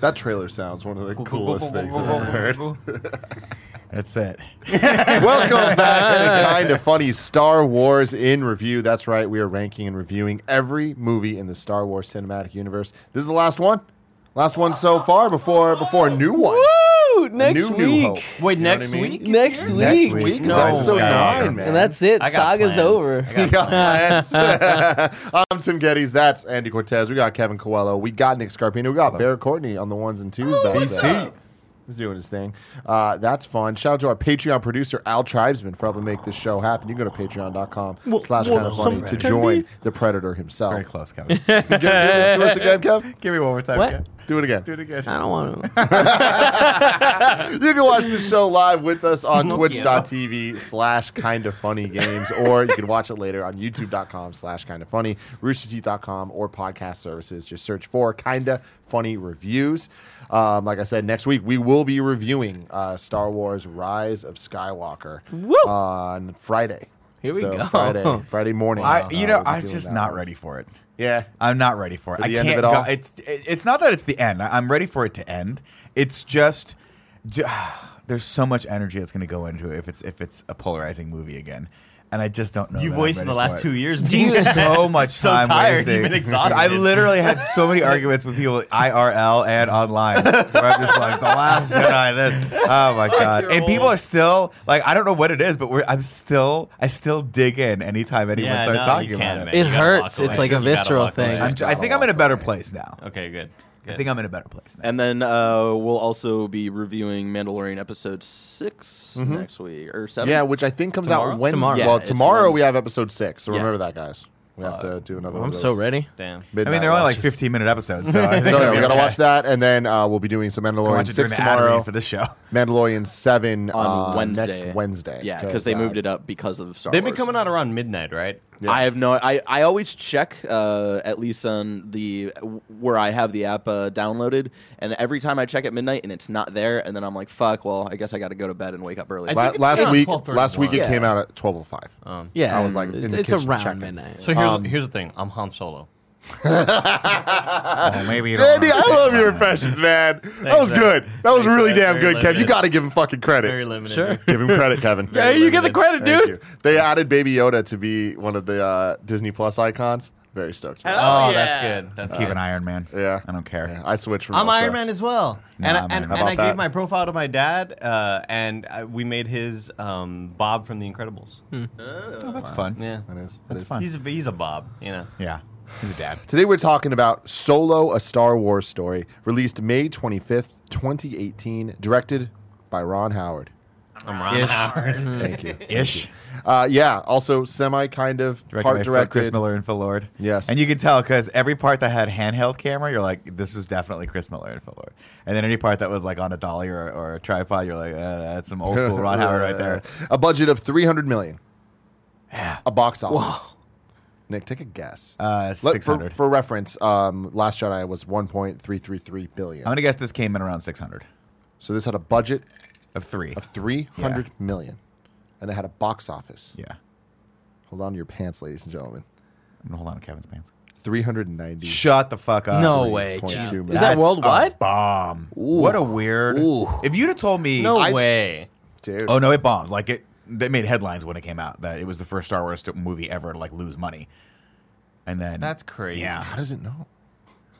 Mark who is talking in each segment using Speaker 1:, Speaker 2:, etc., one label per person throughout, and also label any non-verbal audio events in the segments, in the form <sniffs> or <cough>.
Speaker 1: That trailer sounds one of the coolest things I've ever heard.
Speaker 2: That's
Speaker 3: <laughs>
Speaker 2: it.
Speaker 1: <laughs> Welcome back to Kind of Funny Star Wars in Review. That's right, we are ranking and reviewing every movie in the Star Wars cinematic universe. This is the last one. Last one so far before before a new one.
Speaker 3: Woo!
Speaker 1: A
Speaker 3: Next
Speaker 1: new New Hope.
Speaker 3: week.
Speaker 2: Wait,
Speaker 1: know what
Speaker 2: next
Speaker 1: I mean?
Speaker 2: week?
Speaker 3: Next week.
Speaker 1: Next week
Speaker 2: No.
Speaker 1: no. is episode
Speaker 2: Yeah.
Speaker 1: nine, man.
Speaker 3: And that's it.
Speaker 2: I got
Speaker 3: Saga's
Speaker 2: plans.
Speaker 3: over.
Speaker 2: I
Speaker 1: We
Speaker 2: got
Speaker 1: got <laughs> plans. <laughs> I'm Tim Geddes. That's Andy Cortez. We got Kevin Coelho. We got Nick Scarpino. We got Bear Courtney on the ones and twos. back there. He's doing his thing. Uh, that's fun. Shout out to our Patreon producer, Al Tribesman, for helping make this show happen. You can go to patreon.com slash
Speaker 3: well,
Speaker 1: kind of
Speaker 3: some
Speaker 1: funny to
Speaker 3: can
Speaker 1: join
Speaker 3: be.
Speaker 1: the Predator himself.
Speaker 2: Very close, <laughs> Kevin.
Speaker 1: Give, give it to us again, Kev.
Speaker 2: Give me one more time.
Speaker 3: What?
Speaker 2: Kev.
Speaker 1: Do it again.
Speaker 2: Do it again.
Speaker 3: I don't
Speaker 1: <laughs>
Speaker 3: want to.
Speaker 1: You can watch the show live with us on
Speaker 2: Look,
Speaker 1: twitch.tv slash kind of funny games, or you can watch it later on youtube.com slash kind of funny, roosterteeth.com, or podcast services. Just search for kind of funny reviews. Um, like I said, next week we will be reviewing uh, Star Wars Rise of Skywalker
Speaker 3: Woo!
Speaker 1: on Friday.
Speaker 3: Here we
Speaker 1: So
Speaker 3: go.
Speaker 1: Friday, Friday morning.
Speaker 2: I,
Speaker 4: Oh,
Speaker 1: uh,
Speaker 2: you know,
Speaker 1: we'll be
Speaker 2: I'm
Speaker 1: doing
Speaker 2: just
Speaker 1: that
Speaker 2: not
Speaker 1: one.
Speaker 2: ready for it.
Speaker 1: Yeah.
Speaker 2: I'm not ready for it.
Speaker 1: For
Speaker 2: I
Speaker 1: the
Speaker 2: can't.
Speaker 1: end of it
Speaker 2: go-
Speaker 1: all?
Speaker 2: it's it- it's not that it's the end. I- I'm ready for it to end. It's just, ju- <sighs> there's so much energy that's going to go into it if it's if it's a polarizing movie again, and I just don't know.
Speaker 4: You
Speaker 2: that I'm
Speaker 4: wasted the
Speaker 2: ready for
Speaker 4: last
Speaker 2: it.
Speaker 3: <laughs>
Speaker 4: two years.
Speaker 2: Do you
Speaker 4: <laughs>
Speaker 2: so much
Speaker 4: So
Speaker 2: time
Speaker 4: tired,
Speaker 2: wasting.
Speaker 4: you've been exhausted.
Speaker 2: I literally had so many arguments with people IRL and online where I'm just like the last Jedi. This, oh my god!
Speaker 4: You're
Speaker 2: And people
Speaker 4: old.
Speaker 2: are still like, I don't know what it is, but we're, I'm still, I still dig in anytime anyone
Speaker 4: Yeah,
Speaker 2: starts
Speaker 4: no,
Speaker 2: talking
Speaker 4: you
Speaker 2: about
Speaker 4: can't,
Speaker 2: it.
Speaker 4: man.
Speaker 3: It
Speaker 4: You gotta
Speaker 3: hurts.
Speaker 4: walk
Speaker 3: It's like
Speaker 4: away.
Speaker 3: a
Speaker 4: You just gotta
Speaker 3: visceral
Speaker 4: walk away.
Speaker 3: thing.
Speaker 2: I'm, j- I think I'm in a better place now.
Speaker 4: Okay, good.
Speaker 2: I think I'm in a better place now.
Speaker 5: And then uh, we'll also be reviewing Mandalorian episode 6
Speaker 4: Mm-hmm.
Speaker 5: next week or seven.
Speaker 1: Yeah, which I think comes
Speaker 4: Tomorrow?
Speaker 1: out Wednesday.
Speaker 3: Tomorrow.
Speaker 5: Yeah,
Speaker 1: well,
Speaker 5: it's
Speaker 1: tomorrow we
Speaker 5: Wednesday.
Speaker 1: have episode six. So
Speaker 5: Yeah.
Speaker 1: remember that, guys. We have to do another one.
Speaker 3: I'm
Speaker 1: of
Speaker 3: so
Speaker 1: those.
Speaker 3: ready.
Speaker 4: Damn.
Speaker 2: I mean, they're only like
Speaker 1: midnight watches.
Speaker 2: 15 minute
Speaker 1: <laughs>
Speaker 2: episodes, so I think
Speaker 1: So
Speaker 2: it'll
Speaker 1: yeah,
Speaker 2: be
Speaker 1: we gotta
Speaker 2: okay.
Speaker 1: watch that, and then uh, we'll be doing some
Speaker 2: Watch
Speaker 1: Mandalorian
Speaker 2: it
Speaker 1: six
Speaker 2: during the anatomy
Speaker 1: tomorrow.
Speaker 2: for
Speaker 1: <laughs>
Speaker 2: the show.
Speaker 1: Mandalorian seven
Speaker 5: on
Speaker 1: uh,
Speaker 5: Wednesday.
Speaker 1: next Wednesday.
Speaker 5: Yeah, because they
Speaker 1: uh,
Speaker 5: moved it up because of Star
Speaker 4: They've
Speaker 5: Wars.
Speaker 4: been coming out around midnight, right?
Speaker 5: I have no. I, I always check uh, at least on the where I have the app uh, downloaded, and every time I check at midnight and it's not there, and then I'm like, "Fuck! Well, I guess I got to go to bed and wake up early."
Speaker 4: I
Speaker 1: la-
Speaker 4: think it's
Speaker 1: last
Speaker 4: around
Speaker 1: week,
Speaker 4: 12:31.
Speaker 1: last week it
Speaker 5: Yeah.
Speaker 1: came out at twelve oh five.
Speaker 3: Yeah.
Speaker 1: I was, like, in
Speaker 3: it's,
Speaker 1: the
Speaker 3: it's
Speaker 1: kitchen
Speaker 3: around
Speaker 1: checking.
Speaker 3: midnight.
Speaker 4: So here's
Speaker 2: Um,
Speaker 4: here's the thing. I'm Han Solo.
Speaker 2: Oh, maybe you don't
Speaker 1: Andy, I
Speaker 2: wanna-
Speaker 1: love your impressions,
Speaker 2: <laughs>
Speaker 1: man. that was
Speaker 4: Zach.
Speaker 1: good. That was
Speaker 4: Thanks,
Speaker 1: really
Speaker 4: Zach.
Speaker 1: damn
Speaker 4: Very
Speaker 1: good, Kev. You
Speaker 4: limited.
Speaker 1: gotta give him fucking credit.
Speaker 4: Very limited. <laughs>
Speaker 3: Sure.
Speaker 1: give him credit,
Speaker 2: <laughs>
Speaker 1: Kevin.
Speaker 3: Yeah, you get the credit,
Speaker 1: Thank
Speaker 3: dude.
Speaker 1: you. They added Baby Yoda to be one of the uh, Disney Plus icons. Very stoked. for that.
Speaker 4: Oh,
Speaker 5: yeah.
Speaker 4: that's good. That's
Speaker 2: Keep
Speaker 4: good.
Speaker 2: an Iron Man.
Speaker 1: Yeah,
Speaker 2: I don't care.
Speaker 1: Yeah, I switched from
Speaker 4: I'm
Speaker 1: Elsa.
Speaker 4: Iron Man as well,
Speaker 2: No,
Speaker 4: and I,
Speaker 2: I'm
Speaker 4: and,
Speaker 2: Iron
Speaker 4: and
Speaker 2: Man.
Speaker 1: How
Speaker 4: I
Speaker 1: about that?
Speaker 4: gave my profile to my dad, uh, and I, we made his um, Bob from The Incredibles.
Speaker 2: Oh, that's fun.
Speaker 4: Yeah,
Speaker 1: That is- that
Speaker 2: That's
Speaker 1: is-
Speaker 2: fun.
Speaker 4: he's a, he's a Bob, you know.
Speaker 2: yeah. He's a dad.
Speaker 1: Today we're talking about Solo, a Star Wars story, released May 25th, 2018, directed by Ron Howard.
Speaker 4: I'm Ron
Speaker 2: Ish.
Speaker 4: Howard.
Speaker 1: Thank
Speaker 2: <laughs>
Speaker 1: you.
Speaker 2: Ish.
Speaker 1: Uh, yeah, also semi kind of
Speaker 2: Directed by
Speaker 1: part
Speaker 2: Phil-
Speaker 1: directed.
Speaker 2: Chris Miller and Phil Lord.
Speaker 1: Yes.
Speaker 2: And you can tell because every part that had handheld camera, you're like, this is definitely Chris Miller and Phil Lord. And then any part that was like on a dolly or, or a tripod, you're like, uh, that's some old school Ron Howard
Speaker 1: <laughs>
Speaker 2: right there.
Speaker 1: Uh, A budget of 300 million.
Speaker 2: Yeah.
Speaker 1: A box office. Nick, take a guess.
Speaker 2: Uh,
Speaker 1: Let- for-
Speaker 2: 600.
Speaker 1: For, reference, um, Last Jedi was 1.333 billion.
Speaker 2: I'm going to guess this came in around 600
Speaker 1: so this had a budget
Speaker 2: of three.
Speaker 1: of three hundred million, and it had a box office.
Speaker 2: yeah.
Speaker 1: Hold on to your pants, ladies and gentlemen.
Speaker 2: I'm gonna hold on to Kevin's pants.
Speaker 1: 390.
Speaker 2: Shut the fuck up.
Speaker 3: No way.
Speaker 1: point
Speaker 3: Jesus.
Speaker 1: two Oh,
Speaker 3: Is
Speaker 1: million.
Speaker 3: that
Speaker 2: That's
Speaker 3: worldwide?
Speaker 2: a bomb. What a weird.
Speaker 3: Ooh.
Speaker 2: If you'd have told me.
Speaker 4: No
Speaker 1: I-
Speaker 4: way.
Speaker 1: Dude.
Speaker 2: Oh no, it bombed. Like it, they made headlines when it came out that it was the first Star Wars st- movie ever to like lose money. And then
Speaker 4: That's crazy.
Speaker 2: Yeah.
Speaker 1: How does it know?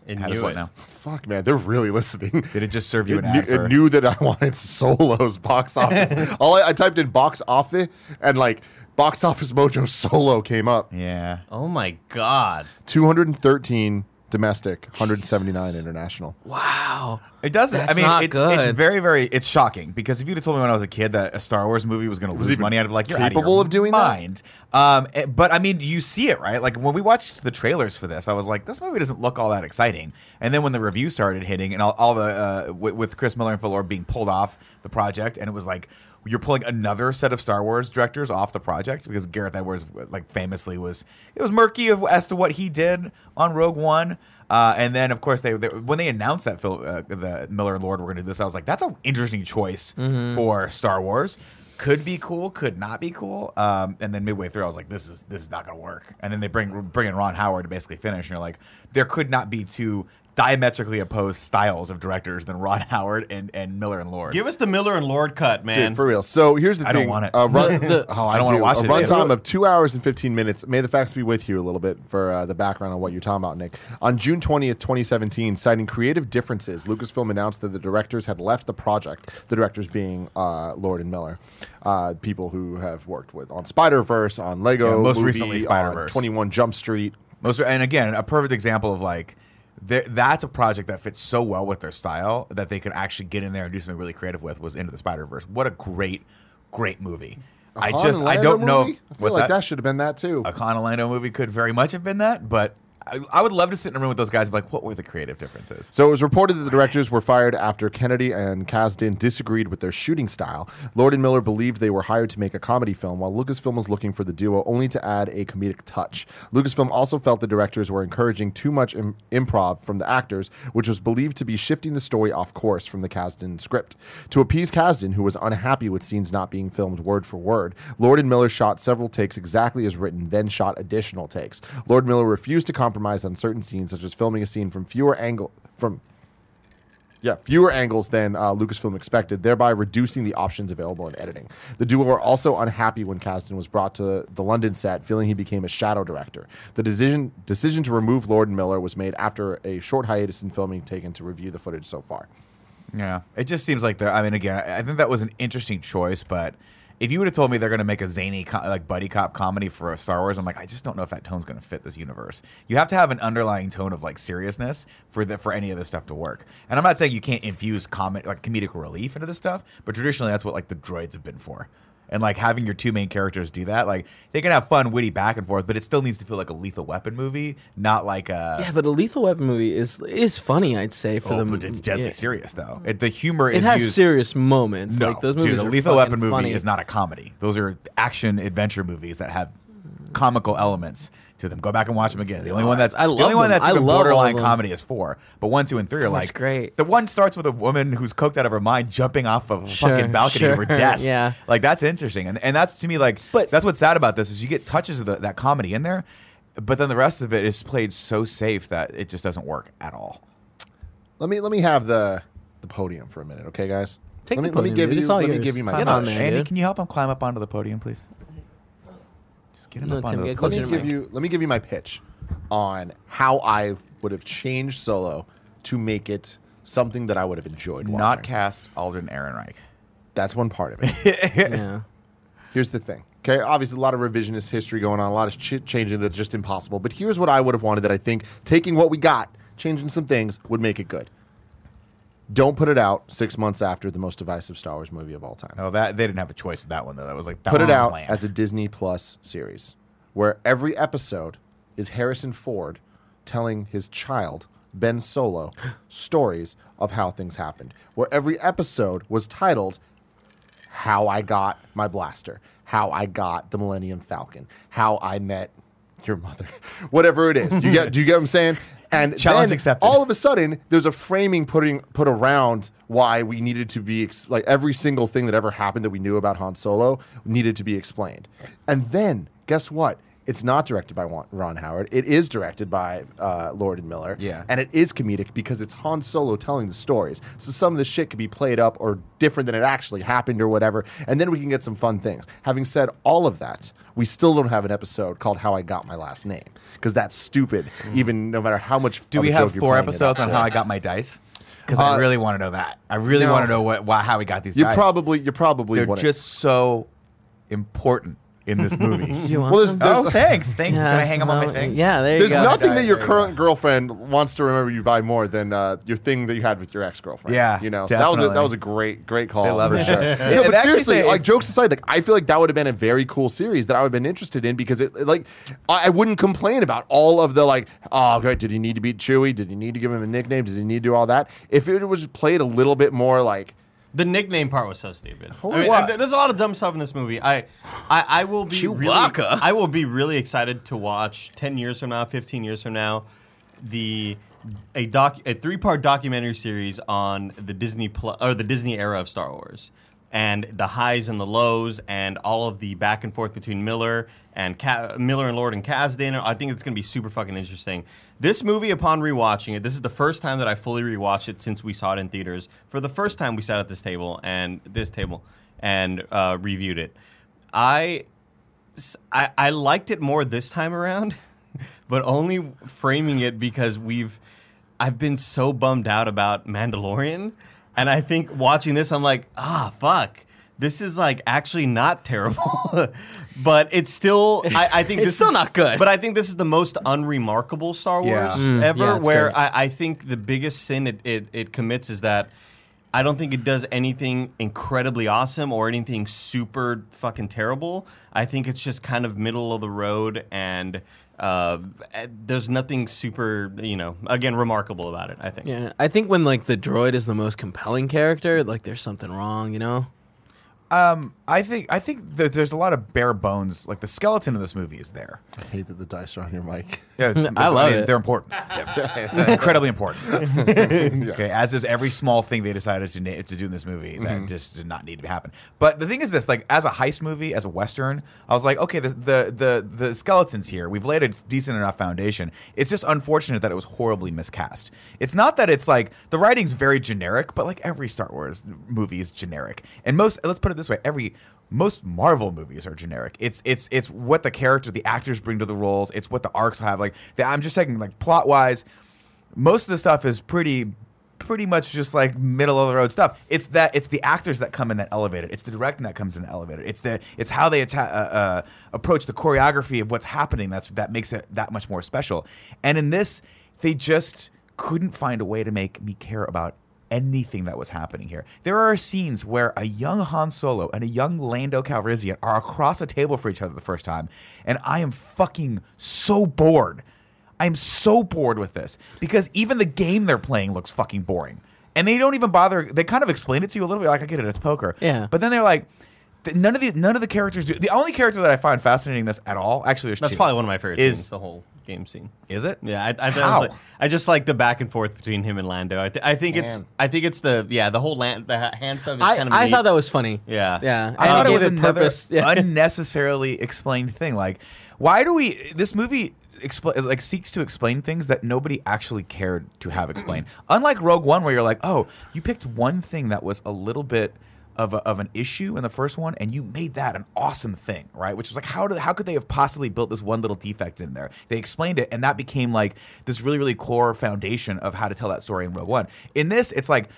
Speaker 4: It
Speaker 2: How
Speaker 4: knew
Speaker 2: does what
Speaker 4: it.
Speaker 2: now?
Speaker 1: Fuck, man, they're really listening.
Speaker 2: Did it just serve you
Speaker 1: It
Speaker 2: an
Speaker 1: knew,
Speaker 2: ad
Speaker 1: it
Speaker 2: for?
Speaker 1: knew that I wanted Solo's
Speaker 2: <laughs>
Speaker 1: box office. All I, I typed in box office and like box office mojo Solo came up.
Speaker 2: yeah.
Speaker 4: Oh my god.
Speaker 1: 213 domestic, 179 international.
Speaker 3: Wow.
Speaker 2: It doesn't.
Speaker 3: That's
Speaker 2: I mean,
Speaker 3: not
Speaker 2: it's,
Speaker 3: good.
Speaker 2: it's very, very. It's shocking because if you'd have told me when I was a kid that a Star Wars movie was going to lose
Speaker 1: even
Speaker 2: money, I'd be like, "You're
Speaker 1: capable
Speaker 2: out
Speaker 1: of
Speaker 2: of, your
Speaker 1: doing that?
Speaker 2: mind." Um, eh, but I mean, you see it right. Like when we watched the trailers for this, I was like, "This movie doesn't look all that exciting." And then when the reviews started hitting, and all, all the uh, wi- with Chris Miller and Phil Lord being pulled off the project, and it was like. You're pulling another set of Star Wars directors off the project because Gareth Edwards, like famously, was it was murky of, as to what he did on Rogue One. Uh, and then, of course, they, they when they announced that Phil, uh, the Miller and Lord were going to do this, I was like, "That's an interesting choice
Speaker 1: Mm-hmm.
Speaker 2: for Star Wars. Could be cool, could not be cool." Um, and then midway through, I was like, "This is this is not going to work." And then they bring bring in Ron Howard to basically finish, and you're like, "There could not be two diametrically opposed styles of directors than Ron <laughs> Howard and, and Miller and Lord.
Speaker 4: Give us the Miller and Lord cut,
Speaker 1: Dude,
Speaker 4: man.
Speaker 1: for real. So here's the
Speaker 2: I don't
Speaker 1: thing.
Speaker 2: want it. <laughs>
Speaker 1: A run,
Speaker 3: The- the-
Speaker 1: <laughs> oh, I,
Speaker 2: I don't
Speaker 1: do.
Speaker 2: wanna watch
Speaker 1: a
Speaker 2: it.
Speaker 1: runtime
Speaker 2: Yeah.
Speaker 1: of two hours and 15 minutes. May the facts be with you a little bit for uh, the background on what you're talking about, Nick. On June 20th, 2017, citing creative differences, Lucasfilm announced that the directors had left the project, the directors being uh, Lord and Miller, uh, people who have worked with on Spider-Verse, on Lego,
Speaker 2: Yeah, most
Speaker 1: movie,
Speaker 2: recently
Speaker 1: on
Speaker 2: Spider-Verse.
Speaker 1: 21 Jump Street.
Speaker 2: Most, and again, a perfect example of like, th- that's a project that fits so well with their style that they could actually get in there and do something really creative with. Was Into the Spider Verse? What a great, great movie. I
Speaker 1: Han
Speaker 2: just,
Speaker 1: and
Speaker 2: I
Speaker 1: Leia
Speaker 2: don't know.
Speaker 1: movie? I feel
Speaker 2: what's
Speaker 1: like that? should have been that too.
Speaker 2: a Con Orlando movie could very much have been that, but I, I would love to sit in a room with those guys. And be like, what were the creative differences?
Speaker 1: So it was reported that the directors were fired after Kennedy and Kasdan disagreed with their shooting style. Lord and Miller believed they were hired to make a comedy film, while Lucasfilm was looking for the duo only to add a comedic touch. Lucasfilm also felt the directors were encouraging too much Im- improv from the actors, which was believed to be shifting the story off course from the Kasdan script. To appease Kasdan, who was unhappy with scenes not being filmed word for word, Lord and Miller shot several takes exactly as written, then shot additional takes. Lord Miller refused to compromise on certain scenes, such as filming a scene from fewer angle from yeah, fewer angles than uh, Lucasfilm expected, thereby reducing the options available in editing. The duo were also unhappy when Kasdan was brought to the London set, feeling he became a shadow director. The decision decision to remove Lord and Miller was made after a short hiatus in filming taken to review the footage so far.
Speaker 2: Yeah, it just seems like they're. I mean, again, I I think that was an interesting choice, but if you would have told me they're going to make a zany co- like buddy cop comedy for Star Wars, I'm like, I just don't know if that tone's going to fit this universe. You have to have an underlying tone of like seriousness for the, for any of this stuff to work. And I'm not saying you can't infuse comic like comedic relief into this stuff, but traditionally that's what like the droids have been for. And like having your two main characters do that, like they can have fun, witty back and forth, but it still needs to feel like a Lethal Weapon movie, not like
Speaker 1: Uh,
Speaker 2: a
Speaker 3: Yeah, but a Lethal Weapon movie is is funny. I'd say for
Speaker 2: Oh,
Speaker 3: them,
Speaker 2: but it's deadly
Speaker 3: yeah.
Speaker 2: serious though. It, the humor
Speaker 3: It
Speaker 2: is
Speaker 3: has
Speaker 2: used,
Speaker 3: serious moments. like those movies
Speaker 2: dude, a
Speaker 3: are
Speaker 2: Lethal
Speaker 3: fucking
Speaker 2: Weapon movie
Speaker 3: funny.
Speaker 2: is not a comedy. Those are action adventure movies that have comical elements to them. Go back and watch them again. The only one that's
Speaker 3: I love
Speaker 2: the only one
Speaker 3: them.
Speaker 2: that's
Speaker 3: I
Speaker 2: even
Speaker 3: love all
Speaker 2: borderline
Speaker 3: of them.
Speaker 2: comedy is four, but one, two, and three are
Speaker 3: Four's
Speaker 2: like
Speaker 3: great.
Speaker 2: The one starts with a woman who's coked out of her mind jumping off of a
Speaker 3: Sure,
Speaker 2: fucking balcony of her
Speaker 3: sure,
Speaker 2: death.
Speaker 3: <laughs> yeah.
Speaker 2: like that's interesting, and and that's to me like
Speaker 3: But-
Speaker 2: that's what's sad about this is you get touches of the, that comedy in there. But then the rest of it is played so safe that it just doesn't work at all.
Speaker 1: Let me let me have the the podium for a minute, okay, guys?
Speaker 3: Take
Speaker 1: let
Speaker 3: the
Speaker 1: me let me
Speaker 3: podium,
Speaker 1: give
Speaker 3: dude.
Speaker 1: you
Speaker 3: It's all
Speaker 1: let me
Speaker 3: yours.
Speaker 1: give you my
Speaker 3: Get
Speaker 1: thoughts.
Speaker 3: on there,
Speaker 2: Andy,
Speaker 3: dude.
Speaker 2: can you help him climb up onto the podium, please? Just get him
Speaker 3: No,
Speaker 2: up onto
Speaker 3: Tim,
Speaker 2: the
Speaker 3: get
Speaker 1: let
Speaker 2: podium.
Speaker 1: me
Speaker 3: closer
Speaker 1: give
Speaker 3: mic.
Speaker 1: you let me give you my pitch on how I would have changed Solo to make it something that I would have enjoyed. Watching.
Speaker 2: Not cast Alden Ehrenreich.
Speaker 1: that's one part of it.
Speaker 3: yeah.
Speaker 1: Here's the thing. Okay, obviously a lot of revisionist history going on, a lot of shit changing that's just impossible. But here's what I would have wanted that I think taking what we got, changing some things would make it good. Don't put it out six months after the most divisive Star Wars movie of all time.
Speaker 2: Oh, that they didn't have a choice with that one though. That was like that
Speaker 1: put
Speaker 2: was
Speaker 1: it
Speaker 2: the
Speaker 1: out
Speaker 2: plan.
Speaker 1: as a Disney Plus series where every episode is Harrison Ford telling his child, Ben Solo,
Speaker 2: <gasps>
Speaker 1: stories of how things happened. Where every episode was titled, How I Got My Blaster, How I Got the Millennium Falcon, How I Met Your Mother, <laughs> whatever it is. You get, do you get what I'm saying? And
Speaker 2: <laughs> Challenge
Speaker 1: then
Speaker 2: accepted.
Speaker 1: All of a sudden, there's a framing putting put around why we needed to be ex- like every single thing that ever happened that we knew about Han Solo needed to be explained. And then guess what? It's not directed by Wa- Ron Howard. It is directed by uh, Lord and Miller.
Speaker 2: Yeah.
Speaker 1: and it is comedic because it's Han Solo telling the stories. So some of the shit could be played up or different than it actually happened or whatever. And then we can get some fun things. Having said all of that, we still don't have an episode called "How I Got My Last Name" because that's stupid.
Speaker 2: Mm.
Speaker 1: Even no matter how much
Speaker 2: Do
Speaker 1: of
Speaker 2: we
Speaker 1: a
Speaker 2: have
Speaker 1: joke you're
Speaker 2: four
Speaker 1: playing it
Speaker 2: episodes
Speaker 1: up
Speaker 2: on
Speaker 1: for.
Speaker 2: how I got my dice? Because
Speaker 1: Uh,
Speaker 2: I really want to know that. I really
Speaker 1: no.
Speaker 2: want to know what why how we got these.
Speaker 1: You
Speaker 2: dice.
Speaker 1: probably you probably
Speaker 2: they're
Speaker 1: wouldn't.
Speaker 2: just so important in this movie.
Speaker 3: <laughs> You want
Speaker 1: well. There's, there's,
Speaker 2: oh, thanks, thank you. Can I
Speaker 3: that's
Speaker 2: hang them on my
Speaker 3: how-
Speaker 2: thing?
Speaker 3: Yeah, there
Speaker 1: there's
Speaker 3: you go.
Speaker 1: nothing that
Speaker 2: Guys,
Speaker 1: your
Speaker 2: there you
Speaker 1: current girlfriend wants to remember you by more than uh, your thing that you had with your ex girlfriend.
Speaker 2: Yeah,
Speaker 1: you know so that was a, that
Speaker 2: definitely.
Speaker 1: was a great great call.
Speaker 2: love
Speaker 1: for
Speaker 2: it. <laughs>
Speaker 1: sure.
Speaker 2: Yeah,
Speaker 1: no,
Speaker 2: and
Speaker 1: but
Speaker 2: actually
Speaker 1: seriously,
Speaker 2: say
Speaker 1: like
Speaker 2: if-
Speaker 1: jokes aside, like I feel like that would have been a very cool series that I would have been interested in because it it, like I, I wouldn't complain about all of the like oh great did he need to beat Chewie did he need to give him a nickname did he need to do all that if it was played a little bit more like
Speaker 4: The nickname part was so stupid. I mean,
Speaker 2: what?
Speaker 4: th- There's a lot of dumb stuff in this movie. I, I, I will be
Speaker 3: Chewbacca.
Speaker 4: Really, I will be really excited to watch ten years from now, fifteen years from now, the a doc a three part documentary series on the Disney pl- or the Disney era of Star Wars. and the highs and the lows and all of the back and forth between Miller and Ca- Miller and Lord and Kasdan. I think it's going to be super fucking interesting. This movie, upon rewatching it, this is the first time that I fully rewatched it since we saw it in theaters. For the first time, we sat at this table and this table and uh, reviewed it. I s- I, I liked it more this time around, <laughs> but only framing it because we've I've been so bummed out about Mandalorian, and I think watching this, I'm like, ah, fuck. This is like actually not <laughs> terrible, but it's still. I, I think
Speaker 3: It's
Speaker 4: this
Speaker 3: still
Speaker 4: is-
Speaker 3: not good.
Speaker 4: But I think this is the most unremarkable Star Wars
Speaker 2: Yeah.
Speaker 3: Mm,
Speaker 4: ever.
Speaker 3: yeah, it's
Speaker 4: where
Speaker 3: good.
Speaker 4: I, I think the biggest sin it, it, it commits is that I don't think it does anything incredibly awesome or anything super fucking terrible. I think it's just kind of middle of the road and uh, eh, there's nothing super, you know, again, remarkable about it, I think.
Speaker 3: Yeah, I think when like the droid is the most compelling character, like there's something wrong, you know?
Speaker 2: Um, I think I think that there's a lot of bare bones. Like the skeleton of this movie is there.
Speaker 1: I hate that the dice are on your mic.
Speaker 2: Yeah, it's-
Speaker 3: <laughs> I love it.
Speaker 2: They're important, <laughs> incredibly important. Okay, as is every small thing they decided to na- to do in this movie that just did not need to happen. But the thing is this, like as a heist movie, as a western, I was like, okay, the the the, the skeletons here, we've laid a decent enough foundation. It's just unfortunate that it was horribly miscast. It's not that it's like the writing's very generic, but like every Star Wars movie is generic, and most let's put it this way, every most Marvel movies are generic. It's it's it's what the character, the actors bring to the roles. It's what the arcs have. Like the, I'm just saying, like plot wise, most of the stuff is pretty pretty much just like middle of the road stuff it's that it's the actors that come in that elevator it's the directing that comes in the elevator it's the it's how they atta- uh, uh, approach the choreography of what's happening that's that makes it that much more special and in this they just couldn't find a way to make me care about anything that was happening here. There are scenes where a young Han Solo and a young Lando Calrissian are across a table for each other the first time, and I am fucking so bored. I'm so bored with this because even the game they're playing looks fucking boring. And they don't even bother. They kind of explain it to you a little bit, like I get it, it's poker.
Speaker 3: Yeah.
Speaker 2: But then they're like, th- none of the none of the characters do. The only character that I find fascinating in this at all, actually, there's
Speaker 4: That's
Speaker 2: two.
Speaker 4: probably one of my favorite
Speaker 2: Is-
Speaker 4: scenes, the whole game scene.
Speaker 2: Is it?
Speaker 4: Yeah, I, I, thought it was
Speaker 2: How?
Speaker 4: like- I just like the back and forth between him and Lando. I, th- I think it's
Speaker 1: Man.
Speaker 4: I think it's the yeah the whole land, the ha- hand stuff is
Speaker 3: I,
Speaker 4: kind of
Speaker 3: I thought that was funny.
Speaker 4: Yeah.
Speaker 3: Yeah.
Speaker 2: I
Speaker 3: and
Speaker 2: thought it
Speaker 3: gave
Speaker 2: was another <laughs>
Speaker 3: purpose. <laughs> Yeah.
Speaker 2: unnecessarily explained thing. Like, why do we? This movie expl- like seeks to explain things that nobody actually cared to have <clears throat> explained. Unlike Rogue One, where you're like, oh, you picked one thing that was a little bit. Of, a, of an issue in the first one, and you made that an awesome thing, right? Which was like, how do how could they have possibly built this one little defect in there? They explained it, and that became like this really really core foundation of how to tell that story in Rogue One. In this, it's like,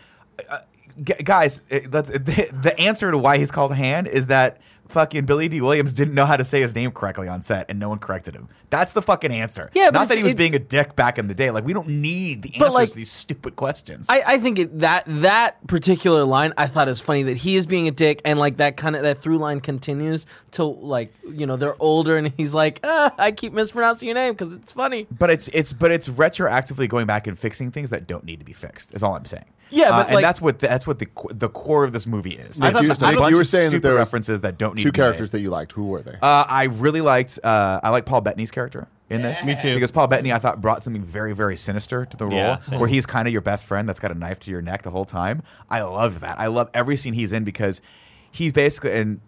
Speaker 2: uh, Gu- guys, it- that's <laughs> the, the answer to why he's called Hand is that fucking Billy D. Williams didn't know how to say his name correctly on set, and no one corrected him. That's the fucking answer.
Speaker 3: Yeah, but
Speaker 2: not that
Speaker 3: it-
Speaker 2: he was
Speaker 3: it-
Speaker 2: being a dick back in the day. Like we don't need the
Speaker 3: But,
Speaker 2: answers
Speaker 3: like,
Speaker 2: to these stupid questions.
Speaker 3: I, I think it, that that particular line I thought is funny that he is being a dick and like that kind of that through line continues till like you know they're older and he's like ah, I keep mispronouncing your name because it's funny.
Speaker 2: but it's it's but it's retroactively going back and fixing things that don't need to be fixed. Is all I'm saying.
Speaker 3: Yeah,
Speaker 2: Uh,
Speaker 3: but,
Speaker 2: and
Speaker 3: like-
Speaker 2: that's what the, that's what the co- the core of this movie is.
Speaker 1: Nick,
Speaker 2: It's
Speaker 1: you-
Speaker 2: just a
Speaker 1: Nick,
Speaker 2: bunch
Speaker 1: you were
Speaker 2: of
Speaker 1: saying that
Speaker 2: stupid
Speaker 1: there was
Speaker 2: references that don't need
Speaker 1: Two
Speaker 2: to be made.
Speaker 1: characters that you liked. Who were they?
Speaker 2: Uh, I really liked. Uh, I like Paul Bettany's character in this.
Speaker 4: Me too.
Speaker 2: Because Paul Bettany, I thought, brought something very, very sinister to the role,
Speaker 4: Yeah, same.
Speaker 2: where he's kind of your best friend that's got a knife to your neck the whole time. I love that. I love every scene he's in because he basically and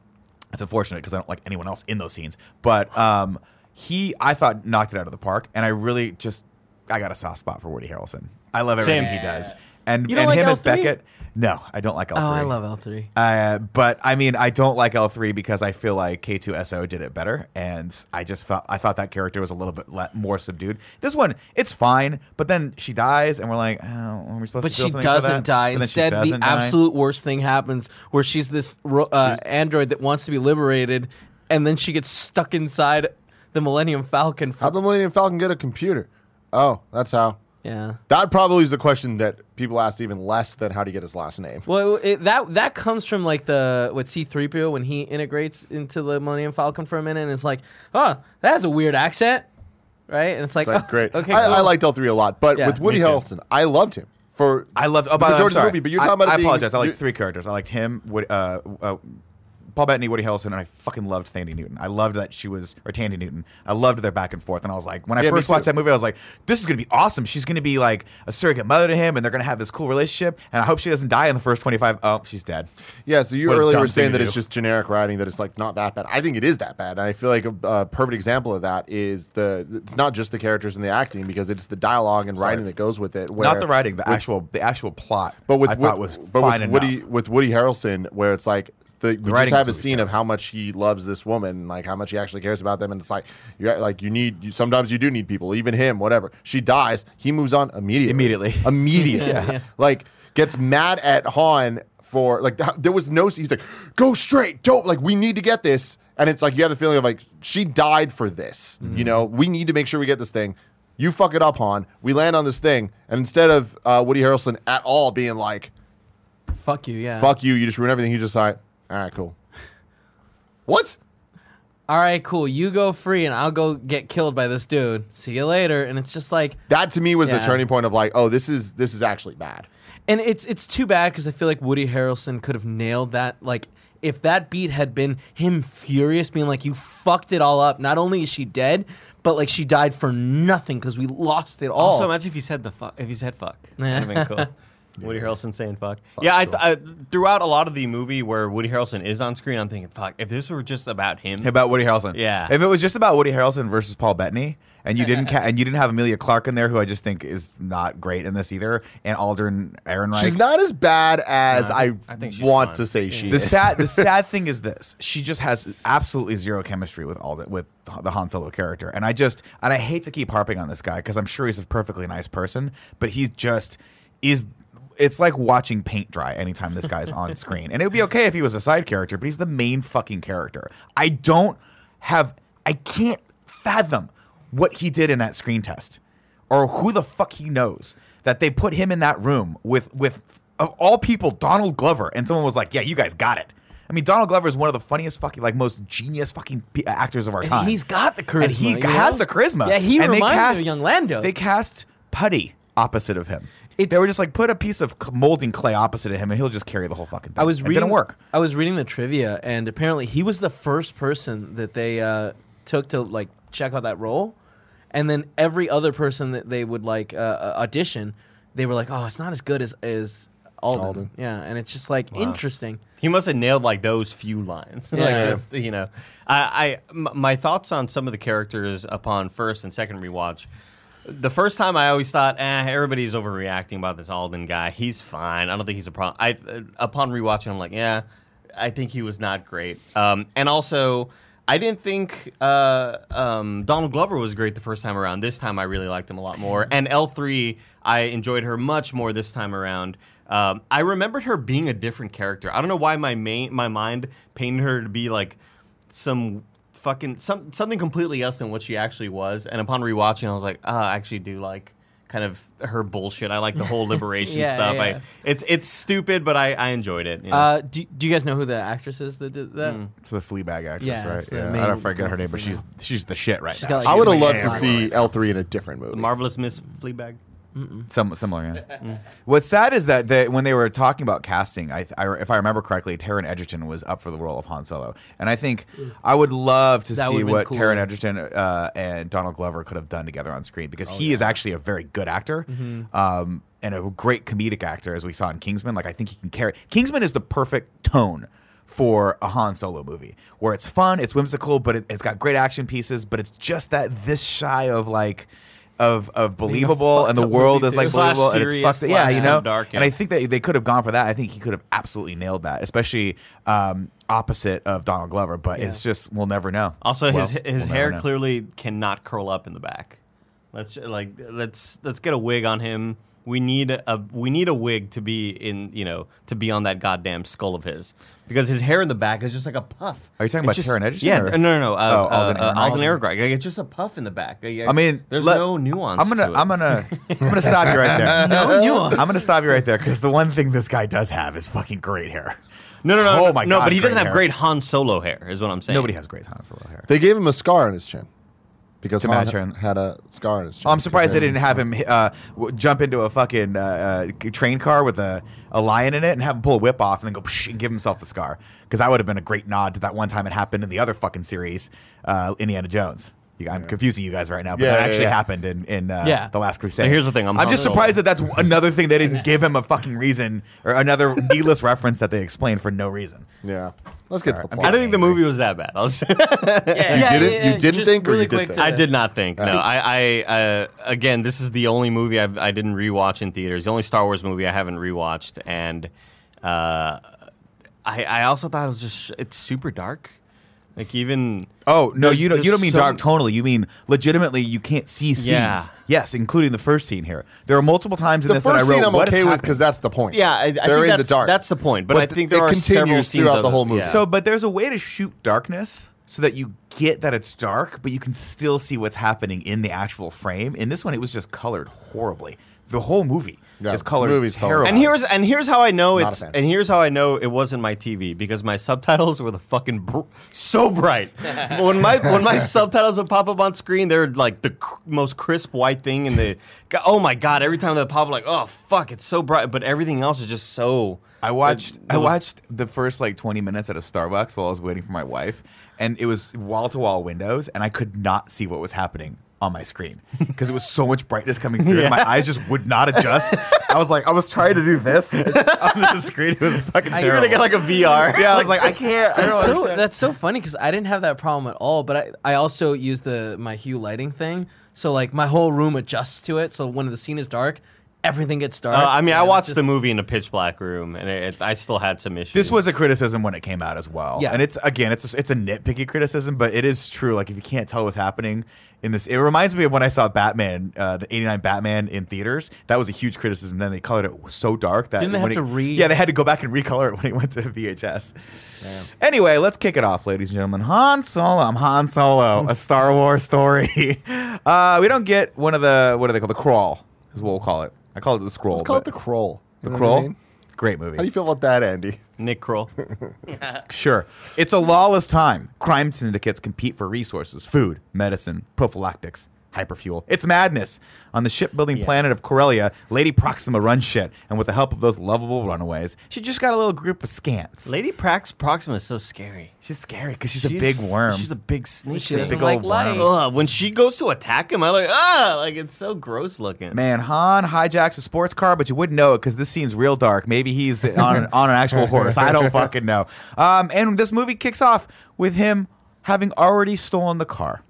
Speaker 2: it's unfortunate because I don't like anyone else in those scenes, but um, he, I thought, knocked it out of the park, and I really just, I got a soft spot for Woody Harrelson. I love everything
Speaker 4: Same.
Speaker 2: he does, and
Speaker 3: You
Speaker 2: and
Speaker 3: don't like
Speaker 2: him as
Speaker 3: L3?
Speaker 2: Beckett. No, I don't like L3.
Speaker 3: Oh, I love L three.
Speaker 2: Uh, but I mean, I don't like L three because I feel like K two S O did it better, and I just felt I thought that character was a little bit le- more subdued. This one, it's fine, but then she dies, and we're like, oh, are we supposed
Speaker 3: But
Speaker 2: to? feel
Speaker 3: she
Speaker 2: something for that?
Speaker 3: doesn't die.
Speaker 2: But then she
Speaker 3: Instead, the
Speaker 2: doesn't die.
Speaker 3: absolute worst thing happens where she's this ro- uh, android that wants to be liberated, and then she gets stuck inside the Millennium Falcon. For-
Speaker 1: How'd the Millennium Falcon get a computer? Oh, that's how.
Speaker 3: yeah.
Speaker 1: That probably is the question that people asked even less than how to get his last name.
Speaker 3: Well, it, that that comes from like the what C three PO when he integrates into the Millennium Falcon for a minute, and it's like, oh, that has a weird accent, right? And it's like,
Speaker 1: It's like
Speaker 2: <laughs>
Speaker 3: oh,
Speaker 1: great.
Speaker 3: Okay,
Speaker 1: I, I
Speaker 3: cool.
Speaker 1: liked L three a lot, but
Speaker 3: Yeah,
Speaker 1: with Woody
Speaker 4: me too.
Speaker 1: Harrelson, I loved him for
Speaker 2: I loved. Oh,
Speaker 1: the
Speaker 2: by the way,
Speaker 1: majority
Speaker 2: I'm
Speaker 1: of the
Speaker 2: sorry.
Speaker 1: movie. But you're
Speaker 2: I-
Speaker 1: talking about it
Speaker 2: I
Speaker 1: being-
Speaker 2: apologize. I like
Speaker 1: you're-
Speaker 2: three characters. I liked him. Wood, uh, uh, Paul Bettany, Woody Harrelson, and I fucking loved Thandie Newton. I loved that she was or Tandy Newton. I loved their back and forth, and I was like, when I
Speaker 1: Yeah, me
Speaker 2: first watched
Speaker 1: too.
Speaker 2: that movie, I was like, this is gonna be awesome. She's gonna be like a surrogate mother to him, and they're gonna have this cool relationship. And I hope she doesn't die in the first twenty five. Oh, she's dead.
Speaker 1: Yeah, so you
Speaker 2: What a
Speaker 1: earlier
Speaker 2: dumb
Speaker 1: were saying
Speaker 2: thing to
Speaker 1: that it's
Speaker 2: do.
Speaker 1: just generic writing, that it's like not that bad. I think it is that bad, and I feel like a, a perfect example of that is the. It's not just the characters and the acting because it's the dialogue and writing that goes with it. Where
Speaker 2: Not the writing, the actual the actual plot.
Speaker 1: but with
Speaker 2: I
Speaker 1: Wood-
Speaker 2: thought was
Speaker 1: but
Speaker 2: fine
Speaker 1: with
Speaker 2: enough.
Speaker 1: Woody with Woody Harrelson, where it's like the, we just
Speaker 2: writing
Speaker 1: have a
Speaker 2: was really
Speaker 1: scene of how much he loves this woman, and, like how much he actually cares about them, and it's like you like you need you, sometimes you do need people, even him, whatever. She dies, he moves on immediately,
Speaker 2: Immediately.
Speaker 1: <laughs> immediately, like gets mad at Han for like th- there was no he's like go straight, don't like we need to get this, and it's like you have the feeling of like she died for this, you know, we need to make sure we get this thing. You fuck it up, Han. We land on this thing, and instead of uh, Woody Harrelson at all being like,
Speaker 3: Fuck you, yeah.
Speaker 1: fuck you, you just ruin everything. You just like, all right, cool. What?
Speaker 3: All right, cool. You go free, and I'll go get killed by this dude. See you later. And it's just like,
Speaker 1: That to me was the
Speaker 3: Yeah.
Speaker 1: turning point of like, oh, this is this is actually bad.
Speaker 3: and it's it's too bad because I feel like Woody Harrelson could have nailed that. Like, if that beat had been him furious, being like, "You fucked it all up." Not only is she dead, but like she died for nothing because we lost it all.
Speaker 4: Also, imagine if he said the fuck. If he said fuck,
Speaker 3: Oh. Yeah.
Speaker 4: that'd have been cool. Woody Harrelson saying fuck. yeah, I, I, throughout a lot of the movie where Woody Harrelson is on screen, I'm thinking, fuck, if this were just about him,
Speaker 2: About Woody Harrelson.
Speaker 4: Yeah.
Speaker 2: If it was just about Woody Harrelson versus Paul Bettany, and you didn't ca- and you didn't have Amelia Clark in there, who I just think is not great in this either, and Aldrin Ehrenreich.
Speaker 1: She's not as bad as I,
Speaker 4: I think she's
Speaker 1: want
Speaker 4: fine.
Speaker 1: to say she
Speaker 2: the
Speaker 1: is.
Speaker 2: sad
Speaker 1: <laughs>
Speaker 2: the sad thing is this: she just has absolutely zero chemistry with all the, with the Han Solo character, and I just and I hate to keep harping on this guy because I'm sure he's a perfectly nice person, but he just is. It's like watching paint dry anytime this
Speaker 1: <laughs>
Speaker 2: guy's on screen, and it would be okay if he was a side character, but he's the main fucking character. I don't have I can't fathom what he did in that screen test or who the fuck he knows that they put him in that room with with of all people Donald Glover and someone was like, "Yeah, you guys got it." I mean, Donald Glover is one of the funniest fucking like most genius fucking pe- actors of our
Speaker 3: And
Speaker 2: time.
Speaker 3: he's got the charisma.
Speaker 2: And he
Speaker 3: you
Speaker 2: has
Speaker 3: know?
Speaker 2: the charisma.
Speaker 3: Yeah, he
Speaker 2: and they
Speaker 3: reminds me
Speaker 2: cast,
Speaker 3: of young Lando.
Speaker 2: They cast Putty opposite of him. they
Speaker 3: It's-
Speaker 2: were just like put a piece of c- molding clay opposite of him, and he'll just carry the whole fucking thing.
Speaker 3: I was
Speaker 2: it
Speaker 3: reading.
Speaker 2: didn't work.
Speaker 3: I was reading the trivia, and apparently he was the first person that they uh, took to like check out that role, and then every other person that they would like uh, uh, audition, they were like, "Oh, it's not as good as as Alden."
Speaker 1: Alden.
Speaker 3: Yeah, and it's just like interesting.
Speaker 4: he must have nailed like those few lines. <laughs> like
Speaker 3: Yeah.
Speaker 4: just you know, I, I m- my thoughts on some of the characters upon first and second rewatch. The first time I always thought, eh, everybody's overreacting about this Alden guy. He's fine. I don't think he's a problem. I uh, upon rewatching, I'm like, yeah, I think he was not great. Um, and also. I didn't think uh, um, Donald Glover was great the first time around. This time, I really liked him a
Speaker 3: <laughs>
Speaker 4: lot more. And L three, I enjoyed her much more this time around. Um, I remembered her being a different character. I don't know why my main my mind painted her to be like some fucking some something completely else than what she actually was. And upon rewatching, I was like, ah, I actually do like kind of her bullshit. I like
Speaker 3: <laughs>
Speaker 4: the whole liberation
Speaker 3: Yeah,
Speaker 4: stuff.
Speaker 3: yeah.
Speaker 4: I it's it's stupid, but I, I enjoyed it. you know?
Speaker 3: Uh, do, do you guys know who the actress is that did
Speaker 1: Mm. <laughs>
Speaker 3: that?
Speaker 2: To the Fleabag actress,
Speaker 3: Yeah,
Speaker 2: right?
Speaker 3: it's the
Speaker 2: Yeah,
Speaker 3: main
Speaker 2: I don't forget her
Speaker 3: girl
Speaker 2: name, but she's she's the shit right
Speaker 3: She's
Speaker 2: now.
Speaker 3: got, like,
Speaker 1: I would have
Speaker 3: She's
Speaker 1: loved to
Speaker 3: like,
Speaker 1: see L three in a different movie.
Speaker 4: the marvelous Miss Fleabag.
Speaker 2: Some, similar, yeah. What's sad is that they, when they were talking about casting, I, I, if I remember correctly, Taron Egerton was up for the role of Han Solo, and I think I would love to
Speaker 3: That
Speaker 2: see
Speaker 3: would've been
Speaker 2: what
Speaker 3: cool.
Speaker 2: Taron Egerton uh, and Donald Glover could have done together on screen because
Speaker 3: Oh,
Speaker 2: he is actually a very good actor.
Speaker 3: Mm-hmm.
Speaker 2: Um, and a great comedic actor, as we saw in Kingsman. Like I think he can carry. Kingsman is the perfect tone for a Han Solo movie, where it's fun, it's whimsical, but it, it's got great action pieces, but it's just that this shy of like of of believable, and the
Speaker 3: fucked up
Speaker 2: world
Speaker 3: movie
Speaker 2: is like
Speaker 4: too. Slash
Speaker 2: believable, and it's
Speaker 4: serious,
Speaker 2: fucked. up. Yeah,
Speaker 4: slash
Speaker 2: you know.
Speaker 4: dark,
Speaker 2: and I
Speaker 4: yeah.
Speaker 2: think that they could have gone for that. I think he could have absolutely nailed that, especially um, opposite of Donald Glover. But it's just we'll never know.
Speaker 4: Also,
Speaker 2: Well,
Speaker 4: his his
Speaker 2: we'll
Speaker 4: hair
Speaker 2: never know.
Speaker 4: clearly cannot curl up in the back. Let's ju- like let's let's get a wig on him. We need a we need a wig to be in you know to be on that goddamn skull of his because his hair in the back is just like a puff.
Speaker 2: Are you talking
Speaker 4: It's
Speaker 2: about
Speaker 4: just-
Speaker 2: Taron Egerton
Speaker 4: Yeah,
Speaker 2: or-
Speaker 4: no, no, no. Uh,
Speaker 2: Oh, Alden
Speaker 4: uh, uh,
Speaker 2: Ehrenreich.
Speaker 4: Alden Ehrenreich. Like, it's just a puff in the back. Like,
Speaker 2: I mean,
Speaker 4: there's
Speaker 2: let-
Speaker 4: no nuance.
Speaker 2: I'm gonna
Speaker 4: to it.
Speaker 2: I'm
Speaker 4: <laughs>
Speaker 2: gonna I'm gonna stop you right there.
Speaker 3: No nuance.
Speaker 2: I'm gonna stop you right there because the one thing this guy does have is fucking great hair.
Speaker 4: no, no, no,
Speaker 2: Oh
Speaker 4: no,
Speaker 2: my
Speaker 4: no.
Speaker 2: God,
Speaker 4: But he doesn't
Speaker 2: great
Speaker 4: have
Speaker 2: hair.
Speaker 4: great Han Solo hair, is what I'm saying.
Speaker 2: Nobody has great Han Solo hair.
Speaker 1: they gave him a scar on his chin. because
Speaker 2: To
Speaker 1: Han
Speaker 2: match her.
Speaker 1: had a scar on his chin.
Speaker 2: I'm surprised they
Speaker 1: Because-
Speaker 2: didn't have him uh, w- jump into a fucking uh, uh, train car with a, a lion in it and have him pull a whip off and then go psh, and give himself the scar. Because that would have been a great nod to that one time it happened in the other fucking series, uh, Indiana Jones. You, I'm confusing you guys right now, but
Speaker 1: Yeah,
Speaker 2: that
Speaker 1: yeah,
Speaker 2: actually
Speaker 1: yeah.
Speaker 2: happened in, in uh,
Speaker 3: Yeah.
Speaker 2: The Last Crusade.
Speaker 4: Now, here's the thing, I'm
Speaker 2: I'm just
Speaker 4: Han Solo.
Speaker 2: surprised that
Speaker 4: <laughs>
Speaker 2: that's another thing they didn't give him a fucking reason or another needless reference that they explained for no reason.
Speaker 1: Yeah, let's get to
Speaker 2: Alright,
Speaker 1: the
Speaker 2: I'm
Speaker 1: plot.
Speaker 4: I don't think the movie was that bad. I was. <laughs>
Speaker 3: Yeah,
Speaker 1: didn't- you didn't
Speaker 3: just
Speaker 1: think or you did
Speaker 3: quick
Speaker 1: think?
Speaker 3: to-
Speaker 4: I did not think. No, I, I uh, again, this is the only movie I've, I didn't rewatch in theaters. The only Star Wars movie I haven't rewatched, and uh, I, I also thought it was just it's super dark. Like even
Speaker 2: Oh no,
Speaker 4: There's-
Speaker 2: you don't. You
Speaker 4: there's
Speaker 2: don't mean
Speaker 4: some-
Speaker 2: dark tonally. You mean legitimately. You can't see scenes.
Speaker 4: Yeah.
Speaker 2: Yes, including the first scene here. There are multiple times in
Speaker 1: the
Speaker 2: this
Speaker 1: first
Speaker 2: that I wrote.
Speaker 1: scene I'm
Speaker 2: "What is
Speaker 1: okay with
Speaker 2: happening?"
Speaker 1: because that's the point.
Speaker 4: yeah, I, I think
Speaker 1: they're in the
Speaker 4: that's-
Speaker 1: dark.
Speaker 4: That's the point. But, I
Speaker 1: th-
Speaker 4: think
Speaker 1: it
Speaker 4: there are several
Speaker 1: continues
Speaker 4: scenes
Speaker 1: throughout
Speaker 4: of
Speaker 1: the
Speaker 4: it.
Speaker 1: whole movie.
Speaker 4: Yeah.
Speaker 2: So, but there's a way to shoot darkness so that you get that it's dark, but you can still see what's happening in the actual frame. In this one, it was just colored horribly. The whole movie
Speaker 1: Yeah,
Speaker 2: is
Speaker 1: the
Speaker 2: colored
Speaker 1: movie's colored.
Speaker 2: terrible.
Speaker 4: And here's and here's how I know
Speaker 1: Not a
Speaker 4: it's
Speaker 1: fan.
Speaker 4: and here's how I know it wasn't my TV because my subtitles were the fucking br-
Speaker 1: <laughs>
Speaker 4: so bright. when my when my subtitles would pop up on screen, they're like the cr- most crisp white thing, and the oh my god, every time they pop up, like oh fuck, it's so bright. But everything else is just so.
Speaker 2: I watched
Speaker 4: Like,
Speaker 2: I
Speaker 4: the-
Speaker 2: watched the first like 20 minutes at a Starbucks while I was waiting for my wife and it was wall to wall windows and I could not see what was happening on my screen because it was so much brightness coming through and my eyes just would not adjust. I was like I was trying to do this <laughs> on the screen it was fucking
Speaker 3: I-
Speaker 2: terrible.
Speaker 4: You're gonna get like a VR.
Speaker 2: yeah, I was like I can't. I don't
Speaker 3: That's so,
Speaker 2: understand.
Speaker 3: that's so funny because I didn't have that problem at all. But I, I also use the my hue lighting thing, so like my whole room adjusts to it. So when the scene is dark, everything gets dark.
Speaker 4: Uh, I mean, I
Speaker 3: and
Speaker 4: watched
Speaker 3: just-
Speaker 4: the movie in a pitch black room, and it, it- I still had some issues.
Speaker 2: This was a criticism when it came out as well.
Speaker 3: Yeah.
Speaker 2: And it's again, it's a, it's a nitpicky criticism, but it is true. Like if you can't tell what's happening in this, it reminds me of when I saw Batman, uh, the '89 Batman in theaters. That was a huge criticism. Then they colored it so dark that
Speaker 3: Didn't they
Speaker 2: when
Speaker 3: have
Speaker 2: it-
Speaker 3: to re-
Speaker 2: Yeah, they had to go back and recolor it when it went to VHS. Anyway, let's kick it off, ladies and gentlemen. Han Solo. I'm Han Solo. a Star Wars story. <laughs> Uh, we don't get one of the what do they call the crawl? Is what we'll call it. I call it the scroll.
Speaker 1: Let's call it the
Speaker 2: but-
Speaker 1: crawl.
Speaker 2: the
Speaker 1: You know what I
Speaker 2: crawl.
Speaker 1: mean?
Speaker 2: Great movie.
Speaker 1: How do you feel about that, Andy?
Speaker 4: Nick Kroll.
Speaker 2: Sure. It's a lawless time. Crime syndicates compete for resources food, medicine, prophylactics, hyperfuel. It's madness. On the shipbuilding planet of Corellia, Lady Proxima runs shit, and with the help of those lovable runaways, she just got a little group of scants.
Speaker 4: Lady Prax Proxima is so scary.
Speaker 2: She's scary because she's, a big worm.
Speaker 4: She's a big snake.
Speaker 3: She doesn't
Speaker 2: big
Speaker 3: like
Speaker 2: old
Speaker 3: light.
Speaker 4: Ugh, when she goes to attack him, I like ah, like it's so gross looking.
Speaker 2: Man, Han hijacks a sports car, but you wouldn't know it because this scene's real dark. Maybe he's on an, on an actual horse. I don't fucking know. Um, and this movie kicks off with him having already stolen the car.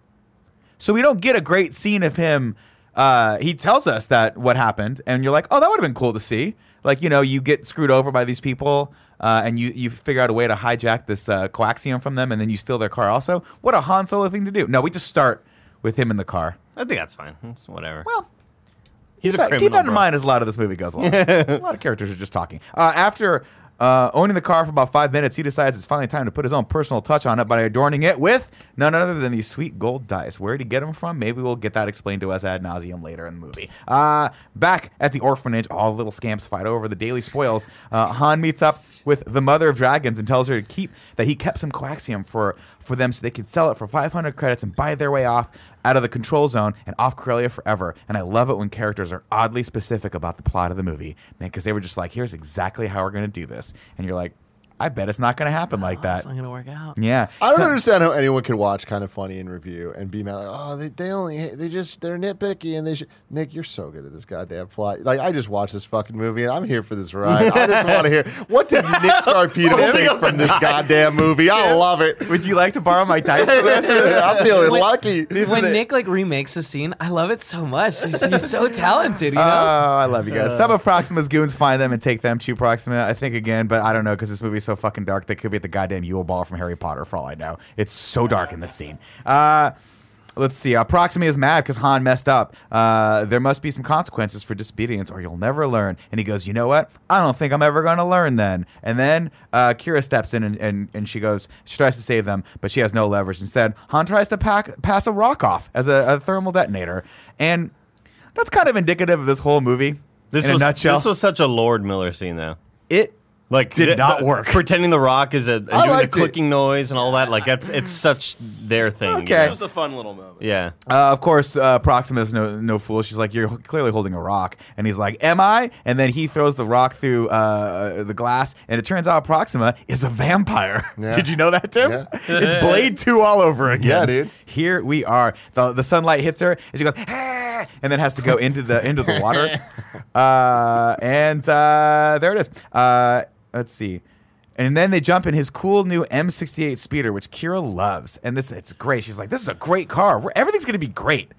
Speaker 2: So we don't get a great scene of him. Uh, he tells us that what happened, and you're like, oh, that would have been cool to see. Like, you know, you get screwed over by these people, uh, and you, you figure out a way to hijack this uh, coaxium from them, and then you steal their car also. What a Han Solo thing to do. No, we just start with him in the car.
Speaker 4: I think that's fine. It's whatever.
Speaker 2: Well,
Speaker 4: he's a
Speaker 2: Keep that-
Speaker 4: criminal.
Speaker 2: Keep that in
Speaker 4: bro.
Speaker 2: mind as a lot of this movie goes
Speaker 4: <laughs>
Speaker 2: along. a lot of characters are just talking. Uh, after uh, owning the car for about five minutes, he decides it's finally time to put his own personal touch on it by adorning it with none other than these sweet gold dice. Where did he get them from? Maybe we'll get that explained to us ad nauseum later in the movie. Uh, back at the orphanage, all the little scamps fight over the daily spoils. Uh, Han meets up with the mother of dragons and tells her to keep that he kept some coaxium for for them so they could sell it for 500 credits and buy their way off out of the control zone and off Corellia forever. And I love it when characters are oddly specific about the plot of the movie, man, because they were just like, here's exactly how we're going to do this. And you're like, I bet it's not going to happen like
Speaker 3: Oh,
Speaker 2: that.
Speaker 3: It's not gonna work out.
Speaker 2: yeah.
Speaker 1: I don't
Speaker 2: So-
Speaker 1: understand how anyone could watch kind of funny in review and be mad like, oh, they, they only they just they're nitpicky and they should. Nick, you're so good at this goddamn plot. Like I just watched this fucking movie and I'm here for this ride. I just want to hear what did Nick Scarpino
Speaker 4: Holding
Speaker 1: think
Speaker 4: up
Speaker 1: from
Speaker 4: the
Speaker 1: this
Speaker 4: dice.
Speaker 1: goddamn movie? I love it.
Speaker 2: Would you like to borrow my dice
Speaker 3: <laughs>
Speaker 2: for the rest of the
Speaker 1: I'm feeling
Speaker 3: When-
Speaker 1: lucky.
Speaker 3: when Nick like remakes a scene, I love it so much. He's, he's so talented, you know. Uh.
Speaker 2: Oh, I love you guys. Some of Proxima's goons find them and take them to Proxima, I think, again, but I don't know because this movie's so fucking dark. They could be at the goddamn Yule Ball from Harry Potter, for all I know. It's so dark in this scene. Uh, let's see. Uh, Proxima is mad because Han messed up. Uh, there must be some consequences for disobedience or you'll never learn. And he goes, You know what? I don't think I'm ever going to learn then. And then uh, Kira steps in and, and, and she goes, She tries to save them, but she has no leverage. Instead, Han tries to pack, pass a rock off as a, a thermal detonator. And that's kind of indicative of this whole movie.
Speaker 4: This
Speaker 2: in
Speaker 4: was
Speaker 2: a nutshell,
Speaker 4: this was such a Lord Miller scene though.
Speaker 2: it
Speaker 4: Like
Speaker 2: Did
Speaker 4: th-
Speaker 2: not
Speaker 4: th-
Speaker 2: work.
Speaker 4: Pretending the rock is a is
Speaker 1: I
Speaker 4: doing the
Speaker 1: liked it.
Speaker 4: clicking noise and all that. Like that's it's such their thing. you
Speaker 1: Okay.
Speaker 4: know?
Speaker 5: It was a fun little moment.
Speaker 4: Yeah.
Speaker 2: Uh, of course, uh, Proximus no no fool. She's like, "You're clearly holding a rock," and he's like, "Am I?" And then he throws the rock through uh, the glass, and it turns out Proxima is a vampire. <laughs>
Speaker 1: Yeah.
Speaker 2: Did you know that, Tim?
Speaker 1: Yeah.
Speaker 2: it's Blade Two all over again.
Speaker 1: Yeah, dude.
Speaker 2: Here we are. the The sunlight hits her, and she goes, "Ah," and then has to go into the into the
Speaker 4: <laughs>
Speaker 2: water. uh, and uh, there it is. Uh, let's see. And then they jump in his cool new M68 speeder, which Kira loves, and this it's great. She's like, "This is a great car. We're, everything's gonna be great.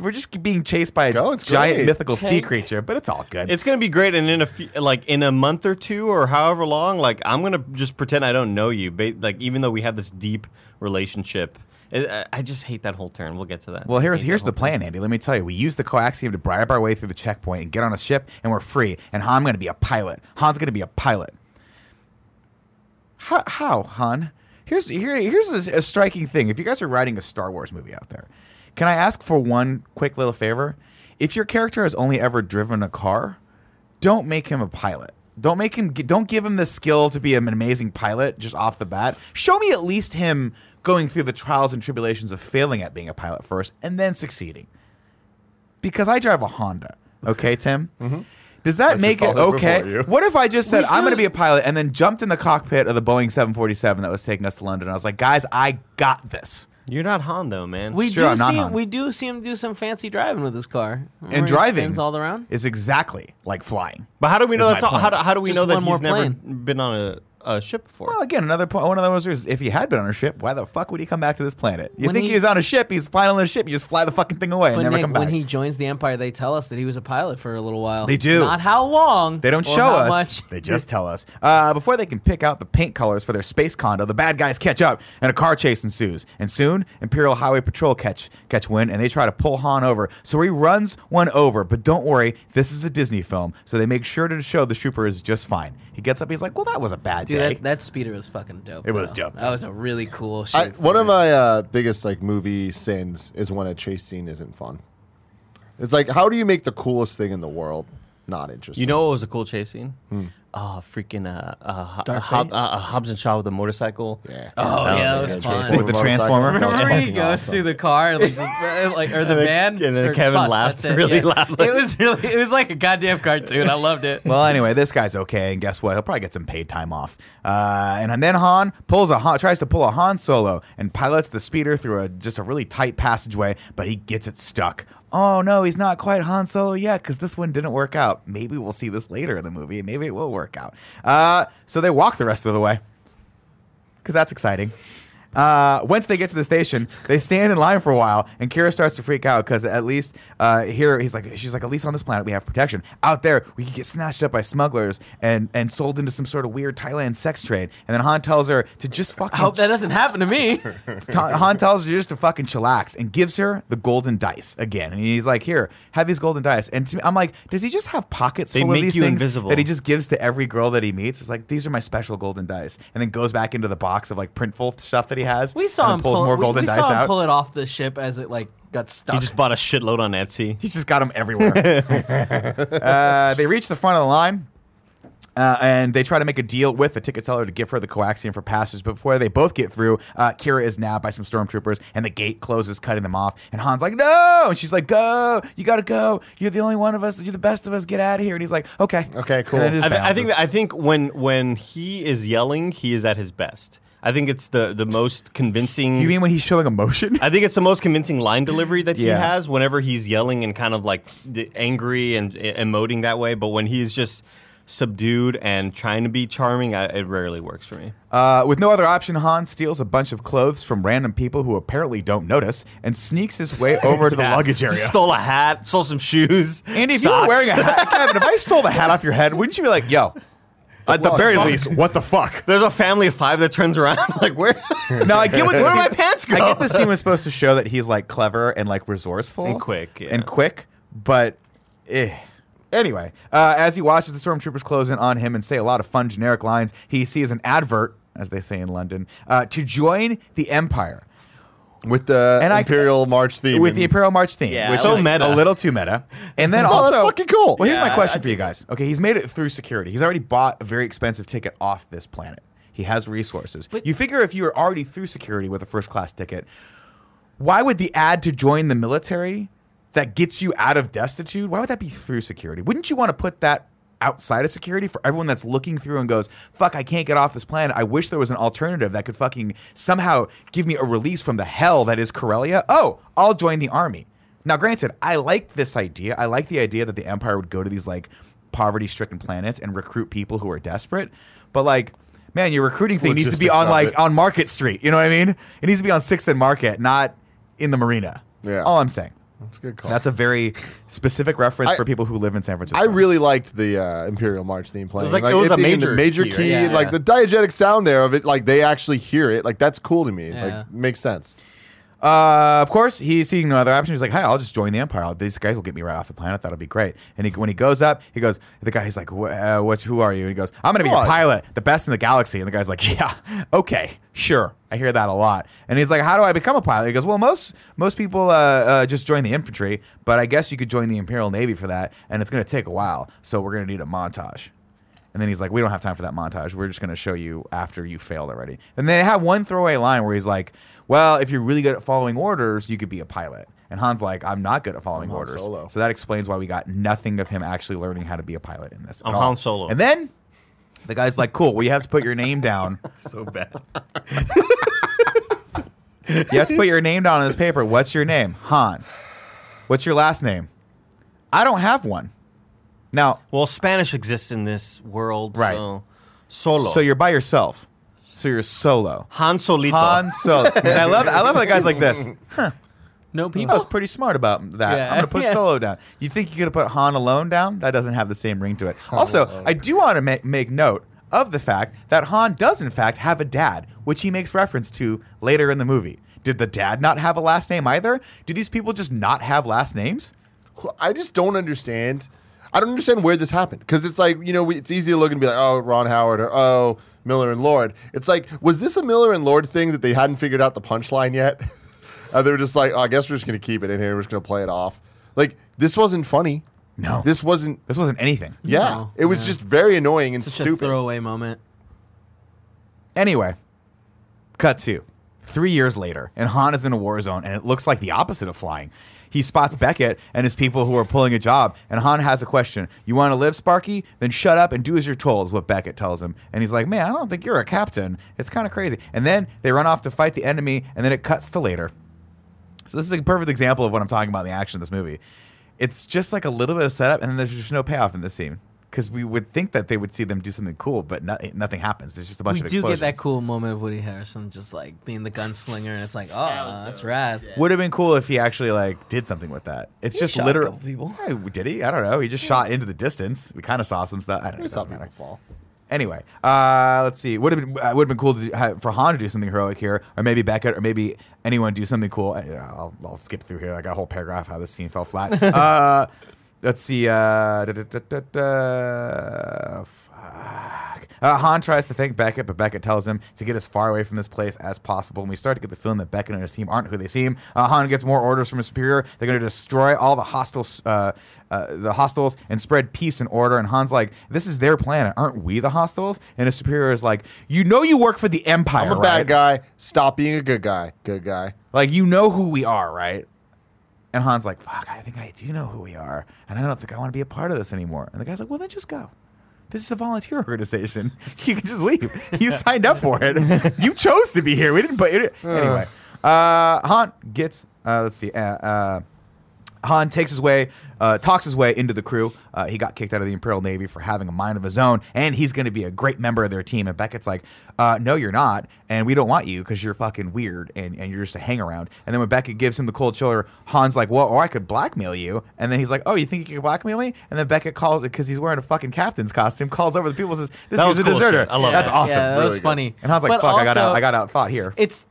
Speaker 2: We're just being chased by a
Speaker 1: Go, it's
Speaker 2: giant
Speaker 1: great.
Speaker 2: mythical sea creature, but it's all good."
Speaker 4: It's gonna be great, and in a few, like in a month or two or however long, like I'm gonna just pretend I don't know you. Ba- like even though we have this deep relationship, I- I, I just hate that whole turn. We'll get to that.
Speaker 2: well, here's
Speaker 4: Hate
Speaker 2: here's
Speaker 4: that
Speaker 2: the
Speaker 4: whole-
Speaker 2: plan, Andy. Let me tell you. We use the coaxium to bribe our way through the checkpoint and get on a ship, and we're free. And Han, I'm gonna be a pilot. Han's gonna be a pilot. How, how Han? Here's here, here's a, a striking thing. If you guys are writing a Star Wars movie out there, can I ask for one quick little favor? If your character has only ever driven a car, don't make him a pilot. Don't make him. Don't give him the skill to be an amazing pilot just off the bat. Show me at least him going through the trials and tribulations of failing at being a pilot first, and then succeeding. Because I drive a Honda. Okay, Tim.
Speaker 1: Mm-hmm.
Speaker 2: Does that
Speaker 1: should
Speaker 2: make it
Speaker 1: follow before
Speaker 2: okay?
Speaker 1: you.
Speaker 2: What if I just said
Speaker 3: We
Speaker 2: I'm going to
Speaker 3: do-
Speaker 2: be a pilot and then jumped in the cockpit of the Boeing 747 that was taking us to London? I was like, guys, I got this.
Speaker 4: You're not Han though, man.
Speaker 3: We
Speaker 2: It's true,
Speaker 3: do
Speaker 2: I'm not
Speaker 3: see
Speaker 2: on.
Speaker 3: him, we do see him do some fancy driving with his car Remember
Speaker 2: And
Speaker 3: he
Speaker 2: driving
Speaker 3: spins all around.
Speaker 2: is exactly like flying.
Speaker 4: but how do we know
Speaker 2: Is
Speaker 4: that's
Speaker 2: my
Speaker 4: all, how,
Speaker 2: point.
Speaker 4: do, how do we
Speaker 3: Just
Speaker 4: know that
Speaker 3: one more
Speaker 4: he's never
Speaker 3: plane.
Speaker 4: been on a, a ship before?
Speaker 2: Well, again, another point. One of those is if he had been on a ship, why the fuck would he come back to this planet? You
Speaker 3: When
Speaker 2: think
Speaker 3: he-
Speaker 2: he, was on a ship? He's flying on a ship. You just fly the fucking thing away and
Speaker 3: But
Speaker 2: never
Speaker 3: Nick,
Speaker 2: come back.
Speaker 3: when he joins the Empire, they tell us that he was a pilot for a little while.
Speaker 2: They do.
Speaker 3: Not how long.
Speaker 2: They don't
Speaker 3: or
Speaker 2: show
Speaker 3: how
Speaker 2: us.
Speaker 3: Much.
Speaker 2: They just tell us. Uh, before they can pick out the paint colors for their space condo, the bad guys catch up, and a car chase ensues. And soon, Imperial Highway Patrol catch catch wind, and they try to pull Han over. So he runs one over. But don't worry, this is a Disney film, so they make sure to show the trooper is just fine. He gets up. He's like, "Well, that was a bad
Speaker 3: Dude,
Speaker 2: day."
Speaker 3: that, that speeder was fucking dope.
Speaker 2: It was
Speaker 3: though.
Speaker 2: dope.
Speaker 3: That was a really cool
Speaker 1: I,
Speaker 3: shit.
Speaker 1: one of my uh, biggest like movie sins is when a chase scene isn't fun. It's like, how do you make the coolest thing in the world not interesting?
Speaker 4: You know what was a cool chase scene? Oh, freaking uh, uh, Ho-
Speaker 3: Dark
Speaker 4: Hob-
Speaker 3: Fate?
Speaker 4: uh, uh, Hobbs and Shaw with the motorcycle. Uh,
Speaker 1: Yeah.
Speaker 3: Oh,
Speaker 4: That
Speaker 3: yeah, that
Speaker 4: was
Speaker 3: was
Speaker 1: a good
Speaker 3: fun.
Speaker 1: chase.
Speaker 2: With the transformer?
Speaker 1: Motorcycle.
Speaker 3: Remember when he
Speaker 1: Fucking
Speaker 3: goes
Speaker 1: awesome.
Speaker 3: through the car and like, just, uh, like or the van?
Speaker 4: and then
Speaker 3: or
Speaker 4: Kevin
Speaker 3: bus,
Speaker 4: laughed
Speaker 3: that's it,
Speaker 4: really
Speaker 3: yeah.
Speaker 4: loudly.
Speaker 3: It was really it was like a goddamn cartoon. I loved it.
Speaker 2: Well, anyway, this guy's okay, and guess what? He'll probably get some paid time off. Uh, and then Han pulls a Han, tries to pull a Han Solo, and pilots the speeder through a just a really tight passageway, but he gets it stuck. Oh no, he's not quite Han Solo yet because this one didn't work out. Maybe we'll see this later in the movie. and Maybe it will work out. Uh, so they walk the rest of the way because that's exciting. Uh, once they get to the station, they stand in line for a while, and Kira starts to freak out because at least uh, here he's like, she's like, at least on this planet we have protection. Out there we could get snatched up by smugglers and and sold into some sort of weird Thailand sex trade. And then Han tells her to just fucking.
Speaker 3: I hope that doesn't happen to me.
Speaker 4: <laughs>
Speaker 2: Ta- Han tells her just to fucking chillax and gives her the golden dice again. And he's like, here, have these golden dice. And to me, I'm like, does he just have pockets
Speaker 4: They
Speaker 2: full
Speaker 4: make
Speaker 2: of these
Speaker 4: you
Speaker 2: things
Speaker 4: invisible.
Speaker 2: that he just gives to every girl that he meets? It's like, these are my special golden dice. And then goes back into the box of like printful stuff that he has.
Speaker 3: We saw
Speaker 2: and
Speaker 3: him
Speaker 2: pulls
Speaker 3: pull,
Speaker 2: more
Speaker 3: we-
Speaker 2: golden
Speaker 3: we
Speaker 2: dice
Speaker 3: saw him
Speaker 2: out.
Speaker 3: pull it off the ship as it like got stuck.
Speaker 4: He just bought a shitload on Etsy.
Speaker 2: He's just got them
Speaker 1: <laughs>
Speaker 2: everywhere. uh, they reach the front of the line. Uh, and they try to make a deal with the ticket seller to give her the coaxium for passage. But before they both get through, uh, Kira is nabbed by some stormtroopers, and the gate closes, cutting them off. And Han's like, "No!" And she's like, "Go! You gotta go! You're the only one of us. You're the best of us. Get out of here!" And he's like, "Okay,
Speaker 1: Okay, cool.
Speaker 2: And then it
Speaker 4: I,
Speaker 2: just
Speaker 4: th- I think
Speaker 2: bounces.
Speaker 4: that, I think when when he is yelling, he is at his best. I think it's the the most convincing.
Speaker 2: you mean when he's showing
Speaker 4: <laughs>
Speaker 2: emotion?
Speaker 4: I think it's the most convincing line delivery that he
Speaker 2: Yeah.
Speaker 4: has whenever he's yelling and kind of like d- angry and e- emoting that way. But when he's just subdued and trying to be charming, I, it rarely works for me.
Speaker 2: Uh, with no other option, Han steals a bunch of clothes from random people who apparently don't notice, and sneaks his way over to the luggage area.
Speaker 4: <laughs> Stole a hat, stole some shoes.
Speaker 2: Andy, if you were
Speaker 4: socks.
Speaker 2: wearing a
Speaker 4: <laughs>
Speaker 2: hat, Kevin, if I stole the hat off your head, wouldn't you be like, yo, at the
Speaker 1: What
Speaker 2: very
Speaker 1: the fuck?
Speaker 2: least, what the fuck?
Speaker 4: There's a family of five that turns around <laughs> like where?
Speaker 2: No, I get what the
Speaker 4: Where
Speaker 2: scene,
Speaker 4: do my pants go?
Speaker 2: I get the scene was supposed to show that he's like clever and like resourceful
Speaker 4: And quick, yeah.
Speaker 2: and quick, but eh. anyway, uh, as he watches the stormtroopers close in on him and say a lot of fun generic lines, he sees an advert, as they say in London, uh, to join the Empire.
Speaker 1: with the
Speaker 2: And I-
Speaker 1: Imperial March theme.
Speaker 2: with the Imperial March theme,
Speaker 5: Yeah,
Speaker 2: which
Speaker 5: So
Speaker 2: is
Speaker 4: meta.
Speaker 2: a little too meta. And then
Speaker 1: No, <laughs>
Speaker 2: also,
Speaker 1: that's fucking cool.
Speaker 2: Well, here's
Speaker 5: Yeah,
Speaker 2: my question for you guys. Okay, he's made it through security. He's already bought a very expensive ticket off this planet. He has resources.
Speaker 3: But-
Speaker 2: you figure if you are already through security with a first class ticket, why would the ad to join the military that gets you out of destitute? Why would that be through security? Wouldn't you want to put that outside of security for everyone that's looking through and goes, "Fuck, I can't get off this planet. I wish there was an alternative that could fucking somehow give me a release from the hell that is Corellia. Oh, I'll join the army." Now, granted, I like this idea. I like the idea that the Empire would go to these like poverty-stricken planets and recruit people who are desperate, but like. Man, your recruiting thing needs to be
Speaker 1: logistics
Speaker 2: on
Speaker 1: of
Speaker 2: like
Speaker 1: it.
Speaker 2: on Market Street. You know what I mean? It needs to be on Sixth and Market, not in the marina.
Speaker 1: Yeah.
Speaker 2: All I'm saying.
Speaker 1: That's a good call.
Speaker 2: That's a very specific reference
Speaker 1: I-
Speaker 2: for people who live in San Francisco.
Speaker 1: I really liked the uh, Imperial March theme playing.
Speaker 4: like- it was a
Speaker 1: being in
Speaker 4: major
Speaker 1: the major
Speaker 4: key,
Speaker 1: key,
Speaker 4: right? Yeah,
Speaker 1: and, like
Speaker 4: yeah.
Speaker 1: the diegetic sound there of it. Like they actually hear it. Like that's cool to me.
Speaker 3: Yeah.
Speaker 1: Like makes sense.
Speaker 2: Uh, of course, he's seeing no other option. He's like, "Hi, I'll just join the Empire. These guys will get me right off the planet. That'll be great." And he, when he goes up, he goes, "The guy's like, "Wh- uh, what's who are you?" And he goes, "I'm gonna be
Speaker 1: What?
Speaker 2: a pilot, the best in the galaxy." And the guy's like, <laughs> "Yeah, okay, sure. I hear that a lot." And he's like, "How do I become a pilot?" He goes, "Well, most most people uh, uh, just join the infantry, but I guess you could join the Imperial Navy for that, and it's gonna take a while. So we're gonna need a montage." And then he's like, "We don't have time for that montage. We're just going to show you after you failed already." And they have one throwaway line where he's like, "Well, if you're really good at following orders, you could be a pilot." And Han's like, "I'm not good at following
Speaker 1: Han
Speaker 2: orders."
Speaker 1: Solo.
Speaker 2: So that explains why we got nothing of him actually learning how to be a pilot in this. at
Speaker 4: I'm
Speaker 2: all.
Speaker 4: Han Solo.
Speaker 2: And then the guy's like, "Cool. Well, you have to put your name down.
Speaker 4: so bad.
Speaker 2: You have to put your name down on this paper. What's your name? Han. What's your last name? I don't have one. Now,
Speaker 4: Well, Spanish exists in this world,
Speaker 2: Right.
Speaker 4: So. Solo.
Speaker 2: so you're by yourself. So you're solo."
Speaker 4: Han Solito.
Speaker 2: Han Solo. and I love I love that guys like this. I
Speaker 3: No
Speaker 2: was
Speaker 3: people.
Speaker 2: pretty smart about that.
Speaker 3: Oh. Yeah.
Speaker 2: I'm gonna put
Speaker 3: <laughs> Yeah.
Speaker 2: Solo down. You think you could have put Han alone down? That doesn't have the same ring to it.
Speaker 3: Oh,
Speaker 2: also, I do want to make, make note of the fact that Han does in fact have a dad, which he makes reference to later in the movie. Did the dad not have a last name either? Do these people just not have last names?
Speaker 1: I just don't understand. I don't understand where this happened because it's like you know we, it's easy to look and be like oh Ron Howard or oh Miller and Lord. It's like was this a Miller and Lord thing that they hadn't figured out the punchline yet? <laughs> and they were just like oh, I guess we're just gonna keep it in here. We're just gonna play it off. Like this wasn't funny.
Speaker 2: No. This
Speaker 1: This wasn't.
Speaker 2: this wasn't anything.
Speaker 1: Yeah,
Speaker 3: No,
Speaker 1: it was
Speaker 3: yeah.
Speaker 1: just very annoying and
Speaker 3: Such a
Speaker 1: stupid.
Speaker 3: throwaway moment.
Speaker 2: Anyway, cut to three years later, and Han is in a war zone, and it looks like the opposite of flying. He spots Beckett and his people who are pulling a job, and Han has a question. You want to live, Sparky? Then shut up and do as you're told, is what Beckett tells him. And he's like, Man, I don't think you're a captain. It's kind of crazy. And then they run off to fight the enemy, and then it cuts to later. So this is a perfect example of what I'm talking about in the action of this movie. It's just like a little bit of setup, and then there's just no payoff in this scene. Because we would think that they would see them do something cool, but no, nothing happens. It's just a bunch
Speaker 3: We
Speaker 2: of
Speaker 3: do get that
Speaker 2: explosions.
Speaker 3: cool moment of Woody Harrison just like being the gunslinger, and it's like, oh, that's rad.
Speaker 2: Would have been cool if he actually like did something with that. It's
Speaker 3: He
Speaker 2: just
Speaker 3: shot a
Speaker 2: literal
Speaker 3: couple people.
Speaker 2: Yeah, did he? I don't know. He just shot into the distance. We kind of saw some stuff. I don't know.
Speaker 1: We
Speaker 2: It
Speaker 1: saw
Speaker 2: doesn't matter.
Speaker 1: people fall.
Speaker 2: Anyway, uh, let's see. Would have been uh, would have been cool to, ha- for Han to do something heroic here, or maybe Beckett, or maybe anyone do something cool. I, I'll, I'll skip through here. I got a whole paragraph how this scene fell
Speaker 3: <laughs>
Speaker 2: flat. uh, let's see. Uh, da, da, da, da, da. Fuck. Uh, Han tries to thank Beckett, but Beckett tells him to get as far away from this place as possible. And we start to get the feeling that Beckett and his team aren't who they seem. Uh, Han gets more orders from his superior. They're going to destroy all the hostiles, uh, uh, the hostiles, and spread peace and order. And Han's like, "This is their planet, aren't we the hostiles?" And his superior is like, "You know, you work for the Empire.
Speaker 1: I'm a
Speaker 2: right?
Speaker 1: bad guy. Stop being a good guy. Good guy.
Speaker 2: Like, you know who we are, right?" And Han's like, "Fuck, I think I do know who we are, and I don't think I want to be a part of this anymore." And the guy's like, "Well, then just go." This is a volunteer <laughs> organization. You can just leave. You signed up for it. You chose to be here. We didn't. But anyway, uh, Han gets. Uh, let's see. Uh, uh, Han takes his way, uh, talks his way into the crew. Uh, he got kicked out of the Imperial Navy for having a mind of his own, and he's going to be a great member of their team. And Beckett's like, uh, "No, you're not, and we don't want you because you're fucking weird and, and you're just a hang around." And then when Beckett gives him the cold shoulder, Han's like, "Well, or I could blackmail you." And then he's like, "Oh, you think you can blackmail me?" And then Beckett calls it because he's wearing a fucking captain's costume. Calls over the people, and says, "This
Speaker 4: That
Speaker 2: dude's
Speaker 4: was
Speaker 2: a
Speaker 4: cool
Speaker 2: deserter."
Speaker 4: shit. I love
Speaker 2: That's
Speaker 4: that.
Speaker 2: awesome.
Speaker 3: Yeah, that
Speaker 1: Really
Speaker 3: was
Speaker 1: good.
Speaker 3: funny.
Speaker 2: And Han's like,
Speaker 3: But
Speaker 2: "Fuck, I got
Speaker 3: also,
Speaker 2: out. I got out thought here."
Speaker 3: It's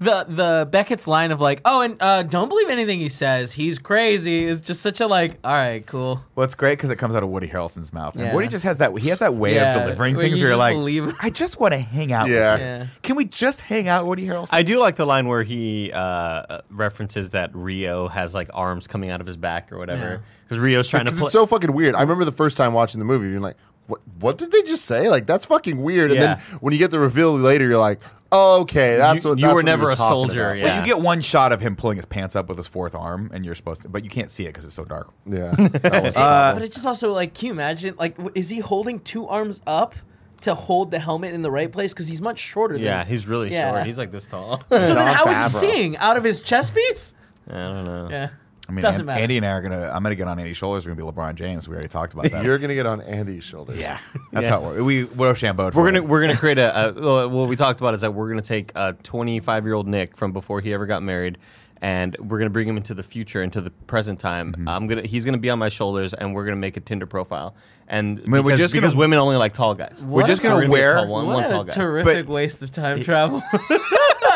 Speaker 3: the the Beckett's line of like, oh, and uh, don't believe anything he says. He's crazy. Is just such a like. All right, cool.
Speaker 2: Well, it's great because it comes out of Woody Harrelson's mouth. And
Speaker 3: Yeah.
Speaker 2: Woody just has that. He has that way
Speaker 3: Yeah,
Speaker 2: of delivering
Speaker 3: where
Speaker 2: things.
Speaker 3: you
Speaker 2: where
Speaker 3: just
Speaker 2: you're like,
Speaker 3: believe-
Speaker 2: I just want to hang out.
Speaker 1: Yeah.
Speaker 2: With you.
Speaker 3: Yeah.
Speaker 2: Can we just hang out, Woody Harrelson?
Speaker 4: I do like the line where he uh, references that Rio has like arms coming out of his back or whatever because Rio's trying to
Speaker 1: 'Cause
Speaker 4: play.
Speaker 1: it's so fucking weird. I remember the first time watching the movie, you're like, what, what did they just say? Like, that's fucking weird. And
Speaker 4: Yeah.
Speaker 1: then when you get the reveal later, you're like, oh, okay, that's
Speaker 4: You-
Speaker 1: what
Speaker 4: you
Speaker 1: that's
Speaker 4: were
Speaker 1: what he
Speaker 4: never
Speaker 1: was
Speaker 4: a
Speaker 1: talking
Speaker 4: soldier,
Speaker 1: about.
Speaker 4: yeah.
Speaker 2: But you get one shot of him pulling his pants up with his fourth arm, and you're supposed to, but you can't see it because it's so dark.
Speaker 1: Yeah. That was-
Speaker 3: but it's just also like, can you imagine? Like, w- is he holding two arms up to hold the helmet in the right place? Because he's much shorter. Than
Speaker 4: yeah, he's really
Speaker 3: Yeah.
Speaker 4: short. He's like
Speaker 1: <laughs>
Speaker 4: this tall.
Speaker 3: So then,
Speaker 1: John
Speaker 3: how is
Speaker 1: Favreau.
Speaker 3: he seeing out of his chest piece?
Speaker 4: I don't know.
Speaker 3: Yeah,
Speaker 2: I mean,
Speaker 3: doesn't
Speaker 2: An-
Speaker 3: matter.
Speaker 2: Andy and I are gonna. I'm gonna get on Andy's shoulders. We're gonna be LeBron James. We already talked
Speaker 4: <laughs>
Speaker 2: about
Speaker 1: <laughs>
Speaker 2: that.
Speaker 1: You're gonna get on Andy's shoulders.
Speaker 2: yeah, that's how it works. We we're Rochambeau.
Speaker 4: We're gonna we're gonna create a, a uh, what we talked about is that we're gonna take a 25 year old Nick from before he ever got married, and we're gonna bring him into the future, into the present time.
Speaker 1: Mm-hmm.
Speaker 4: I'm gonna he's gonna be on my shoulders, and we're gonna make a Tinder profile. And
Speaker 2: mean, we're
Speaker 4: because,
Speaker 2: just gonna-
Speaker 4: because women only like tall guys,
Speaker 3: We're just
Speaker 4: So
Speaker 2: gonna
Speaker 4: get
Speaker 2: wear-
Speaker 4: tall one,
Speaker 3: what
Speaker 4: one
Speaker 3: a
Speaker 4: tall guy.
Speaker 3: terrific waste of time travel. <laughs>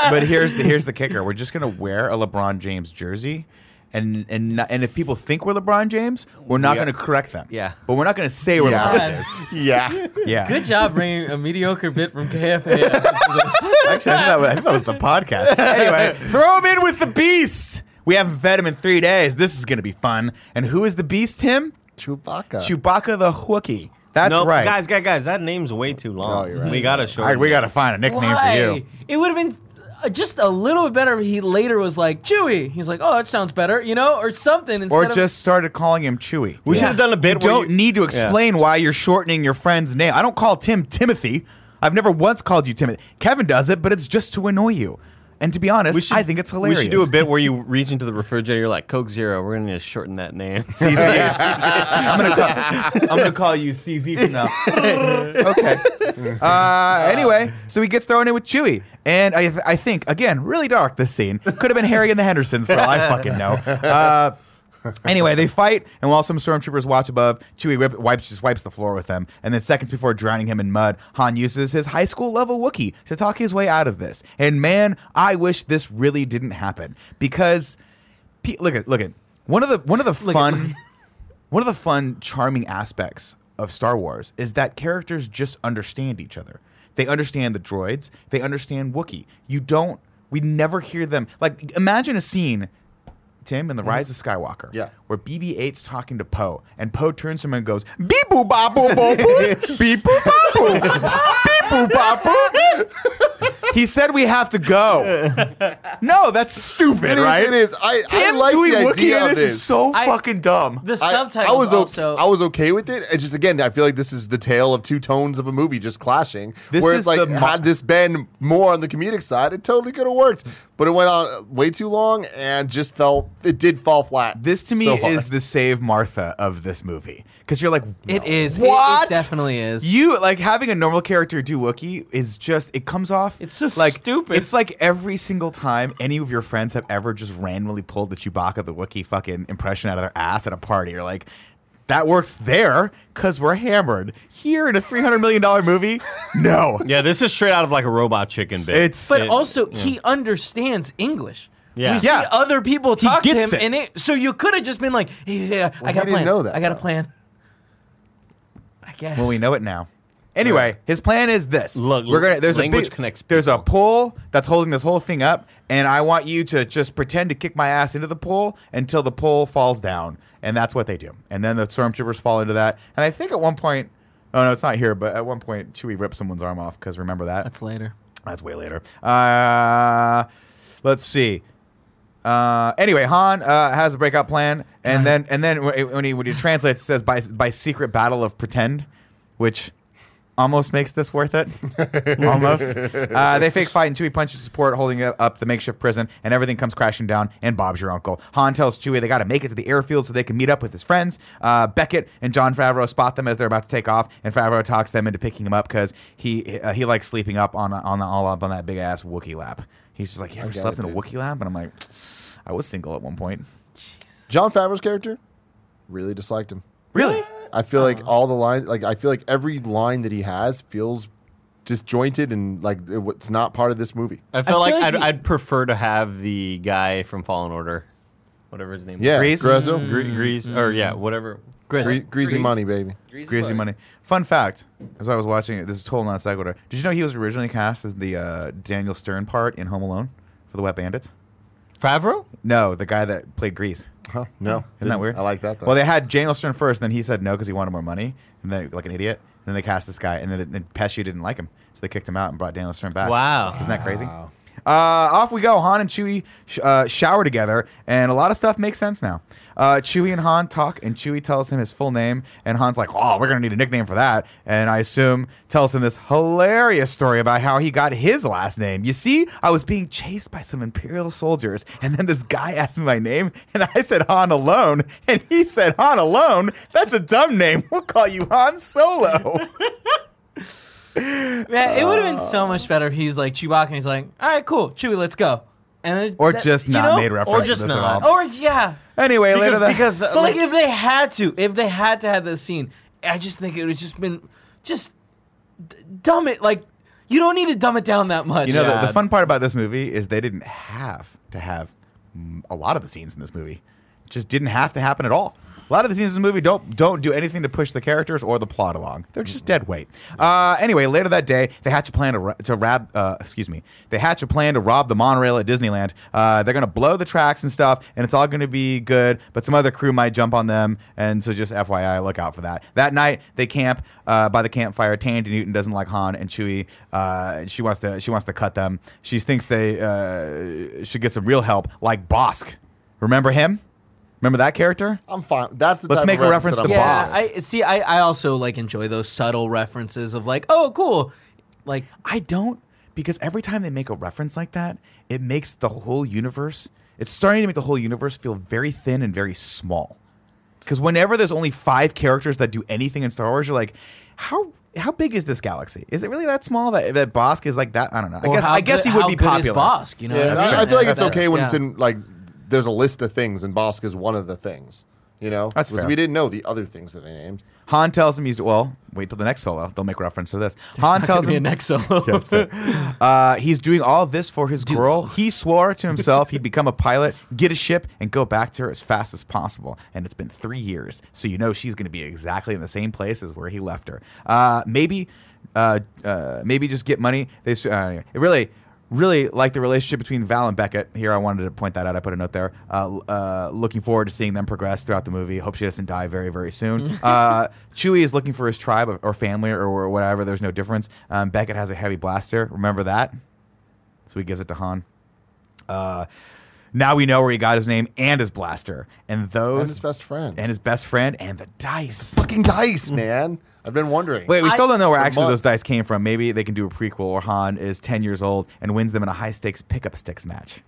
Speaker 2: but here's the, here's the kicker: we're just gonna wear a LeBron James jersey, and and not- and if people think we're LeBron James, we're not
Speaker 4: Yeah.
Speaker 2: gonna correct them.
Speaker 4: Yeah.
Speaker 2: but we're not gonna say we're
Speaker 1: Yeah.
Speaker 2: LeBron James.
Speaker 1: Yeah.
Speaker 2: Yeah,
Speaker 3: <laughs> Good job bringing a mediocre bit from KFA.
Speaker 2: Actually, I think, that was, I think that was the podcast. Anyway, throw him in with the beast. We haven't fed him in three days. This is gonna be fun. And who is the beast? Tim
Speaker 1: <laughs> Chewbacca.
Speaker 2: Chewbacca the Hookie. That's
Speaker 4: Nope,
Speaker 2: right,
Speaker 4: guys, guys, guys. That name's way too long.
Speaker 1: No, you're right.
Speaker 4: We gotta
Speaker 2: All
Speaker 4: short.
Speaker 2: right, we gotta find a nickname for you.
Speaker 3: It would have been uh, just a little bit better if he later was like Chewy. He's like, oh, that sounds better, you know, or something. Instead
Speaker 2: Or
Speaker 3: of-
Speaker 2: just started calling him Chewy.
Speaker 4: We should have done a bit.
Speaker 2: You
Speaker 4: where
Speaker 2: don't
Speaker 4: you-
Speaker 2: need to explain why you're shortening your friend's name. I don't call Tim Timothy. I've never once called you Timothy. Kevin does it, but it's just to annoy you. And to be honest, I think it's hilarious.
Speaker 4: We should do a bit where you reach into the refrigerator, you're like Coke Zero. We're gonna just shorten that name. <laughs>
Speaker 2: CZ. I'm gonna call, I'm gonna call you CZ from now. <laughs> okay. Uh, anyway, so he gets thrown in with Chewie, and I, I think again, really dark. This scene could have been Harry and the Hendersons for all I fucking know. Uh, Anyway, they fight, and while some stormtroopers watch above, Chewie whip, wipes just wipes the floor with them. And then seconds before drowning him in mud, Han uses his high school level Wookiee to talk his way out of this. And man, I wish this really didn't happen because pe- look at look at one of the one of the
Speaker 3: Look at-
Speaker 2: fun one of the fun, charming aspects of Star Wars is that characters just understand each other. They understand the droids. They understand Wookiee. You don't. We never hear them. Like, imagine a scene, Tim, in The Rise of Skywalker,
Speaker 1: Mm-hmm. Yeah.
Speaker 2: where BB-8's talking to Poe, and Poe turns to him and goes, "Beep boop bop boop boop
Speaker 1: <laughs>
Speaker 2: boop, beep boop bop boop, beep boop bop boop." He said we have
Speaker 1: <laughs>
Speaker 2: to go. No, that's stupid,
Speaker 1: It is-
Speaker 2: right?
Speaker 1: It is. I, I
Speaker 2: Him
Speaker 1: like
Speaker 2: doing
Speaker 1: the
Speaker 2: Wookiee
Speaker 1: idea
Speaker 2: in
Speaker 1: of
Speaker 2: this
Speaker 1: this.
Speaker 2: is so
Speaker 3: I-
Speaker 2: fucking dumb.
Speaker 3: the
Speaker 1: I-
Speaker 3: subtitles.
Speaker 1: I was o-
Speaker 3: also.
Speaker 1: I was okay with it. It's just again, I feel like this is the tale of two tones of a movie just clashing.
Speaker 2: This
Speaker 1: where
Speaker 2: is
Speaker 1: it's like
Speaker 2: the mo-
Speaker 1: had this been more on the comedic side, it totally could have worked. But it went on way too long and just fell. It did fall flat.
Speaker 2: This to me
Speaker 1: so hard.
Speaker 2: is the save Martha of this movie because you're like
Speaker 3: It
Speaker 2: no.
Speaker 3: is. It- it
Speaker 2: what
Speaker 3: definitely is.
Speaker 2: you like having a normal character do Wookiee is just it comes off
Speaker 3: It's so
Speaker 2: like
Speaker 3: stupid.
Speaker 2: It's like every single time any of your friends have ever just randomly pulled the Chewbacca the Wookiee fucking impression out of their ass at a party. You're like. That works there because we're hammered. Here in a three hundred million dollar movie,
Speaker 3: <laughs>
Speaker 2: no.
Speaker 4: yeah, this is straight out of like a robot chicken bit.
Speaker 2: It's-
Speaker 3: but
Speaker 4: It-
Speaker 3: also, he understands English.
Speaker 4: Yeah.
Speaker 3: We see
Speaker 2: Yeah.
Speaker 3: other people talk to him,
Speaker 2: gets it.
Speaker 3: and it. So you could have just been like, "Hey, yeah, I got a
Speaker 1: didn't
Speaker 3: plan.
Speaker 1: know that,
Speaker 3: I got a
Speaker 1: though.
Speaker 3: plan." I guess.
Speaker 2: Well, we know it now. Anyway, his plan is this.
Speaker 4: Look,
Speaker 2: we're gonna there's
Speaker 4: language
Speaker 2: a big,
Speaker 4: connects
Speaker 2: There's a
Speaker 4: people.
Speaker 2: pool that's holding this whole thing up, and I want you to just pretend to kick my ass into the pool until the pool falls down, and that's what they do. And then the stormtroopers fall into that, and I think at one point, oh no, it's not here, but at one point Chewie rips someone's arm off because remember that
Speaker 3: That's later.
Speaker 2: that's way later. Uh, let's see. Uh, anyway, Han uh, has a breakout plan, and then and then wh- when he when he translates, it says by by secret battle of pretend, which almost makes this worth it. almost. Uh, they fake fight, and Chewie punches support, holding up- up the makeshift prison, and everything comes crashing down. And Bob's your uncle. Han tells Chewie they got to make it to the airfield so they can meet up with his friends. Uh, Beckett and John Favreau spot them as they're about to take off, and Favreau talks them into picking him up because he uh, he likes sleeping up on on the, all up on that big ass Wookiee lap. He's just like, you ever
Speaker 1: get
Speaker 2: slept
Speaker 1: it,
Speaker 2: in a
Speaker 1: dude.
Speaker 2: Wookiee lap? And I'm like, I was single at one point.
Speaker 1: <laughs> John Favreau's character really disliked him.
Speaker 2: Really?
Speaker 3: Oh.
Speaker 1: I feel like all the lines, like I feel like every line that he has feels disjointed and like it, it's not part of this movie.
Speaker 4: I feel like,
Speaker 3: like
Speaker 4: I'd,
Speaker 3: he-
Speaker 4: I'd prefer to have the guy from Fallen Order, whatever his name.
Speaker 1: Yeah,
Speaker 2: Grease?
Speaker 1: Grezzo,
Speaker 3: Mm.
Speaker 4: is. Gre- Grease or yeah, whatever.
Speaker 3: Chris,
Speaker 1: Gre- greasy
Speaker 2: Grease.
Speaker 1: money, baby.
Speaker 2: Greasy money. Fun fact: As I was watching it, this is total non sequitur. Did you know he was originally cast as the uh, Daniel Stern part in Home Alone for the Wet Bandits?
Speaker 4: Favreau.
Speaker 2: No, the guy that played Grease.
Speaker 1: Huh? No,
Speaker 2: Isn't that
Speaker 1: didn't.
Speaker 2: weird?
Speaker 1: I like that though.
Speaker 2: Well, they had Daniel Stern first, then he said no because he wanted more money, and then like an idiot. And then they cast this guy, and then, then Pesci didn't like him, so they kicked him out and brought Daniel Stern back.
Speaker 4: Wow.
Speaker 2: isn't that crazy?
Speaker 1: Wow.
Speaker 2: Uh, off we go. Han and Chewie sh- uh, shower together, and a lot of stuff makes sense now. Uh, Chewie and Han talk, and Chewie tells him his full name, and Han's like, "Oh, we're gonna need a nickname for that." And I assume tells him this hilarious story about how he got his last name. You see, I was being chased by some Imperial soldiers, and then this guy asked me my name, and I said Han alone, and he said Han alone. That's a dumb name. We'll call you Han Solo.
Speaker 3: man, it would have been so much better if he's like Chewbacca and he's like, all right, cool, Chewie, let's go, and then,
Speaker 2: or
Speaker 3: that-
Speaker 2: just
Speaker 3: you
Speaker 2: not
Speaker 3: know?
Speaker 2: made reference
Speaker 4: just
Speaker 2: to this
Speaker 4: not.
Speaker 2: at all.
Speaker 3: Or yeah,
Speaker 2: Anyway, later
Speaker 4: Because,
Speaker 2: that-
Speaker 4: because uh,
Speaker 3: but like, if they had to, if they had to have this scene, I just think it would have just been just d- dumb it. Like you don't need to dumb it down that much.
Speaker 2: You know, the,
Speaker 4: Yeah.
Speaker 2: the fun part about this movie is they didn't have to have mm, a lot of the scenes in this movie. Just didn't have to happen at all. A lot of the scenes in this movie don't don't do anything to push the characters or the plot along. They're just dead weight. Uh, anyway, later that day, they hatch a plan to ro- to rob. Uh, excuse me, they hatch a plan to rob the monorail at Disneyland. Uh, they're gonna blow the tracks and stuff, and it's all gonna be good. But some other crew might jump on them, and so just FYI, look out for that. That night, they camp uh, by the campfire. Tandy Newton doesn't like Han and Chewie. Uh, she wants to she wants to cut them. She thinks they uh, should get some real help, like Bosk. Remember him? Remember that character?
Speaker 1: I'm fine. That's the
Speaker 2: Let's
Speaker 1: type
Speaker 2: make
Speaker 1: of
Speaker 2: a reference
Speaker 1: that
Speaker 2: to
Speaker 1: I'm
Speaker 2: Bob.
Speaker 3: yeah,
Speaker 1: fine with.
Speaker 3: I see. I, I also like enjoy those subtle references of like, oh, cool, like
Speaker 2: I don't because every time they make a reference like that, it makes the whole universe. It's starting to make the whole universe feel very thin and very small. Because whenever there's only five characters that do anything in Star Wars, you're like, how how big is this galaxy? Is it really that small that that Bosk is like that? I don't know. I
Speaker 3: or
Speaker 2: guess
Speaker 3: how
Speaker 2: I guess
Speaker 3: good-
Speaker 2: he would
Speaker 3: how
Speaker 2: be
Speaker 3: good is
Speaker 2: popular.
Speaker 3: Bosk, you know,
Speaker 1: Yeah,
Speaker 3: what
Speaker 1: and
Speaker 3: I, mean?
Speaker 1: I, I feel like it's
Speaker 3: That's-
Speaker 1: okay when
Speaker 3: yeah.
Speaker 1: it's in like there's a list of things, and Bosk is one of the things. You know,
Speaker 2: That's
Speaker 1: 'Cause
Speaker 2: fair.
Speaker 1: we didn't know the other things that they named.
Speaker 2: Han tells him he's well. Wait till the next solo. They'll make reference to this. Han tells
Speaker 3: Be
Speaker 2: him
Speaker 1: <laughs>
Speaker 3: an exo.
Speaker 2: Yeah, <laughs> that's
Speaker 3: <laughs>
Speaker 2: fair. Uh, he's doing all this for his girl. He swore to himself he'd become a pilot, get a ship, and go back to her as fast as possible. And it's been three years, so you know she's going to be exactly in the same place as where he left her. Uh, maybe, uh, uh, maybe just get money. They s- uh, anyway, it really. Really like the relationship between Val and Beckett. Here, I wanted to point that out. I put a note there. Uh, l- uh, looking forward to seeing them progress throughout the movie. Hope she doesn't die very, very soon. uh, Chewie is looking for his tribe or- or family or whatever. There's no difference. Um, Beckett has a heavy blaster. Remember that? So he gives it to Han. Uh, now we know where he got his name and his blaster. And those.
Speaker 1: And his best friend.
Speaker 2: And his best friend and the dice.
Speaker 1: Fucking dice, man. I've been wondering.
Speaker 2: Wait, we still don't know where
Speaker 1: For
Speaker 2: actually
Speaker 1: months.
Speaker 2: those dice came from. Maybe they can do a prequel or Han is 10 years old and wins them in a high stakes pickup sticks match.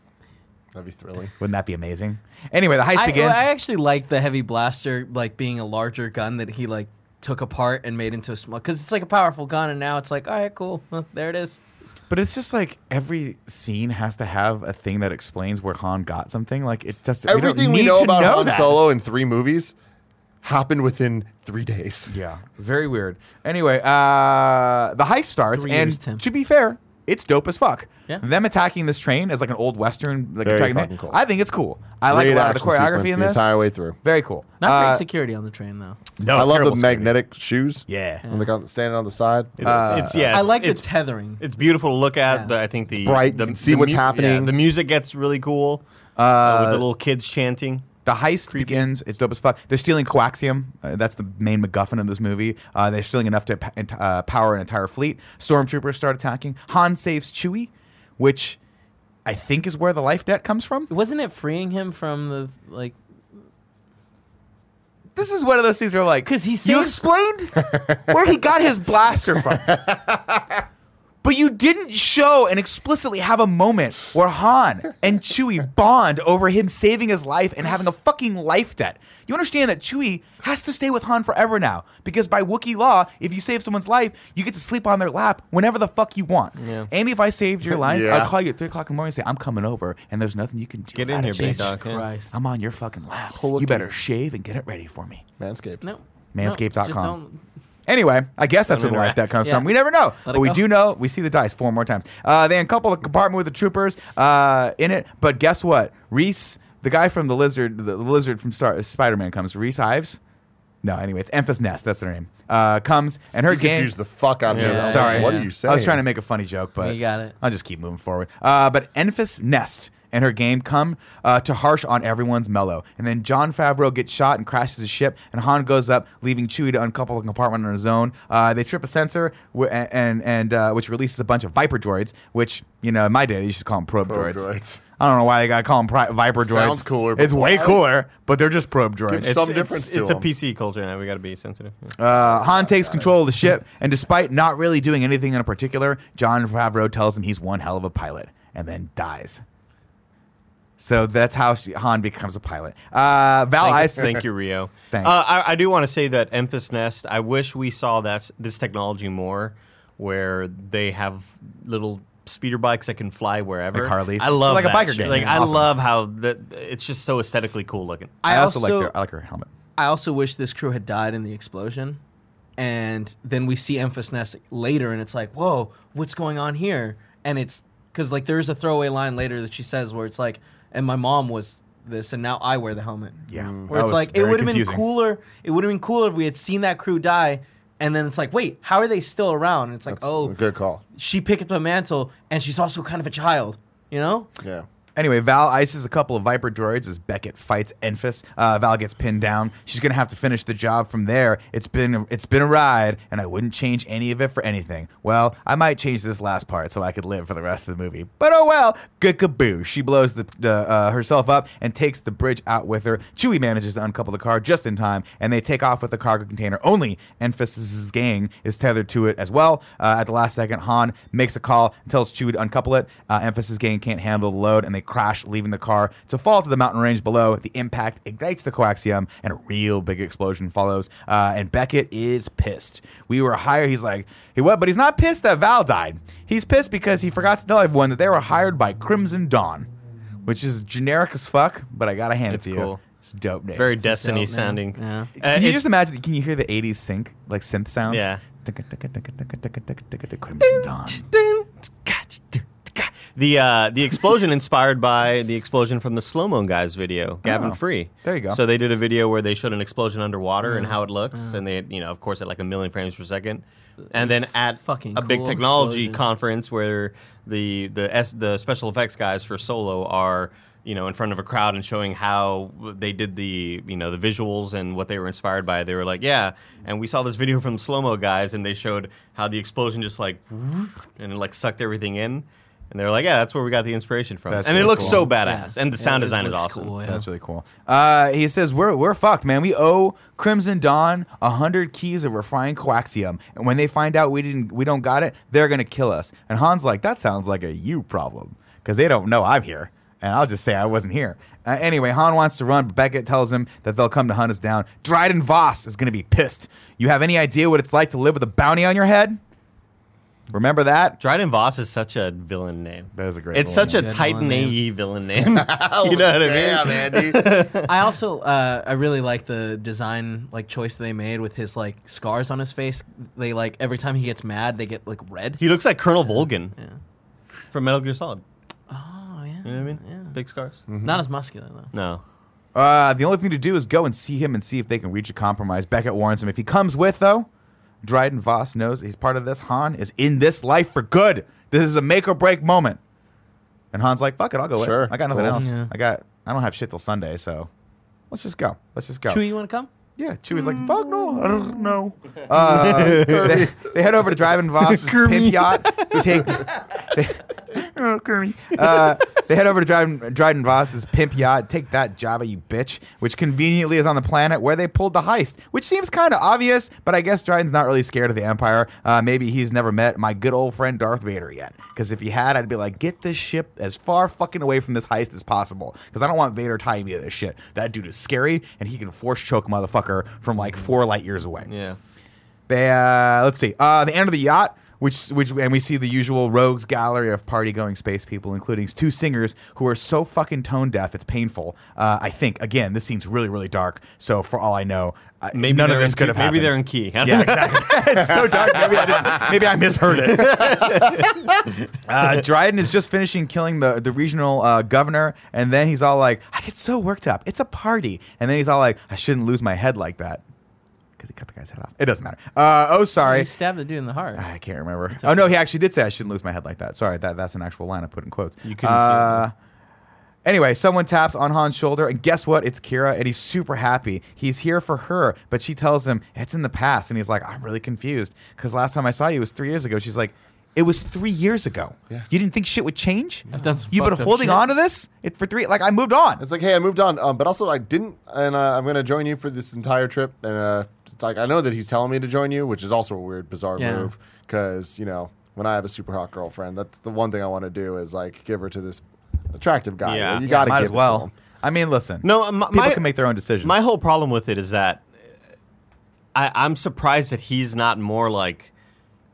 Speaker 1: that'd be thrilling.
Speaker 2: Wouldn't that be amazing? Anyway, the heist
Speaker 3: I,
Speaker 2: begins.
Speaker 3: I actually like the heavy blaster like being a larger gun that he like took apart and made into a small because it's like a powerful gun and now it's like all right cool Huh, there it is
Speaker 2: But it's just like every scene has to have a thing that explains where Han got something. Like it's just
Speaker 1: Everything we,
Speaker 2: we, don't need
Speaker 1: know
Speaker 2: to
Speaker 1: about Han
Speaker 2: that.
Speaker 1: Solo in three movies happened within three days.
Speaker 2: Yeah, very weird. Anyway, uh, the heist starts,
Speaker 3: Three
Speaker 2: and
Speaker 3: years, Tim.
Speaker 2: to be fair, it's dope as fuck.
Speaker 3: Yeah.
Speaker 2: Them attacking this train is like an old western, like
Speaker 1: Very
Speaker 2: attacking
Speaker 1: fucking
Speaker 2: thing.
Speaker 1: cool.
Speaker 2: I think it's cool. I like a
Speaker 1: Great
Speaker 2: lot of the
Speaker 1: action
Speaker 2: choreography
Speaker 1: sequence
Speaker 2: in
Speaker 1: the
Speaker 2: this.
Speaker 1: entire way through.
Speaker 2: Very cool.
Speaker 3: not great
Speaker 2: Uh,
Speaker 3: security on the train though
Speaker 2: no,
Speaker 1: I love the
Speaker 2: terrible security.
Speaker 1: magnetic shoes.
Speaker 2: Yeah.
Speaker 1: when they got standing on the side. Ah,
Speaker 4: It's, it's yeah.
Speaker 3: I
Speaker 4: it's-
Speaker 3: like the
Speaker 4: it's,
Speaker 3: tethering
Speaker 4: it's beautiful to look at.
Speaker 3: Yeah.
Speaker 4: but I think the
Speaker 1: bright, you
Speaker 4: The,
Speaker 1: can see what's happening.
Speaker 4: the music gets really cool uh, with the little kids chanting.
Speaker 2: The heist begins. It's dope as fuck. They're stealing coaxium. Uh, that's the main MacGuffin of this movie. Uh, they're stealing enough to pa- ent- uh, power an entire fleet. Stormtroopers start attacking. Han saves Chewie, which I think is where the life debt comes from.
Speaker 3: wasn't it freeing him from the like
Speaker 2: This is one of those things where like,
Speaker 3: 'Cause he
Speaker 2: you
Speaker 3: saves-
Speaker 2: explained where he got his blaster
Speaker 4: <laughs>
Speaker 2: from, but you didn't show and explicitly have a moment where Han and Chewie bond over him saving his life and having a fucking life debt. You understand that Chewie has to stay with Han forever now because by Wookiee law, if you save someone's life, you get to sleep on their lap whenever the fuck you want.
Speaker 4: Yeah.
Speaker 2: Amy, if I saved
Speaker 4: <laughs>
Speaker 2: your life,
Speaker 1: Yeah.
Speaker 2: I'd call you at three o'clock in the morning and say I'm coming over, and there's nothing you can do.
Speaker 4: Get in
Speaker 2: about
Speaker 4: here,
Speaker 2: it,
Speaker 4: big
Speaker 2: bitch."
Speaker 4: dog. Yeah.
Speaker 3: Christ
Speaker 2: I'm on your fucking lap.
Speaker 1: Pull a
Speaker 2: you better
Speaker 1: key.
Speaker 2: shave and get it ready for me.
Speaker 1: Manscaped.
Speaker 3: no
Speaker 2: Manscaped.com.
Speaker 3: no, just don't-
Speaker 2: Anyway, I guess that's where
Speaker 4: Let me
Speaker 2: the light
Speaker 4: interact.
Speaker 2: that comes
Speaker 3: Yeah.
Speaker 2: from. We never know,
Speaker 3: Let it
Speaker 2: but we
Speaker 3: go.
Speaker 2: do know. We see the dice four more times. Uh, they uncouple the compartment with the troopers uh, in it, but guess what? Reese, the guy from the lizard, the lizard from Star- Spider-Man, comes. Reese Ives. No, anyway, it's Emphas Nest. That's her name. Uh, comes and her
Speaker 1: You
Speaker 2: gang.
Speaker 1: confused the fuck out of me.
Speaker 3: Yeah.
Speaker 1: I was like,
Speaker 2: Sorry,
Speaker 1: What
Speaker 3: Yeah.
Speaker 1: are you saying?
Speaker 2: I was trying to make a funny joke, but
Speaker 3: You got it.
Speaker 2: I'll just keep moving forward. Uh, but Enfys Nest and her game come uh, to harsh on everyone's mellow, and then John Favreau gets shot and crashes his ship, and Han goes up, leaving Chewie to uncouple the compartment on his own. Uh, they trip a sensor, wh- and and uh, which releases a bunch of Viper droids, which you know in my day they used to call them probe,
Speaker 1: Probe
Speaker 2: droids.
Speaker 1: droids.
Speaker 2: I don't know why they gotta call them pri- Viper droids.
Speaker 1: Sounds cooler, but
Speaker 2: It's way
Speaker 1: why?
Speaker 2: cooler, but they're just probe droids.
Speaker 1: Give some
Speaker 4: it's,
Speaker 1: difference
Speaker 4: It's,
Speaker 1: to
Speaker 4: it's
Speaker 1: them.
Speaker 4: a PC culture now. We got to
Speaker 2: <laughs>
Speaker 4: be sensitive.
Speaker 2: Uh, Han takes control of the ship, and despite not really doing anything in particular, John Favreau tells him he's one hell of a pilot, and then dies. So that's how she- Han becomes a pilot. Uh, Val
Speaker 4: Thank, you-
Speaker 2: Ice.
Speaker 4: thank you, Rio.
Speaker 2: <laughs> Thanks.
Speaker 4: Uh, I, I do want to say that Emphas Nest. I wish we saw that this technology more, where they have little speeder bikes that can fly wherever.
Speaker 2: Like Harleys.
Speaker 4: I love
Speaker 2: Like a
Speaker 4: that
Speaker 2: biker
Speaker 4: shit.
Speaker 2: gang.
Speaker 4: Like
Speaker 2: It's
Speaker 4: I
Speaker 2: awesome.
Speaker 4: love how that it's just so aesthetically cool looking.
Speaker 2: I also, like their I like her helmet.
Speaker 3: I also wish this crew had died in the explosion. And then we see Emphas Nest later, and it's like, whoa, what's going on here? And it's because, like, there's a throwaway line later that she says where it's like, and my mom was this, and now I wear the helmet.
Speaker 2: Yeah, Mm.
Speaker 3: Where
Speaker 2: that
Speaker 3: it's
Speaker 2: was
Speaker 3: like, it
Speaker 2: very
Speaker 3: would have been
Speaker 2: confusing.
Speaker 3: cooler. It would have been cooler if we had seen that crew die. And then it's like, wait, how are they still around? And it's like,
Speaker 1: That's
Speaker 3: oh,
Speaker 1: a good call.
Speaker 3: she picked up a mantle, and she's also kind of a child, you know?
Speaker 1: Yeah.
Speaker 2: Anyway, Val ices a couple of Viper droids as Beckett fights Enfys. Uh, Val gets pinned down. She's gonna have to finish the job from there. It's been it's been a ride, and I wouldn't change any of it for anything. Well, I might change this last part so I could live for the rest of the movie. But oh well, good kaboo. She blows the, the uh, herself up and takes the bridge out with her. Chewie manages to uncouple the car just in time, and they take off with the cargo container. Only Enfys' gang is tethered to it as well. Uh, at the last second, Han makes a call and tells Chewie to uncouple it. Uh, Emphasis gang can't handle the load, and they crash, leaving the car to fall to the mountain range below. The impact ignites the coaxium, and a real big explosion follows. Uh, and Beckett is pissed. We were hired. He's like, he what? But he's not pissed that Val died. He's pissed because he forgot to tell everyone that they were hired by Crimson Dawn, which is generic as fuck. But I gotta hand
Speaker 4: It's
Speaker 2: it to you.
Speaker 4: cool.
Speaker 2: It's a dope name.
Speaker 4: Very Destiny
Speaker 3: dope, man.
Speaker 4: sounding.
Speaker 3: Yeah.
Speaker 4: Uh,
Speaker 2: Can you
Speaker 4: it's-
Speaker 2: just imagine? Can you hear the '80s sync like synth sounds?
Speaker 4: Yeah.
Speaker 2: Crimson Dawn.
Speaker 4: The uh, the explosion inspired by the explosion from the Slow Mo Guys video, Gavin
Speaker 2: Oh,
Speaker 4: Free.
Speaker 2: there you go.
Speaker 4: So they did a video where they showed an explosion underwater and how it looks, and they you know of course at like a million frames per second. And then at
Speaker 3: fucking
Speaker 4: a big
Speaker 3: cool
Speaker 4: technology
Speaker 3: explosion.
Speaker 4: conference where the the S, the special effects guys for Solo are you know in front of a crowd and showing how they did the you know the visuals and what they were inspired by. They were like, yeah, and we saw this video from Slow Mo Guys, and they showed how the explosion just like and it like sucked everything in. And they were like, yeah, that's where we got the inspiration from.
Speaker 2: That's
Speaker 4: and it
Speaker 2: so
Speaker 4: looks
Speaker 2: cool.
Speaker 4: so badass.
Speaker 3: Yeah.
Speaker 4: And the
Speaker 3: Yeah,
Speaker 4: sound
Speaker 3: it
Speaker 4: design is
Speaker 3: looks
Speaker 4: awesome.
Speaker 3: cool, yeah.
Speaker 2: That's <laughs> really cool. Uh, he says we're we're fucked, man. We owe Crimson Dawn hundred keys of refined coaxium, and when they find out we didn't we don't got it, they're gonna kill us. And Han's like, that sounds like a you problem, because they don't know I'm here, and I'll just say I wasn't here. Uh, anyway, Han wants to run, but Beckett tells him that they'll come to hunt us down. Dryden Voss is gonna be pissed. You have any idea what it's like to live with a bounty on your head? Remember that?
Speaker 4: Dryden Voss is such a villain name.
Speaker 2: That is a great
Speaker 4: It's
Speaker 2: villain
Speaker 4: such
Speaker 3: name.
Speaker 4: a
Speaker 3: Good
Speaker 4: Titan
Speaker 3: villain name.
Speaker 4: AE villain name. <laughs> you know
Speaker 2: Oh,
Speaker 4: what I mean?
Speaker 1: Damn, Andy.
Speaker 3: <laughs> I also uh, I really like the design like choice they made with his like scars on his face. They like every time he gets mad, they get like red.
Speaker 4: He looks like Colonel Volgan
Speaker 3: Yeah.
Speaker 4: from Metal Gear Solid.
Speaker 3: Oh yeah.
Speaker 4: You know what I mean?
Speaker 3: Yeah.
Speaker 4: Big scars.
Speaker 2: Mm-hmm.
Speaker 3: Not as muscular though.
Speaker 4: No.
Speaker 2: Uh, the only thing to do is go and see him and see if they can reach a compromise. Beckett warns him. If he comes with, though, Dryden Voss knows he's part of this. Han is in this life for good. This is a make or break moment. And Han's like, fuck it, I'll go with.
Speaker 1: Sure,
Speaker 2: I got nothing
Speaker 1: cool.
Speaker 2: else.
Speaker 3: Yeah.
Speaker 2: I got I don't have shit till Sunday, so let's just go. Let's just go.
Speaker 3: Chewie, you want to come?
Speaker 2: Yeah, Chewie's like, fuck no, I don't
Speaker 3: <laughs>
Speaker 2: know. Uh, they, they head over to Driving Voss's pimp yacht. Take, they, oh, Kermit. Uh, they head over to Dryden, Dryden Voss's pimp yacht. Take that, Java, you bitch, which conveniently is on the planet where they pulled the heist, which seems kind of obvious, but I guess Dryden's not really scared of the Empire. Uh, maybe he's never met my good old friend Darth Vader yet. Because if he had, I'd be like, get this ship as far fucking away from this heist as possible. Because I don't want Vader tying me to this shit. That dude is scary, and he can force choke a motherfucker from like four light years away.
Speaker 4: Yeah.
Speaker 2: They uh, let's see. Uh, they enter the yacht. wh- which which and we see the usual rogues gallery of party going space people, including two singers who are so fucking tone deaf it's painful. Uh, I think again, this scene's really really dark. So for all I know, I-
Speaker 4: Maybe
Speaker 2: none of
Speaker 4: they're
Speaker 2: this
Speaker 4: in
Speaker 2: could
Speaker 4: key-
Speaker 2: have happened.
Speaker 4: Maybe they're in key. <laughs>
Speaker 2: Yeah, exactly. <laughs> it's so dark. Maybe I, didn't, maybe I misheard it. uh, Dryden is just finishing killing the, the regional uh, governor, and then he's all like, I get so worked up. It's a party. And then he's all like, I shouldn't lose my head like that. Because he cut the guy's head off. It doesn't matter. Uh, oh,
Speaker 3: You
Speaker 2: sorry.
Speaker 3: stabbed the dude in the heart.
Speaker 2: I can't remember. Oh, no, he actually did say I shouldn't lose my head like that. Sorry, that, that's an actual line I put in quotes.
Speaker 4: You couldn't see it,
Speaker 2: Uh, Anyway, someone taps on Han's shoulder, and guess what? It's Kira, and he's super happy. He's here for her, but she tells him it's in the past, and he's like, "I'm really confused because last time I saw you was three years ago." She's like, "It was three years ago. You didn't think shit would change?
Speaker 3: I've done some
Speaker 2: You've been
Speaker 3: fucked up
Speaker 2: holding
Speaker 3: shit."
Speaker 2: on to this it, for three. Like I moved
Speaker 1: <laughs>
Speaker 2: on.
Speaker 1: It's like, hey, I moved on, um, but also I didn't, and uh, I'm going to join you for this entire trip. And uh, it's like I know that he's telling me to join you, which is also a weird, bizarre
Speaker 3: Yeah.
Speaker 1: move because you know when I have a super hot girlfriend, that's the one thing I want to do is like give her to this attractive guy.
Speaker 4: Yeah.
Speaker 1: you
Speaker 4: Yeah,
Speaker 1: got to
Speaker 2: Might
Speaker 1: give
Speaker 2: as
Speaker 1: It to
Speaker 2: well.
Speaker 1: him.
Speaker 2: I mean, listen.
Speaker 4: No, my,
Speaker 2: people
Speaker 4: my-
Speaker 2: can make their own decisions.
Speaker 4: My whole problem with it is that I, I'm surprised that he's not more like,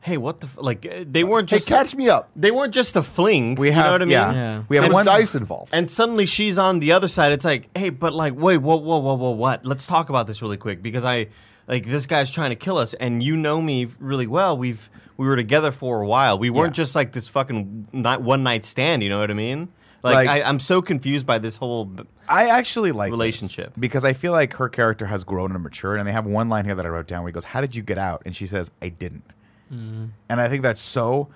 Speaker 4: hey, what the f-? like? uh, They weren't
Speaker 1: Hey,
Speaker 4: just
Speaker 1: catch me up.
Speaker 4: They weren't just a fling.
Speaker 2: we
Speaker 4: you
Speaker 2: have,
Speaker 4: know what I mean?
Speaker 2: yeah,
Speaker 3: Yeah.
Speaker 2: we have
Speaker 1: There's
Speaker 2: one
Speaker 1: dice involved.
Speaker 4: And suddenly she's on the other side. It's like, hey, but like, wait, whoa, whoa, whoa, whoa, what? Let's talk about this really quick because I, like, this guy's trying to kill us, and you know me really well. We've we were together for a while. We weren't just like this fucking night, one night stand. You know what I mean? Like,
Speaker 2: Like-
Speaker 4: I, I'm so confused by this whole. b-
Speaker 2: I actually like this
Speaker 4: Relationship.
Speaker 2: because I feel like her character has grown and matured. And they have one line here that I wrote down where he goes, "How did you get out?" And she says, "I didn't." And I think that's so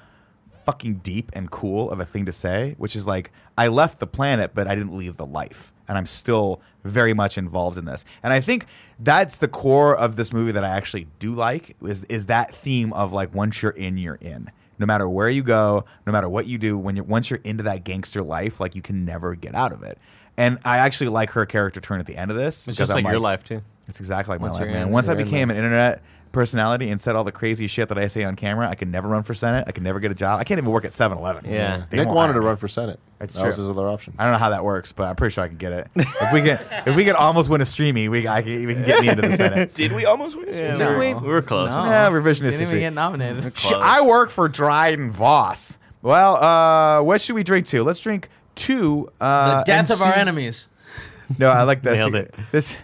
Speaker 2: fucking deep and cool of a thing to say, which is like, I left the planet, but I didn't leave the life. And I'm still very much involved in this. And I think that's the core of this movie that I actually do like is is that theme of like once you're in, you're in. No matter where you go, no matter what you do, when you're once you're into that gangster life, like you can never get out of it. And I actually like her character turn at the end of this.
Speaker 4: It's
Speaker 2: 'cause
Speaker 4: just
Speaker 2: I'm
Speaker 4: like your life too.
Speaker 2: it's exactly like my
Speaker 4: Once
Speaker 2: life,
Speaker 4: you're
Speaker 2: man.
Speaker 4: in,
Speaker 2: Once I
Speaker 1: you're in,
Speaker 2: became an internet personality and said all the crazy shit that I say on camera, I could never run for Senate. I could never get a job. I can't even work at 7 Eleven.
Speaker 4: Yeah.
Speaker 1: Nick wanted to run for senate.
Speaker 2: It's
Speaker 1: that was
Speaker 2: true.
Speaker 1: his other option.
Speaker 2: I don't know how that works, but I'm pretty sure I can get it. If we can, if we can almost win a streamy, we, I can, we can get me into the
Speaker 4: <laughs>
Speaker 2: Senate.
Speaker 5: Did we almost win?
Speaker 4: Yeah,
Speaker 5: Yeah.
Speaker 3: Did
Speaker 4: we,
Speaker 3: we?
Speaker 4: we were close.
Speaker 3: No.
Speaker 2: Yeah, revisionist
Speaker 3: Didn't even
Speaker 2: history.
Speaker 3: get nominated.
Speaker 2: Sh- I work for Dryden Voss. Well, uh, what should we drink to? Let's drink two. Uh,
Speaker 3: the death of our
Speaker 2: enemy.
Speaker 3: enemies.
Speaker 2: No, I like this.
Speaker 4: Nailed it.
Speaker 2: This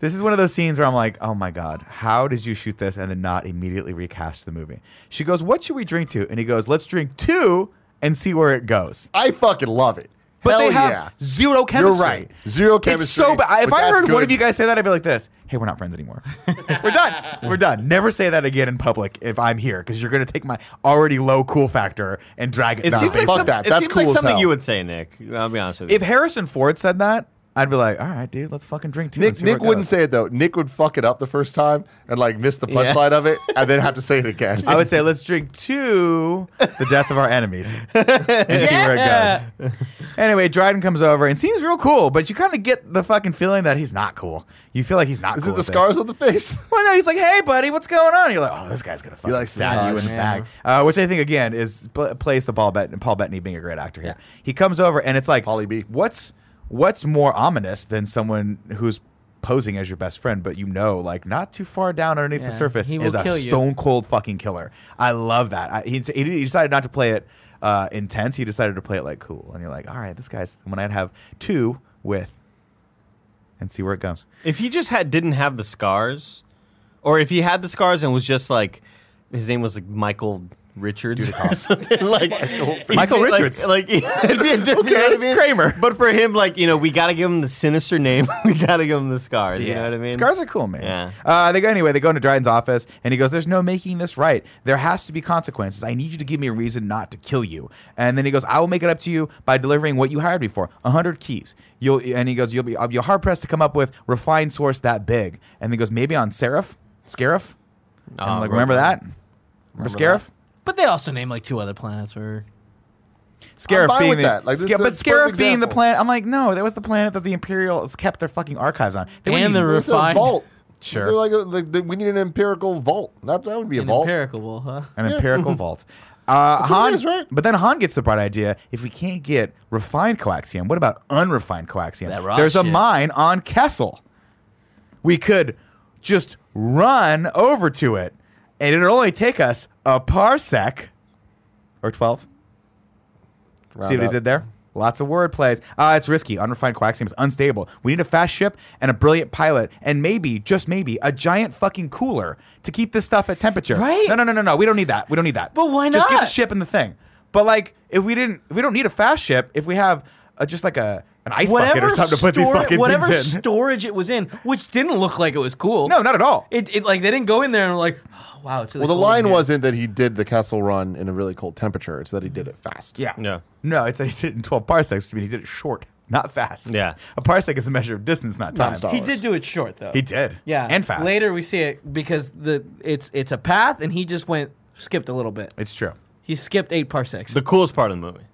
Speaker 2: this is one of those scenes where I'm like, oh my god, how did you shoot this and then not immediately recast the movie? She goes, what should we drink to? And he goes, let's drink two and see where it goes.
Speaker 1: I fucking love it.
Speaker 2: But
Speaker 1: Hell
Speaker 2: they have
Speaker 1: yeah.
Speaker 2: zero chemistry.
Speaker 1: You're right. Zero chemistry.
Speaker 2: It's so bad. If
Speaker 1: but
Speaker 2: I
Speaker 1: that's
Speaker 2: heard one
Speaker 1: good.
Speaker 2: of you guys say that, I'd be like this. Hey, we're not friends anymore. <laughs> we're done. We're done. Never say that again in public if I'm here because you're going to take my already low cool factor and drag it
Speaker 4: It
Speaker 2: down.
Speaker 4: seems like,
Speaker 1: fuck
Speaker 4: some-
Speaker 1: that.
Speaker 4: It
Speaker 1: That's
Speaker 4: seems
Speaker 1: cool
Speaker 4: like
Speaker 1: as
Speaker 4: something
Speaker 1: hell.
Speaker 4: you would say, Nick. I'll be honest with you.
Speaker 2: if Harrison Ford said that, I'd be like, all right, dude, let's fucking drink two. and
Speaker 1: Nick,
Speaker 2: see where
Speaker 1: Nick
Speaker 2: it
Speaker 1: wouldn't
Speaker 2: goes."
Speaker 1: say it though. Nick would fuck it up the first time and like miss the
Speaker 4: Yeah.
Speaker 1: punchline of it, and then have to say it again.
Speaker 2: <laughs> I
Speaker 1: <laughs>
Speaker 2: would say let's drink two, the death of our enemies, and see where
Speaker 3: Yeah.
Speaker 2: it goes. Anyway, Dryden comes over and seems real cool, but you kind of get the fucking feeling that he's not cool. You feel like he's not.
Speaker 1: Is
Speaker 2: cool
Speaker 1: it the
Speaker 2: with this.
Speaker 1: scars on the face? <laughs>
Speaker 2: Well, no, he's like, "Hey, buddy, what's going on?" You're like, "Oh, this guy's gonna fucking
Speaker 1: likes the
Speaker 2: stab you in
Speaker 1: touch.
Speaker 2: the back," uh, which I think again is pl- plays to Paul, Bet- Paul Bettany being a great actor here. He comes over and it's like,
Speaker 1: Pauly B.
Speaker 2: what's what's more ominous than someone who's posing as your best friend, but you know, like not too far down underneath
Speaker 3: Yeah,
Speaker 2: the surface
Speaker 3: he
Speaker 2: is
Speaker 3: will
Speaker 2: a
Speaker 3: kill you.
Speaker 2: stone cold fucking killer. I love that. I, he, he he decided not to play it uh, intense. He decided to play it like cool, and you're like, "All right, this guy's someone I'd have two with." And see where it goes.
Speaker 4: If he just had didn't have the scars, or if he had the scars and was just like his name was like Michael Richards
Speaker 1: <laughs>
Speaker 4: or something like
Speaker 2: Michael
Speaker 4: like-
Speaker 2: Richards.
Speaker 4: like, <laughs> it'd be a different you know what I mean?
Speaker 2: Kramer.
Speaker 4: But for him, like you know, we gotta give him the sinister name. <laughs> we gotta give him the scars. You know what I mean?
Speaker 2: Scars are cool, man.
Speaker 4: Yeah.
Speaker 2: Uh, they go anyway. They go into Dryden's office, and he goes, "There's no making this right. There has to be consequences. I need you to give me a reason not to kill you." And then he goes, "I will make it up to you by delivering what you hired me for: a hundred keys." You'll and he goes, "You'll be you're hard pressed to come up with refined source that big." And he goes, "Maybe on Serif, Scarif." And I'm
Speaker 4: Uh,
Speaker 2: like, remember that? Remember, Scarif?
Speaker 3: But they also named like two other planets where
Speaker 2: Scarif
Speaker 1: I'm fine
Speaker 2: being
Speaker 1: with
Speaker 2: the,
Speaker 1: that. Like, this
Speaker 2: Sca-
Speaker 1: is a
Speaker 2: but Scarif
Speaker 1: perfect
Speaker 2: being the
Speaker 1: example.
Speaker 2: planet. I'm like, no, that was the planet that the Imperials kept their fucking archives on. They wouldn't
Speaker 3: And
Speaker 2: even-
Speaker 3: the-
Speaker 1: It's a
Speaker 3: Refined.
Speaker 1: vault.
Speaker 2: Sure.
Speaker 1: They're like, a, like they- we need an empirical vault. That that would be a
Speaker 3: an
Speaker 1: vault.
Speaker 3: empirical, huh?
Speaker 2: an
Speaker 1: <laughs>
Speaker 2: empirical vault. Uh,
Speaker 1: what it
Speaker 2: Han,
Speaker 1: is, right?
Speaker 2: But then Han gets the bright idea: if we can't get refined coaxium, what about unrefined coaxium?
Speaker 3: That raw
Speaker 2: There's a
Speaker 3: shit.
Speaker 2: mine on Kessel. We could just run over to it and it'll only take us a parsec or 12. See
Speaker 1: Round
Speaker 2: what I
Speaker 1: up.
Speaker 2: did there? Lots of word plays. Uh, it's risky. Unrefined quack seems unstable. We need a fast ship and a brilliant pilot, and maybe, just maybe, a giant fucking cooler to keep this stuff at temperature.
Speaker 3: Right?
Speaker 2: No, no, no, no, no. We don't need that. We don't need that.
Speaker 3: But why
Speaker 2: Just get the
Speaker 3: not?
Speaker 2: ship and the thing. But like, if we didn't, we don't need a fast ship. If we have uh just like a an ice bucket or something to put these
Speaker 3: stor-
Speaker 2: fucking
Speaker 3: whatever
Speaker 2: things in.
Speaker 3: storage it was in, which didn't look like it was cool.
Speaker 2: no, not at all.
Speaker 3: It, it like they didn't go in there and were like, oh, wow. It's really
Speaker 1: Well, the
Speaker 3: cold in
Speaker 1: line
Speaker 3: here."
Speaker 1: wasn't that he did the Kessel Run in a really cold temperature; it's that he did it fast.
Speaker 2: yeah.
Speaker 4: Yeah.
Speaker 2: No, it's that he did it in twelve parsecs. I mean, he did it short, not fast.
Speaker 4: Yeah.
Speaker 2: A parsec is a measure of distance, not time.
Speaker 1: Not stop.
Speaker 3: He did do it short though.
Speaker 2: He did.
Speaker 3: Yeah,
Speaker 2: And fast.
Speaker 3: Later we see it because the it's it's a path and he just went skipped a little bit.
Speaker 2: It's true.
Speaker 3: He skipped eight parsecs.
Speaker 4: The coolest part of the movie.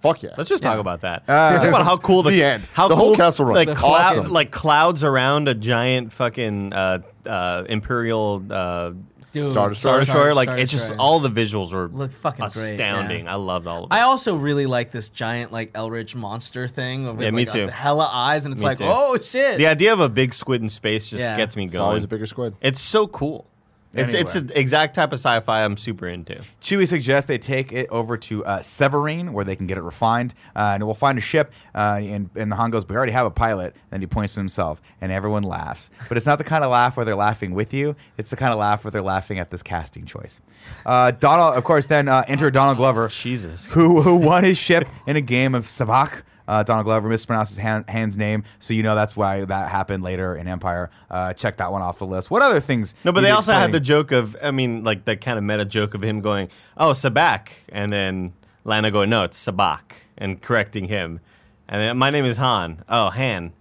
Speaker 1: Fuck yeah. Uh,
Speaker 4: Let's just talk about that. Let's talk about how cool
Speaker 1: <laughs>
Speaker 4: the,
Speaker 1: The end.
Speaker 4: How
Speaker 1: The
Speaker 4: cool,
Speaker 1: whole castle run.
Speaker 4: Like,
Speaker 1: That's
Speaker 4: cloud,
Speaker 1: awesome.
Speaker 4: like clouds around a giant fucking uh, uh, imperial uh,
Speaker 3: Dude.
Speaker 1: Star Destroyer.
Speaker 4: star destroyer. Like
Speaker 3: Star
Speaker 4: it's just
Speaker 3: Destroyer.
Speaker 4: all the visuals were
Speaker 3: Looked fucking great, yeah.
Speaker 4: astounding. I loved all of it.
Speaker 3: I also really like this giant like Elridge monster thing with
Speaker 4: Yeah, me
Speaker 3: like a
Speaker 4: too.
Speaker 3: hella eyes and it's
Speaker 4: Me
Speaker 3: like
Speaker 4: too.
Speaker 3: oh shit.
Speaker 4: the idea of a big squid in space just
Speaker 3: Yeah.
Speaker 4: gets me
Speaker 1: It's
Speaker 4: going.
Speaker 1: always a bigger squid.
Speaker 4: It's so cool. It's it's
Speaker 2: Anyway.
Speaker 4: the exact type of sci-fi I'm super into.
Speaker 2: Chewie suggests they take it over to uh, Severine, where they can get it refined, uh, and we'll find a ship. Uh, and, and the Han goes, "We already have a pilot." And then he points to himself, and everyone laughs. But it's not the kind of laugh where they're laughing with you; it's the kind of laugh where they're laughing at this casting choice. Uh, Donald, of course, then uh, enter Donald Glover,
Speaker 4: Jesus.
Speaker 2: who who won his ship in a game of Sabak. Uh, Donald Glover mispronounced his hand, hand's name, so you know that's why that happened later in Empire. Uh, check that one off the list. What other things?
Speaker 4: No, but
Speaker 2: need
Speaker 4: they
Speaker 2: to
Speaker 4: also had
Speaker 2: explain?
Speaker 4: the joke of, I mean, like the kind of meta joke of him going, "Oh, Sabak," and then Lana going, "No, it's Sabak," and correcting him, and then my name is Han. Oh, Han.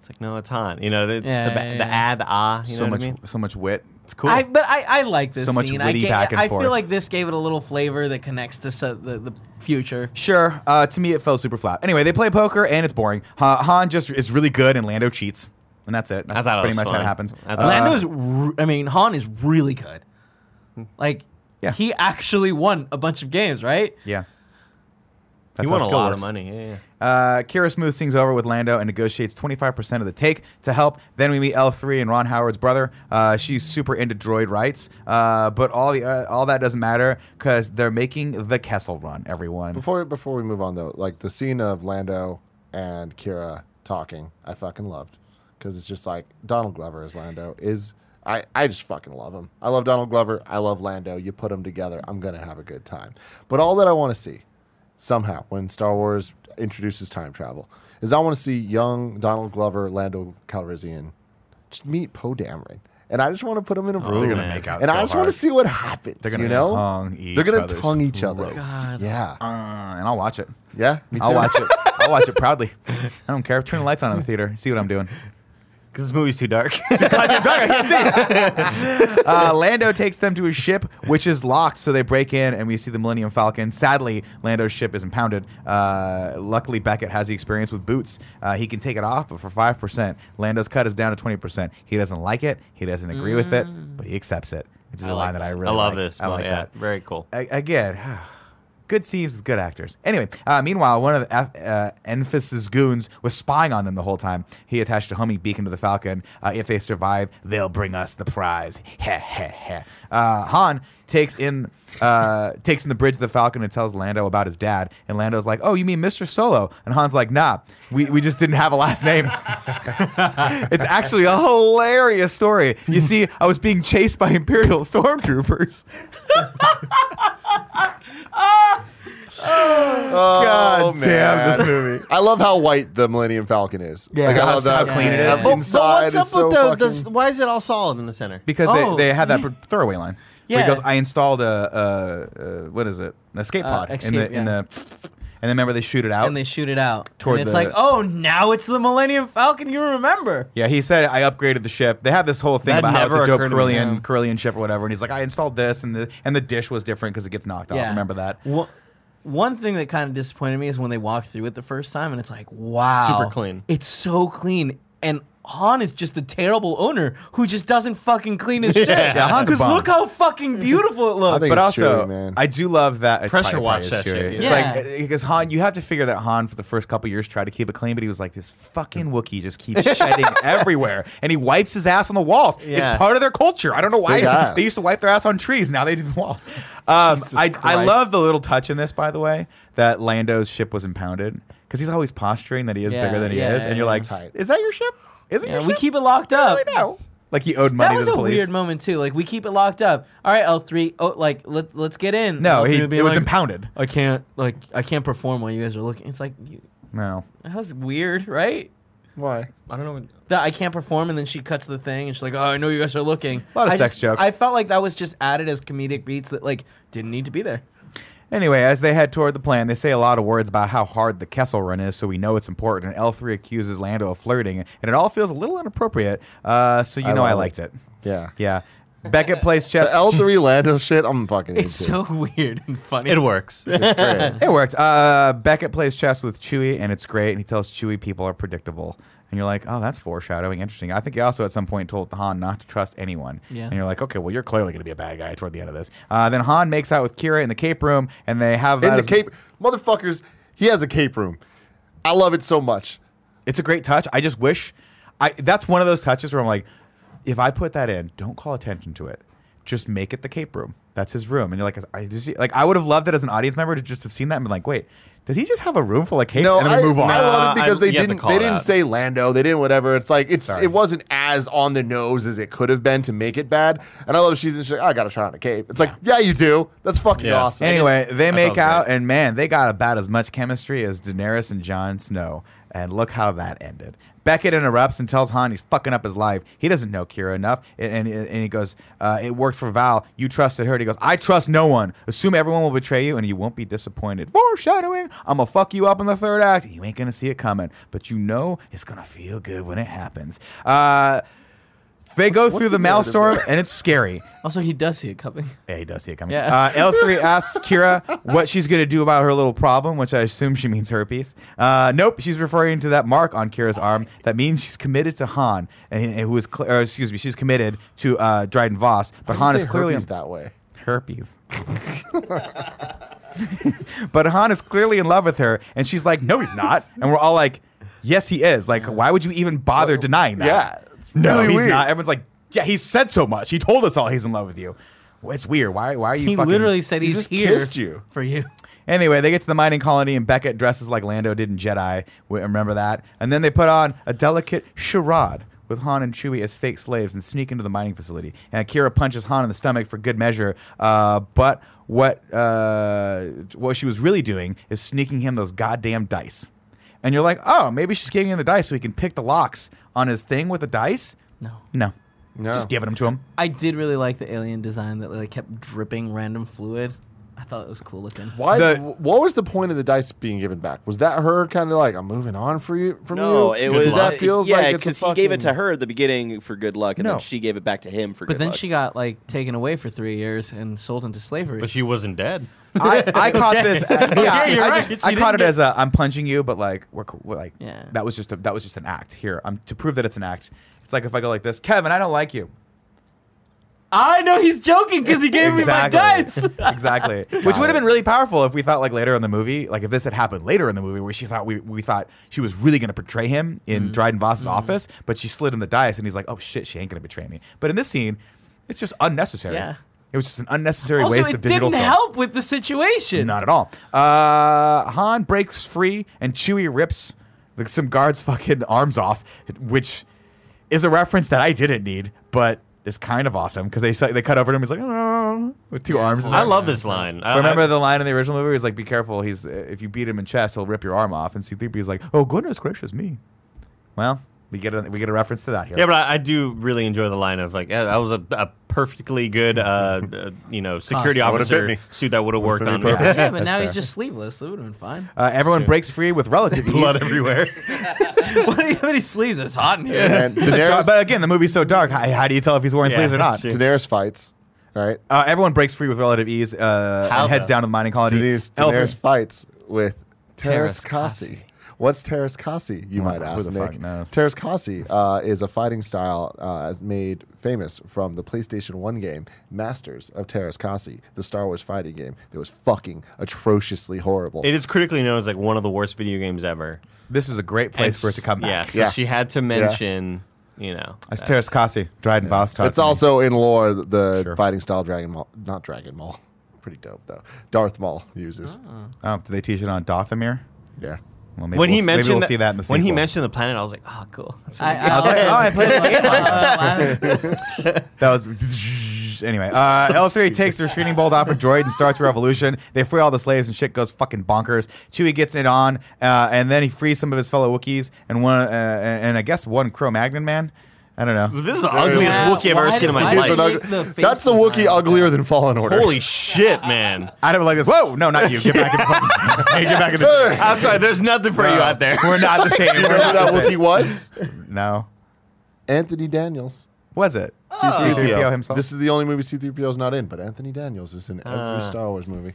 Speaker 4: It's like, no, it's Han. You know, the
Speaker 3: Yeah,
Speaker 4: Sabak,
Speaker 3: yeah,
Speaker 4: the
Speaker 3: yeah.
Speaker 4: ah, the ah. You
Speaker 2: so
Speaker 4: know
Speaker 2: much
Speaker 4: what I mean?
Speaker 2: so much wit.
Speaker 4: It's cool.
Speaker 3: I, but I, I like this
Speaker 2: So much
Speaker 3: scene. I,
Speaker 2: witty
Speaker 3: get-
Speaker 2: back and
Speaker 3: I
Speaker 2: forth.
Speaker 3: feel like this gave it a little flavor that connects to so, the, the future.
Speaker 2: Sure. Uh, to me, it fell super flat. Anyway, they play poker and it's boring. Ha- Han just is really good and Lando cheats. And that's it. That's
Speaker 4: thought it
Speaker 2: pretty
Speaker 4: was
Speaker 2: much how it
Speaker 4: fun.
Speaker 2: happens. Uh,
Speaker 4: I thought-
Speaker 3: Lando is, re- I mean, Han is really good. Like,
Speaker 2: Hmm. Yeah.
Speaker 3: he actually won a bunch of games, right?
Speaker 2: yeah.
Speaker 4: he
Speaker 2: That's
Speaker 4: won
Speaker 2: how
Speaker 4: a
Speaker 2: skill
Speaker 4: lot
Speaker 2: works.
Speaker 4: of money. Yeah, yeah.
Speaker 2: Uh, Kira smooths things over with Lando and negotiates 25% of the take to help. Then we meet L3 and Ron Howard's brother. Uh, she's super into droid rights, uh, but all the uh, all that doesn't matter because they're making the Kessel Run. Everyone,
Speaker 1: Before before we move on though, like the scene of Lando and Kira talking, I fucking loved because it's just like Donald Glover as Lando is. I, I just fucking love him. I love Donald Glover. I love Lando. You put them together, I'm gonna have a good time. But all that I want to see, somehow, when Star Wars introduces time travel, is I want to see young Donald Glover, Lando Calrissian, just meet Poe Dameron, and I just want to put them in a room.
Speaker 4: they're
Speaker 2: gonna make out
Speaker 1: And
Speaker 2: so
Speaker 1: I just
Speaker 2: hard.
Speaker 1: want to see what happens.
Speaker 2: They're gonna
Speaker 1: you know,
Speaker 2: tongue each
Speaker 1: they're gonna
Speaker 2: other's
Speaker 1: tongue each other.
Speaker 2: throats.
Speaker 3: God.
Speaker 1: Yeah,
Speaker 2: Uh, and I'll watch it.
Speaker 1: yeah. Me
Speaker 2: I'll
Speaker 1: too. <laughs>
Speaker 2: watch
Speaker 4: <laughs>
Speaker 2: it. I'll watch it proudly. I don't care. Turn the lights on in the theater. See what I'm doing.
Speaker 4: Because this movie's
Speaker 2: <laughs>
Speaker 4: too dark.
Speaker 2: Uh, Lando takes them to his ship, which is locked, so they break in, and we see the Millennium Falcon. Sadly, Lando's ship is impounded. Uh, luckily, Beckett has the experience with boots. Uh, he can take it off, but for 5%, Lando's cut is down to 20%. He doesn't like it, he doesn't agree with it, but he accepts it, which is a
Speaker 4: like
Speaker 2: line that I really
Speaker 4: I love
Speaker 2: like.
Speaker 4: this.
Speaker 2: I like
Speaker 4: yeah,
Speaker 2: that.
Speaker 4: Very cool.
Speaker 2: I, again, <sighs> good scenes with good actors. Anyway, uh, meanwhile, one of the F, uh, Enfys' goons was spying on them the whole time. He attached a homing beacon to the Falcon. Uh, if they survive, they'll bring us the prize. <laughs> Heh heh heh. Uh, Han takes in uh, <laughs> takes in the bridge of the Falcon and tells Lando about his dad. And Lando's like, "Oh, you mean Mr. Solo?" And Han's like, "Nah, we, we just didn't have a last name." <laughs> it's actually a hilarious story. You see, I was being chased by Imperial <laughs> stormtroopers. God damn this movie.
Speaker 1: Oh, I love how white the Millennium Falcon is.
Speaker 2: Yeah.
Speaker 1: Like, I love
Speaker 2: How-
Speaker 1: that.
Speaker 2: how clean it is.
Speaker 1: That
Speaker 2: But- but
Speaker 1: Inside is so fucking.
Speaker 4: why is it all solid in the center?
Speaker 2: Because
Speaker 3: Oh,
Speaker 2: they, they had that pr- throwaway line. where he
Speaker 3: Yeah.
Speaker 2: goes, I installed a, a, a what is it? An escape
Speaker 3: Uh,
Speaker 2: pod in
Speaker 3: escape,
Speaker 2: the in the
Speaker 3: yeah.
Speaker 2: <sniffs> and then remember they shoot it out.
Speaker 3: And they shoot it out.
Speaker 2: Toward
Speaker 3: and it's
Speaker 2: the-
Speaker 3: like, oh, now it's the Millennium Falcon you remember.
Speaker 2: yeah, he said I upgraded the ship. They have this whole thing
Speaker 4: That
Speaker 2: about how it's a
Speaker 4: never
Speaker 2: dope
Speaker 4: occurred to me,
Speaker 2: Carillion
Speaker 4: yeah.
Speaker 2: Carillion ship or whatever, and he's like, I installed this, and the and the dish was different because it gets knocked off. Remember that?
Speaker 3: Wha- One thing that kind of disappointed me is when they walked through it the first time, and it's like, wow,
Speaker 4: Super clean.
Speaker 3: It's so clean, and Han is just a terrible owner who just doesn't fucking clean his shit.
Speaker 2: <laughs> Yeah, Han's a
Speaker 3: Because
Speaker 2: bum.
Speaker 3: look how fucking beautiful
Speaker 2: <laughs>
Speaker 3: it looks.
Speaker 1: I think
Speaker 2: but
Speaker 1: it's
Speaker 2: also,
Speaker 1: chewy, man.
Speaker 2: I do love that it's
Speaker 4: Pressure
Speaker 2: probably- probably
Speaker 4: wash that
Speaker 2: is
Speaker 4: shit,
Speaker 2: chewy.
Speaker 4: yeah.
Speaker 2: It's
Speaker 3: Yeah.
Speaker 2: like because Han, you have to figure that Han for the first couple years tried to keep it clean, but he was like, this fucking Wookiee just
Speaker 3: <laughs>
Speaker 2: keeps shedding everywhere, and he wipes his ass on the walls.
Speaker 4: Yeah.
Speaker 2: It's part of their culture. I don't know
Speaker 1: Big
Speaker 2: why
Speaker 1: ass.
Speaker 2: they used to wipe their ass on trees. Now they do the walls. Um, I I
Speaker 1: Christ.
Speaker 2: love the little touch in this, by the way, that Lando's ship was impounded because he's always posturing that he is
Speaker 3: Yeah,
Speaker 2: bigger than
Speaker 3: yeah,
Speaker 2: he is, and
Speaker 3: yeah,
Speaker 2: you're like,
Speaker 1: it's tight.
Speaker 2: is that your ship? Is it
Speaker 3: Yeah,
Speaker 2: your
Speaker 3: we
Speaker 2: ship?
Speaker 3: keep
Speaker 2: <laughs>
Speaker 3: it locked up.
Speaker 2: I know. Like he owed money
Speaker 3: That was
Speaker 2: to the
Speaker 3: a
Speaker 2: police.
Speaker 3: weird moment too. Like we keep it locked up. All right, L three. Oh, like let let's get in.
Speaker 2: no,
Speaker 3: L3
Speaker 2: he
Speaker 3: would be
Speaker 2: it was
Speaker 3: like,
Speaker 2: impounded.
Speaker 3: I can't like I can't perform while you guys are looking. It's like you,
Speaker 2: No.
Speaker 3: that was weird, right?
Speaker 1: Why?
Speaker 4: I don't know. What,
Speaker 3: That I can't perform, and then she cuts the thing, and she's like, "Oh, I know you guys are looking."
Speaker 2: Lot of
Speaker 3: I
Speaker 2: sex
Speaker 3: just-
Speaker 2: jokes.
Speaker 3: I felt like that was just added as comedic beats that like didn't need to be there.
Speaker 2: Anyway, as they head toward the plan, they say a lot of words about how hard the Kessel Run is, so we know it's important. And L3 accuses Lando of flirting, and it all feels a little inappropriate. Uh, so you
Speaker 1: I
Speaker 2: know
Speaker 1: love
Speaker 2: I
Speaker 1: it.
Speaker 2: liked it.
Speaker 1: Yeah.
Speaker 2: Yeah. Beckett
Speaker 1: <laughs>
Speaker 2: plays chess.
Speaker 1: The L three Lando shit. I'm fucking.
Speaker 3: It's
Speaker 1: into.
Speaker 3: so <laughs> weird and funny.
Speaker 4: it works.
Speaker 1: It's great.
Speaker 2: it worked. Uh, Beckett plays chess with Chewie, and it's great. And he tells Chewie people are predictable. And you're like, oh, that's foreshadowing. Interesting. I think he also at some point told Han not to trust anyone.
Speaker 3: Yeah.
Speaker 2: And you're like, okay, well, you're clearly going to be a bad guy toward the end of this. Uh, then Han makes out with Kira in the cape room, and they have
Speaker 1: In
Speaker 2: that
Speaker 1: the
Speaker 2: as-
Speaker 1: cape, motherfuckers. He has a cape room. I love it so much.
Speaker 2: It's a great touch. I just wish I that's one of those touches where I'm like, if I put that in, don't call attention to it. Just make it the cape room. That's his room. And you're like, I just like I would have loved it as an audience member to just have seen that and been like, wait, does he just have a room full of capes?
Speaker 1: No,
Speaker 2: and then
Speaker 1: I,
Speaker 2: we move on.
Speaker 1: I love it
Speaker 4: Nah,
Speaker 1: because
Speaker 4: I-
Speaker 1: they
Speaker 4: you have to
Speaker 1: didn't.
Speaker 4: call
Speaker 1: They
Speaker 4: it
Speaker 1: didn't
Speaker 4: out.
Speaker 1: say Lando. They didn't whatever. It's like it's.
Speaker 2: Sorry.
Speaker 1: It wasn't as on the nose as it could have been to make it bad. And I love she's she's like, I gotta try on a cape. It's like, yeah, you do. That's fucking
Speaker 4: Yeah.
Speaker 1: awesome.
Speaker 2: Anyway, they
Speaker 4: thought
Speaker 2: make
Speaker 4: it was
Speaker 2: out, and man, they got about as much chemistry as Daenerys and Jon Snow. And look how that ended. Beckett interrupts and tells Han he's fucking up his life. He doesn't know Kira enough. And, and, and he goes, uh, It worked for Val. You trusted her. And he goes, I trust no one. Assume everyone will betray you and you won't be disappointed. Foreshadowing. I'm going to fuck you up in the third act. You ain't going to see it coming. But you know it's going to feel good when it happens. Uh, they go through the,
Speaker 1: the narrative
Speaker 2: maelstrom and it's scary.
Speaker 3: Also, he does see it coming.
Speaker 2: Yeah, he does see it coming.
Speaker 3: Yeah.
Speaker 2: Uh, L3 asks Kira what she's going to do about her little problem, which I assume she means herpes. Uh, nope, she's referring to that mark on Kira's arm. That means she's committed to Han, and, and who is, cl- or excuse me, she's committed to uh, Dryden Voss. But Han is clearly
Speaker 1: herpes that way.
Speaker 2: herpes. <laughs> but Han is clearly in love with her, and she's like, "No, he's not." And we're all like, "Yes, he is." Like, why would you even bother denying that?
Speaker 1: yeah, it's
Speaker 2: no,
Speaker 1: really
Speaker 2: he's
Speaker 1: weird.
Speaker 2: not. Everyone's like, "Yeah, he said so much. He told us all he's in love with you." Well, it's weird. Why? Why are you?
Speaker 3: He
Speaker 2: fucking-
Speaker 3: literally said
Speaker 1: he
Speaker 3: he's
Speaker 1: just
Speaker 3: here
Speaker 1: kissed you.
Speaker 3: for you.
Speaker 2: Anyway, they get to the mining colony, and Beckett dresses like Lando did in Jedi. We- Remember that? And then they put on a delicate charade with Han and Chewie as fake slaves and sneak into the mining facility. And Akira punches Han in the stomach for good measure. Uh, but what uh, what she was really doing is sneaking him those goddamn dice. And you're like, oh, maybe she's giving him the dice so he can pick the locks on his thing with the dice.
Speaker 3: No.
Speaker 2: No,
Speaker 1: No.
Speaker 2: just giving them to him.
Speaker 3: I did really like the alien design that like kept dripping random fluid. I thought it was cool looking.
Speaker 1: Why?
Speaker 2: The-
Speaker 1: what was the point of the dice being given back? Was that her kind of like I'm moving on for you from
Speaker 5: No,
Speaker 1: you?
Speaker 5: it
Speaker 4: Good
Speaker 5: was
Speaker 4: luck.
Speaker 1: that feels
Speaker 5: yeah,
Speaker 1: like it's a
Speaker 5: because he gave it to
Speaker 1: fucking-
Speaker 5: her at the beginning for good luck, and
Speaker 2: No.
Speaker 5: then she gave it back to him for
Speaker 3: But
Speaker 5: good
Speaker 3: then
Speaker 5: luck.
Speaker 3: she got like taken away for three years and sold into slavery.
Speaker 4: But she wasn't
Speaker 2: <laughs>
Speaker 4: dead.
Speaker 2: I, I
Speaker 3: <laughs>
Speaker 2: caught this. yeah,
Speaker 3: Okay, you're
Speaker 2: I,
Speaker 3: right.
Speaker 2: just,
Speaker 3: She
Speaker 2: I caught it
Speaker 3: didn't get-
Speaker 2: as a I'm punching you, but like we're, cool- we're like
Speaker 3: Yeah.
Speaker 2: that was just a, that was just an act. Here, I'm to prove that it's an act. It's like if I go like this, Kevin, I don't like you.
Speaker 3: I know he's joking because he gave
Speaker 2: <laughs>
Speaker 3: me my dice. <laughs>
Speaker 2: exactly. Which would have been really powerful if we thought like later in the movie, like if this had happened later in the movie where she thought we, we thought she was really going to betray him in
Speaker 3: Mm-hmm.
Speaker 2: Dryden Voss's office, but she slid him the dice and he's like, oh shit, she ain't going to betray me. But in this scene, it's just unnecessary.
Speaker 3: Yeah.
Speaker 2: It was just an unnecessary
Speaker 3: also,
Speaker 2: waste
Speaker 3: it
Speaker 2: of digital
Speaker 3: didn't
Speaker 2: film.
Speaker 3: help with the situation.
Speaker 2: Not at all. Uh, Han breaks free and Chewie rips like, some guards' fucking arms off, which is a reference that I didn't need, but is kind of awesome because they say- they cut over to him. He's like, <laughs> "Oh," with two arms. in
Speaker 4: I
Speaker 2: there.
Speaker 4: love this line. I,
Speaker 2: Remember
Speaker 4: I-
Speaker 2: the line in the original movie? He's like, "Be careful! He's if you beat him in chess, he'll rip your arm off." And C-3PO is like, "Oh goodness gracious me!" Well, we get a, we get a reference to that here.
Speaker 4: Yeah, but I, I do really enjoy the line of like, yeah, that was a, a perfectly good, uh,
Speaker 2: <laughs>
Speaker 4: uh, you know, security
Speaker 3: Awesome.
Speaker 1: Would've fit
Speaker 4: officer
Speaker 1: me.
Speaker 4: suit that would have worked
Speaker 1: fit
Speaker 4: on
Speaker 1: me
Speaker 4: me. <laughs>
Speaker 3: yeah, but now
Speaker 2: That's
Speaker 3: he's just sleeveless. That would have been fine. <laughs>
Speaker 2: uh, everyone breaks free with relative ease.
Speaker 4: <laughs> Blood everywhere.
Speaker 3: what do you have any sleeves? It's hot in here.
Speaker 1: And <laughs>
Speaker 2: <laughs>
Speaker 1: Daenerys,
Speaker 2: but again, the movie's so dark. How, how do you tell if he's wearing
Speaker 4: Yeah,
Speaker 2: sleeves or
Speaker 4: that's
Speaker 2: not?
Speaker 4: true.
Speaker 1: Daenerys fights, right?
Speaker 2: Uh, everyone breaks free with relative ease uh,
Speaker 4: How
Speaker 2: and heads
Speaker 4: the-
Speaker 2: down to the mining colony.
Speaker 1: Daenerys,
Speaker 2: Elf-
Speaker 1: Daenerys fights with Terrace
Speaker 2: Terrace
Speaker 1: Kasi. What's Terrascasi? You might ask,
Speaker 2: the
Speaker 1: Nick.
Speaker 2: fuck knows?
Speaker 1: Terrascasi uh, is a fighting style uh, made famous from the PlayStation 1 game Masters of Terrascasi, the Star Wars fighting game that was fucking atrociously horrible.
Speaker 4: It is critically known as like one of the worst video games ever.
Speaker 2: This is a great place
Speaker 4: And
Speaker 2: for it to come back.
Speaker 4: Yeah, so
Speaker 1: Yeah.
Speaker 4: she had to mention, you know.
Speaker 2: That's
Speaker 4: that's-
Speaker 2: Teres Kasi, Dryden Voss taught
Speaker 1: it's
Speaker 2: to me.
Speaker 1: also in lore th- the
Speaker 2: Sure.
Speaker 1: fighting style Dragon Maul, not Dragon Maul, <laughs> pretty dope though. Darth Maul uses.
Speaker 2: Oh, do they teach it on Dothamir?
Speaker 1: Yeah.
Speaker 2: Well, maybe we'll,
Speaker 4: When he
Speaker 2: s-
Speaker 4: mentioned
Speaker 2: maybe we'll
Speaker 4: the-
Speaker 2: see that in the
Speaker 4: when he
Speaker 2: sequel.
Speaker 4: mentioned the planet, I was like, oh, cool. That's
Speaker 3: I, I,
Speaker 2: I was like,
Speaker 3: also-
Speaker 2: oh, I played
Speaker 4: <laughs>
Speaker 2: it.
Speaker 3: like, uh, last-
Speaker 1: <laughs>
Speaker 2: That was <laughs> anyway. Uh, L three takes the screening bolt off a droid and starts a revolution. They free all the slaves and shit goes fucking bonkers. Chewie gets it on, uh, and then he frees some of his fellow Wookiees and one uh, and and I guess one Cro-Magnon man. I don't know.
Speaker 4: This is the ugliest
Speaker 3: Yeah,
Speaker 4: Wookiee I've ever
Speaker 3: why
Speaker 4: seen in my
Speaker 3: did- why
Speaker 1: He's
Speaker 4: life.
Speaker 1: an
Speaker 3: did-
Speaker 1: ugly-
Speaker 3: the face
Speaker 1: that's a Wookiee
Speaker 3: design.
Speaker 1: uglier than Fallen Order. <laughs>
Speaker 4: Holy shit, man.
Speaker 2: I'd have like this. Whoa, no, not you. Get back in the fucking. hey, get back in the.
Speaker 4: <laughs> I'm sorry, there's nothing for you out there.
Speaker 2: We're not the
Speaker 4: <laughs>
Speaker 2: same. We're
Speaker 1: Remember
Speaker 2: not
Speaker 1: that
Speaker 2: the
Speaker 1: Wookiee
Speaker 2: <laughs> same.
Speaker 1: was?
Speaker 2: No,
Speaker 1: Anthony Daniels.
Speaker 2: was it? C-3PO himself.
Speaker 1: This is the only movie C3PO is not in, but Anthony Daniels is in every Star Wars movie.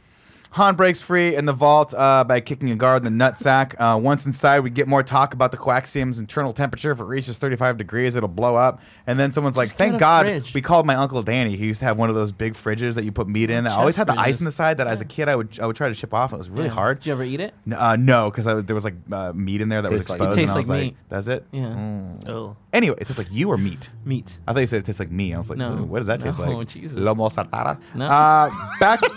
Speaker 2: Han breaks free in the vault uh, by kicking a guard in the nutsack. Uh, once inside, we get more talk about the coaxium's internal temperature. If it reaches 35 degrees, it'll blow up. And then someone's like,
Speaker 3: get
Speaker 2: "Thank
Speaker 3: a
Speaker 2: God
Speaker 3: fridge."
Speaker 2: we called my uncle Danny. He used to have one of those big fridges that you put meat in. I always had the
Speaker 3: fridges.
Speaker 2: ice in the side that as a kid I would I would try to ship off. It was really hard.
Speaker 3: Did you ever eat it?
Speaker 2: N- Uh, no, because there was like uh, meat in there that
Speaker 1: Tastes
Speaker 2: was
Speaker 1: like- It
Speaker 2: exposed. and
Speaker 3: tastes
Speaker 2: I was
Speaker 3: like
Speaker 2: like,
Speaker 3: meat.
Speaker 2: "That's it." Mm.
Speaker 3: Yeah. Oh,
Speaker 2: Anyway, it tastes like you or meat.
Speaker 3: meat.
Speaker 2: I thought you said it tastes like me. I was like,
Speaker 3: No.
Speaker 2: "Ooh, what does that taste
Speaker 3: No,
Speaker 2: like?
Speaker 3: Jesus.
Speaker 2: Lomo saltara.
Speaker 3: No.
Speaker 2: Uh, back. <laughs>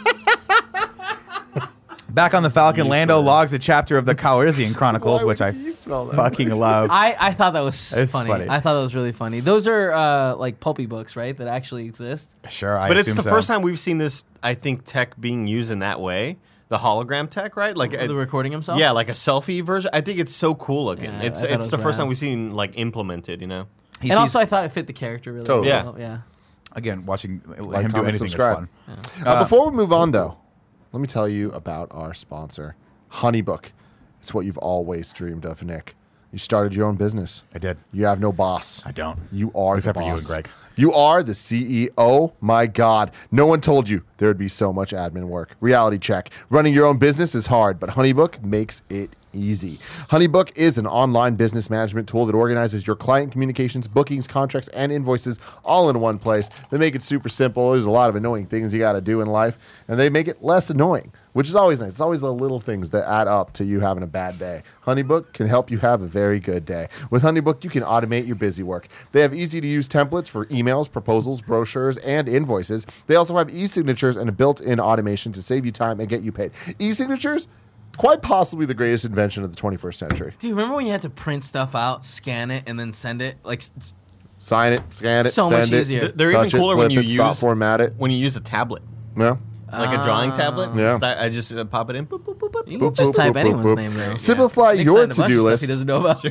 Speaker 2: back on the Falcon, Lando logs a chapter of the Calrissian Chronicles,
Speaker 1: Why
Speaker 2: which
Speaker 1: would
Speaker 2: I
Speaker 1: you smell that?
Speaker 2: fucking love.
Speaker 3: I, I thought that was
Speaker 2: It's
Speaker 3: funny.
Speaker 2: funny.
Speaker 3: I thought that was really funny. Those are uh, like pulpy books, right? That actually exist.
Speaker 2: sure, I
Speaker 4: But it's
Speaker 2: assume
Speaker 4: the
Speaker 2: so.
Speaker 4: first time we've seen this, I think, tech being used in that way. The hologram tech, right? Like
Speaker 3: The
Speaker 4: uh,
Speaker 3: recording himself.
Speaker 4: Yeah, like a selfie version. I think it's so cool looking.
Speaker 3: Yeah, I
Speaker 4: it's
Speaker 3: thought it
Speaker 4: it's
Speaker 3: was
Speaker 4: the first
Speaker 3: rad.
Speaker 4: time we've seen like implemented, you know.
Speaker 2: He
Speaker 3: and
Speaker 2: sees-
Speaker 3: also, I thought it fit the character really
Speaker 1: Totally.
Speaker 3: well. Yeah.
Speaker 2: again, watching
Speaker 1: Like,
Speaker 2: him do
Speaker 1: comment,
Speaker 2: anything
Speaker 1: subscribe.
Speaker 2: is fun.
Speaker 1: Uh, before we move on, though, let me tell you about our sponsor, Honeybook. It's what you've always dreamed of, Nick. You started your own business.
Speaker 2: I did.
Speaker 1: You have no boss.
Speaker 2: I don't.
Speaker 1: You are
Speaker 2: Except
Speaker 1: the
Speaker 2: for you and
Speaker 1: boss.
Speaker 2: Greg.
Speaker 1: You are the CEO. My God, no one told you there would be so much admin work. Reality check. Running your own business is hard, but Honeybook makes it easy. Honeybook is an online business management tool that organizes your client communications, bookings, contracts, and invoices all in one place. They make it super simple. There's a lot of annoying things you got to do in life, and they make it less annoying which is always nice. It's always the little things that add up to you having a bad day. HoneyBook can help you have a very good day. With HoneyBook, you can automate your busy work. They have easy to use templates for emails, proposals, brochures, and invoices. They also have e signatures and a built in automation to save you time and get you paid. E signatures, quite possibly the greatest invention of the 21st century.
Speaker 3: Do you remember when you had to print stuff out, scan it, and then send it? Like, s-
Speaker 1: Sign it, scan it,
Speaker 3: So
Speaker 1: send
Speaker 3: much
Speaker 1: it,
Speaker 3: easier. Th-
Speaker 4: they're
Speaker 1: touch
Speaker 4: even cooler
Speaker 1: it,
Speaker 4: when
Speaker 1: flip
Speaker 4: you
Speaker 1: it, stop
Speaker 4: use-
Speaker 1: format it.
Speaker 4: When you use a tablet,
Speaker 1: Yeah.
Speaker 4: like a
Speaker 3: Ah.
Speaker 4: drawing tablet,
Speaker 1: Yeah.
Speaker 4: just- I, I just uh, pop it in. Boop, boop, boop, boop.
Speaker 3: you
Speaker 1: Boop,
Speaker 3: can just
Speaker 1: boop,
Speaker 3: type
Speaker 1: boop,
Speaker 3: anyone's
Speaker 1: boop, boop.
Speaker 3: name there.
Speaker 1: Simplify
Speaker 3: Nick
Speaker 1: your
Speaker 3: signed a
Speaker 1: to-do
Speaker 3: bunch of stuff
Speaker 1: list.
Speaker 3: He doesn't know <laughs> about.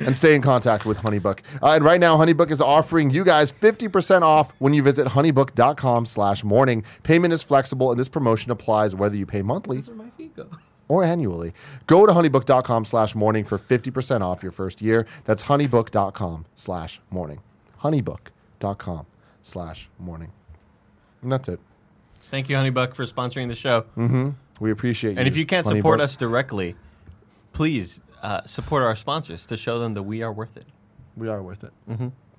Speaker 1: and stay in contact with honeybook uh, and right now honeybook is offering you guys 50% off when you visit honeybook.com slash morning payment is flexible and this promotion applies whether you pay monthly
Speaker 3: Where'd my feet go?
Speaker 1: or annually go to honeybook.com slash morning for 50% off your first year that's honeybook.com slash morning honeybook.com slash morning and that's it
Speaker 4: Thank you, Honeybuck, for sponsoring the show.
Speaker 2: Mm-hmm.
Speaker 1: we appreciate you
Speaker 4: And if you can't support
Speaker 1: Honeybook.
Speaker 4: us directly, please uh, support our sponsors to show them that we are worth it.
Speaker 1: we are worth it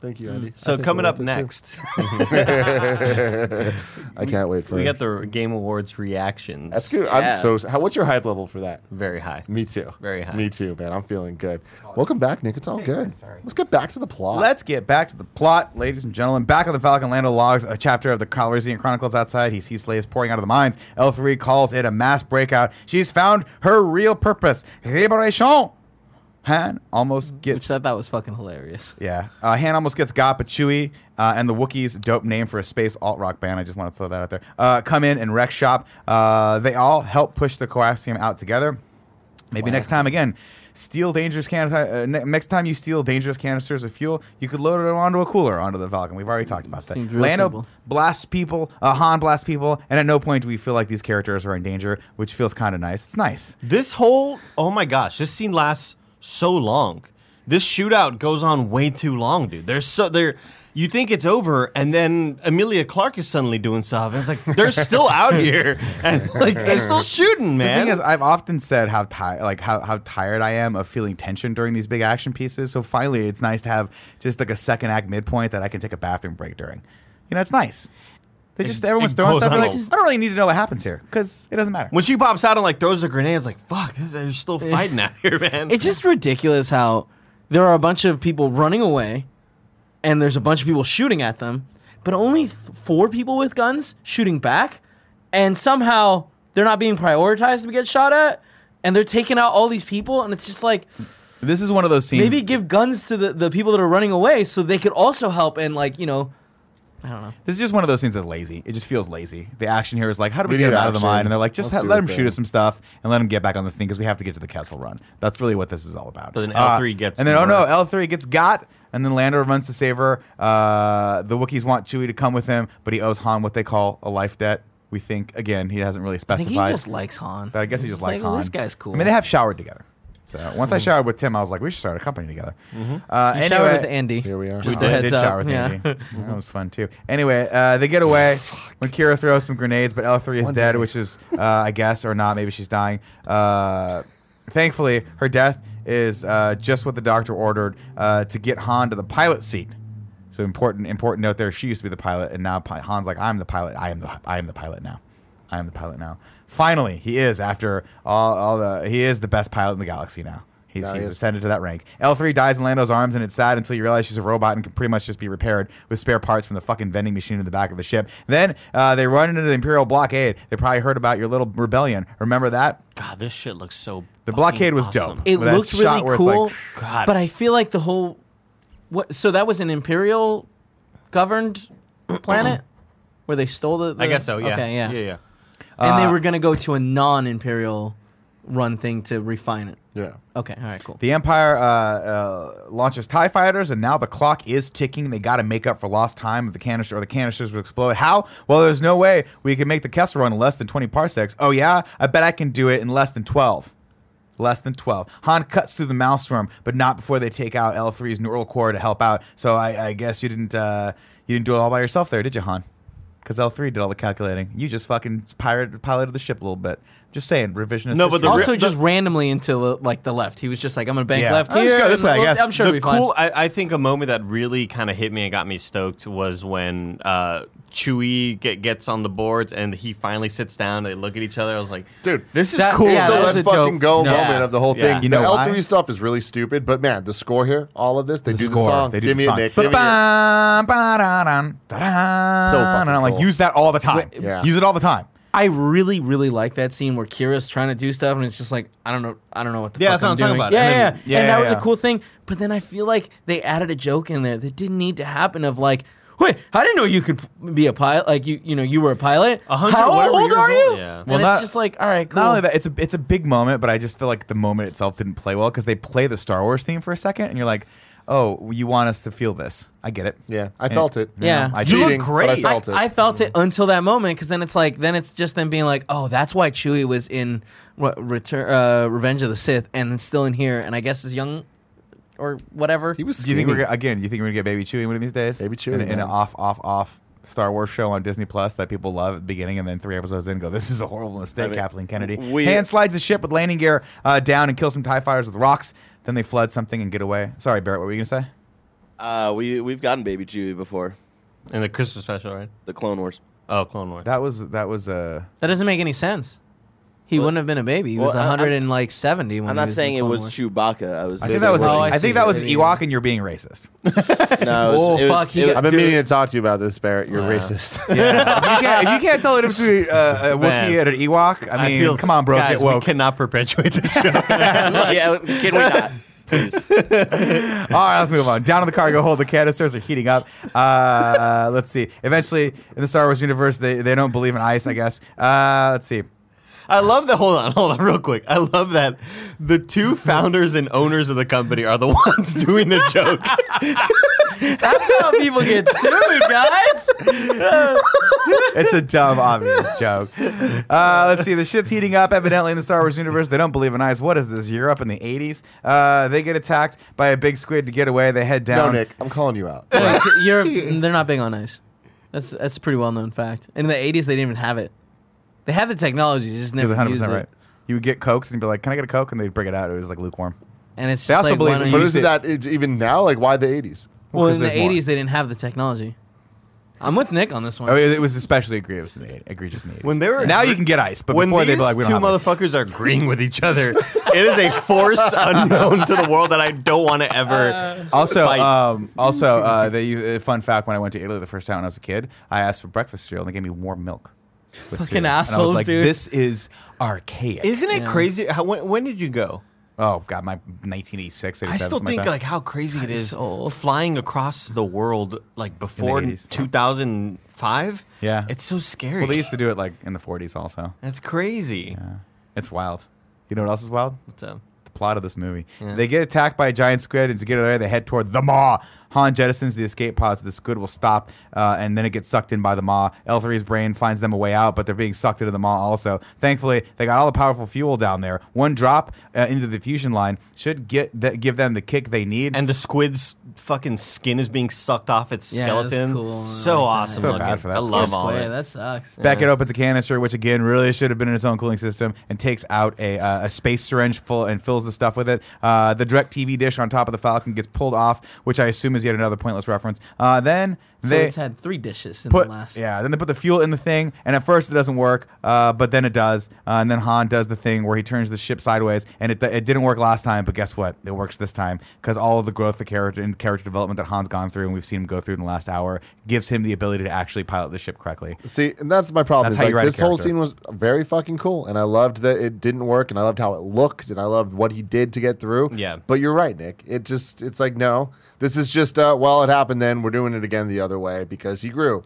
Speaker 1: thank you andy I
Speaker 4: Mm-hmm. So
Speaker 1: think
Speaker 4: coming
Speaker 1: we're
Speaker 4: up
Speaker 1: worth it, too.
Speaker 3: <laughs>
Speaker 4: next,
Speaker 1: i can't wait for
Speaker 4: we got the Game Awards reactions.
Speaker 1: that's good
Speaker 5: Yeah.
Speaker 1: i'm so how, what's your hype level for that
Speaker 4: Very high.
Speaker 1: Me too.
Speaker 4: Very high.
Speaker 1: Me too, man. I'm feeling good. Welcome back, Nick. It's all good.
Speaker 2: sorry.
Speaker 1: Let's get back to the plot.
Speaker 2: Let's get back to the plot, ladies and gentlemen. Back on the Falcon Lando logs a chapter of the Calrissian Chronicles outside. He sees slaves pouring out of the mines. L3 calls it a mass breakout. She's found her real purpose. Liberation. Han almost
Speaker 3: Which
Speaker 2: gets
Speaker 3: I thought was fucking hilarious.
Speaker 2: yeah. Uh, Han almost gets got, but Chewie uh, and the Wookiees, dope name for a space alt rock band. I just want to throw that out there. Uh, come in and wreck shop. Uh, they all help push the coaxium out together. Maybe next time again, steal dangerous can. Uh, ne- next time you steal dangerous canisters of fuel, you could load it onto a cooler onto the Falcon. We've already talked about that.
Speaker 3: Seems real
Speaker 2: Lando
Speaker 3: simple.
Speaker 2: blasts people. Uh, Han blasts people, and at no point do we feel like these characters are in danger, which feels kind of nice. It's nice.
Speaker 4: This whole oh my gosh, this scene lasts so long. This shootout goes on way too long, dude. There's so there you think it's over, and then Amelia Clark is suddenly doing stuff. And it's like they're
Speaker 2: <laughs>
Speaker 4: still out here, and like they're still shooting,
Speaker 2: The
Speaker 4: man.
Speaker 2: thing is, I've often said how tired, like how, how tired I am of feeling tension during these big action pieces. So finally, it's nice to have just like a second act midpoint that I can take a bathroom break during. You know, it's nice. They just everyone's throwing
Speaker 4: goes
Speaker 2: stuff.
Speaker 4: on
Speaker 2: Like,
Speaker 4: a-
Speaker 2: I don't really need to know what happens here because it doesn't matter.
Speaker 4: when she pops out and like throws a grenade, it's like fuck, this, they're
Speaker 2: <laughs>
Speaker 4: still fighting out here, man.
Speaker 3: It's just ridiculous how there are a bunch of people running away and there's a bunch of people shooting at them, but only th- four people with guns shooting back. And somehow they're not being prioritized to get shot at. And they're taking out all these people. And it's just like,
Speaker 2: This is one of those scenes.
Speaker 3: maybe give guns to the, the people that are running away so they could also help and, like, you know, I don't know.
Speaker 2: This is just one of those things that's lazy. It just feels lazy. The action here is like, how do we,
Speaker 1: We
Speaker 2: get him
Speaker 1: need
Speaker 2: out of the
Speaker 1: action.
Speaker 2: mine? And they're like, just
Speaker 1: Let's
Speaker 2: ha-
Speaker 1: do
Speaker 2: let
Speaker 1: a
Speaker 2: him shoot
Speaker 1: thing.
Speaker 2: at some stuff and let him get back on the thing because we have to get to the castle run. That's really what this is all about.
Speaker 4: But then
Speaker 2: Uh,
Speaker 4: L3 gets
Speaker 2: and then oh no,
Speaker 4: murked.
Speaker 2: L three gets got, and then Lando runs to save her. Uh, the Wookiees want Chewie to come with him, but he owes Han what they call a life debt. We think again, he hasn't really
Speaker 3: I think
Speaker 2: specified.
Speaker 3: he just likes Han.
Speaker 2: but I guess he just
Speaker 3: It's like,
Speaker 2: likes
Speaker 3: "Oh,
Speaker 2: Han.
Speaker 3: This guy's cool.
Speaker 2: I mean, they have showered together. So once I showered with Tim, I was like, we should start a company together. Uh,
Speaker 3: You
Speaker 2: anyway,
Speaker 3: Mm-hmm. showered with Andy.
Speaker 1: Here we are.
Speaker 3: Just
Speaker 2: we
Speaker 3: a
Speaker 2: did-
Speaker 3: heads
Speaker 2: did
Speaker 3: up.
Speaker 2: shower with
Speaker 3: yeah.
Speaker 2: Andy. that was fun too. Anyway, uh, they get away when Kira throws some grenades, but L3 is dead, which is, uh, I guess, or not. Maybe she's dying. Uh, thankfully, her death is uh, just what the doctor ordered uh, to get Han to the pilot seat. So important, important note there. She used to be the pilot, and now pi- Han's like, "I'm the pilot. I am the I am the pilot now. I am the pilot now." Finally, he is after all, all the he is the best pilot in the galaxy now. He's,
Speaker 1: Now he
Speaker 2: he's
Speaker 1: is.
Speaker 2: ascended to that rank. L3 dies in Lando's arms, and it's sad until you realize she's a robot and can pretty much just be repaired with spare parts from the fucking vending machine in the back of the ship. Then uh, they run into the Imperial blockade. They probably heard about your little rebellion. Remember that?
Speaker 4: God, this shit looks so.
Speaker 2: The
Speaker 4: fucking
Speaker 2: blockade was
Speaker 4: awesome.
Speaker 2: dope.
Speaker 3: <laughs> it
Speaker 2: With that
Speaker 3: looked
Speaker 2: shot where
Speaker 3: really
Speaker 2: it's like,
Speaker 3: cool,
Speaker 4: God.
Speaker 3: but I feel like the whole what so that was an imperial governed
Speaker 2: <clears throat>
Speaker 3: planet where they stole the, the
Speaker 4: I guess so. Yeah.
Speaker 3: okay yeah,
Speaker 4: Yeah. Yeah.
Speaker 3: and
Speaker 2: Uh,
Speaker 3: they were gonna go to a non-imperial run thing to refine it
Speaker 1: Yeah.
Speaker 3: okay all right cool
Speaker 2: The Empire uh, uh, launches TIE fighters, and now the clock is ticking. They got to make up for lost time of the canister, or the canisters would explode. How? Well, there's no way we can make the Kessel run in less than 20 parsecs. Oh, yeah? I bet I can do it in less than 12. Less than 12. Han cuts through the maelstrom, but not before they take out L3's neural core to help out. So I, I guess you didn't uh, you didn't do it all by yourself there, did you, Han? Because L3 did all the calculating. You just fucking pirate, piloted the ship a little bit. Just saying, revisionist.
Speaker 4: No, but the
Speaker 2: history.
Speaker 3: also
Speaker 4: re-
Speaker 3: just randomly into the- like the left he was just like i'm gonna bank
Speaker 2: Yeah.
Speaker 3: left
Speaker 2: I'll
Speaker 3: here
Speaker 2: just go this
Speaker 3: and
Speaker 2: way, I
Speaker 3: we'll-
Speaker 2: guess.
Speaker 3: i'm sure
Speaker 4: the
Speaker 3: it'll be fine
Speaker 4: cool, I, I think a moment that really kind of hit me and got me stoked was when uh, Chewie get, gets on the boards and he finally sits down. They look at each other. I was like,
Speaker 1: Dude,
Speaker 4: this is
Speaker 3: That-
Speaker 4: cool.
Speaker 3: yeah,
Speaker 1: So
Speaker 3: that was
Speaker 1: let's
Speaker 3: a
Speaker 1: fucking go
Speaker 3: dope-
Speaker 4: No.
Speaker 1: moment of the whole
Speaker 4: Yeah.
Speaker 1: thing.
Speaker 4: You
Speaker 2: know
Speaker 1: the
Speaker 2: why?
Speaker 1: L3 stuff is really stupid, but man, the score here, all of this, they do
Speaker 2: score.
Speaker 1: the song.
Speaker 2: They do
Speaker 1: Give
Speaker 2: the
Speaker 1: me
Speaker 2: song.
Speaker 1: a nick.
Speaker 2: Ba-
Speaker 1: Give me a-
Speaker 2: bam, ba-da-dun, da-dun.
Speaker 1: So fucking
Speaker 2: And I'm like,
Speaker 1: cool.
Speaker 2: use that all the time.
Speaker 1: Wait, Yeah.
Speaker 2: Use it all the time.
Speaker 3: i really really like that scene where kira's trying to do stuff and it's just like i don't know i don't know what the
Speaker 4: Yeah,
Speaker 3: fuck
Speaker 4: that's what I'm talking
Speaker 3: doing.
Speaker 4: about.
Speaker 3: Yeah,
Speaker 4: And
Speaker 3: yeah,
Speaker 4: then-
Speaker 3: yeah.
Speaker 2: yeah,
Speaker 3: And that
Speaker 2: yeah,
Speaker 3: was
Speaker 2: yeah.
Speaker 3: a cool thing. But then I feel like they added a joke in there that didn't need to happen. Of like, wait, I didn't know you could be a pilot. Like you, you know, you were a pilot.
Speaker 4: A hundred
Speaker 3: How
Speaker 4: whatever
Speaker 3: old
Speaker 4: years
Speaker 3: are you?
Speaker 4: old, yeah.
Speaker 3: And
Speaker 2: Well,
Speaker 3: it's
Speaker 2: not-
Speaker 3: just like, all right, cool.
Speaker 2: Not only that, it's a it's a big moment, but I just feel like the moment itself didn't play well because they play the Star Wars theme for a second, and you're like, oh, you want us to feel this? I get it.
Speaker 1: Yeah, I
Speaker 2: And-
Speaker 1: felt it.
Speaker 3: Yeah.
Speaker 2: I
Speaker 1: I
Speaker 2: did.
Speaker 4: look
Speaker 1: cheating, but I
Speaker 4: great.
Speaker 1: felt it.
Speaker 3: I, I felt it until that moment because then it's like then it's just them being like oh that's why Chewie was in what return uh, Revenge of the Sith and it's still in here and I guess is young or whatever
Speaker 1: he was
Speaker 2: Do you think we're
Speaker 1: scheming.
Speaker 2: gonna- again? You think we're gonna get Baby Chewie one of these days?
Speaker 1: Baby Chewie,
Speaker 2: in, in an
Speaker 1: man.
Speaker 2: off, off, off Star Wars show on Disney Plus that people love at the beginning, and then three episodes in go, "This is a horrible mistake."
Speaker 5: I mean,
Speaker 2: Kathleen Kennedy
Speaker 5: we-
Speaker 2: hand slides the ship with landing gear uh, down and kills some Tie fighters with rocks. Then they flood something and get away. Sorry, Barrett, what were you gonna say?
Speaker 5: Uh, we we've gotten Baby Chewie before
Speaker 4: in the Christmas special, right?
Speaker 5: the Clone Wars.
Speaker 4: Oh, Clone Wars.
Speaker 2: That was that was uh
Speaker 3: that doesn't make any sense he
Speaker 5: Well-
Speaker 3: wouldn't have been a baby he was
Speaker 5: Well, I- I'm-
Speaker 3: 170 when
Speaker 5: I'm
Speaker 3: he
Speaker 5: not
Speaker 3: was in
Speaker 5: saying it
Speaker 3: Clone
Speaker 5: was
Speaker 3: Wars.
Speaker 5: Chewbacca. I was.
Speaker 2: I think that was
Speaker 3: Oh,
Speaker 2: I,
Speaker 3: I
Speaker 2: think
Speaker 3: see.
Speaker 2: that was an
Speaker 3: Yeah.
Speaker 2: Ewok, and you're being racist.
Speaker 5: <laughs> No, it was,
Speaker 3: Oh,
Speaker 5: it was-
Speaker 3: fuck, he
Speaker 5: it was-
Speaker 1: I've been
Speaker 3: Dude.
Speaker 1: meaning to talk to you about this, Barrett. You're racist.
Speaker 2: if, you can't, if you can't tell the difference between uh, a
Speaker 4: Man.
Speaker 2: Wookiee and an Ewok, I mean, come on, bro,
Speaker 4: guys,
Speaker 2: get woke.
Speaker 4: we cannot
Speaker 2: <laughs>
Speaker 4: perpetuate this show.
Speaker 5: <laughs> yeah, can we not? Please.
Speaker 2: All right, let's move on. Down in the cargo hold, the canisters are heating up. Uh, let's see. Eventually, in the Star Wars universe, they, they don't believe in ice, I guess. Uh, let's see.
Speaker 4: I love that. Hold on, hold on, real quick. I love that <laughs> the two founders and owners of the company are the ones doing the joke.
Speaker 3: <laughs> That's how people get <laughs> sued, guys.
Speaker 2: it's a dumb, obvious
Speaker 4: <laughs>
Speaker 2: joke. Uh, let's see. The shit's heating up, evidently, in the Star Wars universe. They don't believe in ice. What is this? Europe in the 80s? Uh, they get attacked by a big squid to get away. They
Speaker 1: <laughs>
Speaker 2: head
Speaker 1: No,
Speaker 2: down.
Speaker 1: Nick, I'm calling you out.
Speaker 3: Like, Europe, they're not big on ice. That's that's a pretty well known fact. In the '80s, they didn't even have it. They had the technology, they
Speaker 2: He's
Speaker 3: just never
Speaker 2: 100%
Speaker 3: used it.
Speaker 2: right. You would get Cokes and be like, can I get a Coke? And they'd bring it out. It was like lukewarm.
Speaker 3: And it's
Speaker 2: They
Speaker 3: just
Speaker 2: also
Speaker 3: like,
Speaker 2: believe
Speaker 3: why
Speaker 2: in
Speaker 3: don't
Speaker 1: But
Speaker 3: you-
Speaker 2: Use
Speaker 1: isn't
Speaker 2: it.
Speaker 1: that e- even now? Like, why the 80s?
Speaker 3: well,
Speaker 2: Because
Speaker 3: in the
Speaker 2: there's more.
Speaker 3: '80s, they didn't have the technology. I'm with Nick on this one.
Speaker 2: Oh, it it was especially egregious in the 80s. Egregious in the 80s.
Speaker 4: When they were
Speaker 2: now you can get ice, but
Speaker 4: when
Speaker 2: before they'd
Speaker 4: these
Speaker 2: be like, we
Speaker 4: two
Speaker 2: don't have ice."
Speaker 4: motherfuckers are agreeing with each other, it is a
Speaker 2: <laughs>
Speaker 4: force unknown to the world that I don't want to
Speaker 3: Uh,
Speaker 4: ever.
Speaker 2: Also,
Speaker 4: fight.
Speaker 2: um,
Speaker 4: <laughs>
Speaker 2: also, uh, they, uh, fun fact: when I went to Italy the first time when I was a kid, I asked for breakfast cereal and they gave me warm milk. with
Speaker 3: Fucking
Speaker 2: cereal. And I was
Speaker 3: assholes,
Speaker 2: like,
Speaker 3: dude.
Speaker 2: This is archaic.
Speaker 4: Isn't it
Speaker 3: Yeah.
Speaker 4: crazy? How, when, when did you go?
Speaker 2: oh god, my 1986.
Speaker 4: I still think like how crazy it is flying across the world like before
Speaker 2: 80s.
Speaker 4: 2005.
Speaker 2: Yeah.
Speaker 4: it's so scary.
Speaker 2: well, they used to do it like in the 40s also.
Speaker 4: That's crazy. um,
Speaker 2: It's wild. You know what else is wild?
Speaker 4: What's up?
Speaker 2: The plot of this movie.
Speaker 4: Yeah.
Speaker 2: They get attacked by a giant squid, and to get away, they head toward the maw. Han jettisons the escape pods. The squid will stop, uh, and then it gets sucked in by the maw. Elfari's brain finds them a way out, but they're being sucked into the maw also. Thankfully, they got all the powerful fuel down there. One drop uh, into the fusion line should get th- give them the kick they need.
Speaker 4: And the squid's fucking skin is being sucked off its
Speaker 3: Yeah, that's
Speaker 4: skeleton.
Speaker 3: cool. I
Speaker 4: So
Speaker 3: like
Speaker 4: awesome
Speaker 2: that. So
Speaker 4: looking.
Speaker 2: bad for that
Speaker 4: I love
Speaker 3: Square
Speaker 4: all
Speaker 3: Square,
Speaker 4: that.
Speaker 3: That suckens.
Speaker 2: Beckett opens a canister, which again really should have been in its own cooling system, and takes out a, uh, a space syringe full and fills the stuff with it. Uh, the direct TV dish on top of the Falcon gets pulled off, which I assume is yet another pointless reference. Uh, then
Speaker 3: So
Speaker 2: they
Speaker 3: it's had three dishes in
Speaker 2: put
Speaker 3: the last.
Speaker 2: yeah, then they put the fuel in the thing, and at first it doesn't work, uh, but then it does, uh, and then Han does the thing where he turns the ship sideways, and it, it didn't work last time, but guess what? It works this time because all of the growth, the character and character development that Han's gone through, and we've seen him go through in the last hour, gives him the ability to actually pilot the ship correctly.
Speaker 1: See, and that's my problem.
Speaker 2: That's
Speaker 1: is,
Speaker 2: how
Speaker 1: like,
Speaker 2: you write a
Speaker 1: this whole
Speaker 2: character.
Speaker 1: scene was very fucking cool, and I loved that it didn't work, and I loved how it looked, and I loved what he did to get through.
Speaker 4: Yeah.
Speaker 1: But you're right, Nick. It just, it's like, no, this is just, uh, well, it happened then. We're doing it again the other way because he grew.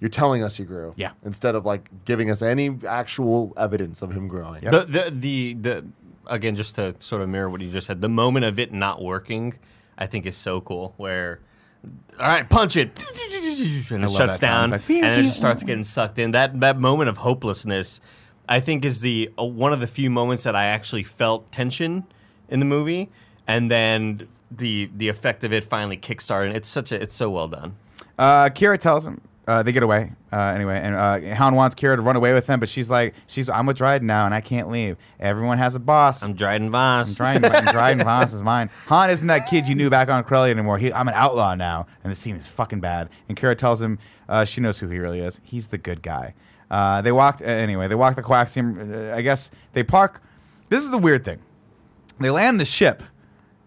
Speaker 1: You're telling us he grew.
Speaker 2: Yeah.
Speaker 1: Instead of like giving us any actual evidence of him growing.
Speaker 4: The, the the the again, just to sort of mirror what you just said, the moment of it not working, I think is so cool. Where all right, punch it, and
Speaker 2: I
Speaker 4: it
Speaker 2: love
Speaker 4: shuts
Speaker 2: that sound
Speaker 4: down,
Speaker 2: effect.
Speaker 4: and it just starts getting sucked in. That that moment of hopelessness, I think, is the uh, one of the few moments that I actually felt tension in the movie, and then the the effect of it finally kickstarted. It's such a it's so well done.
Speaker 2: Uh, Kira tells him uh, they get away uh, anyway, and uh, Han wants Kira to run away with them, but she's like, she's I'm with Dryden now, and I can't leave. Everyone has a boss.
Speaker 4: I'm Dryden Voss.
Speaker 2: <laughs> Dryden, Dryden Voss is mine. Han isn't that kid you knew back on Corellia anymore. He, I'm an outlaw now, and this scene is fucking bad. And Kira tells him uh, she knows who he really is. He's the good guy. Uh, they walked uh, anyway. They walked the Quaxium. Uh, I guess they park. This is the weird thing. They land the ship,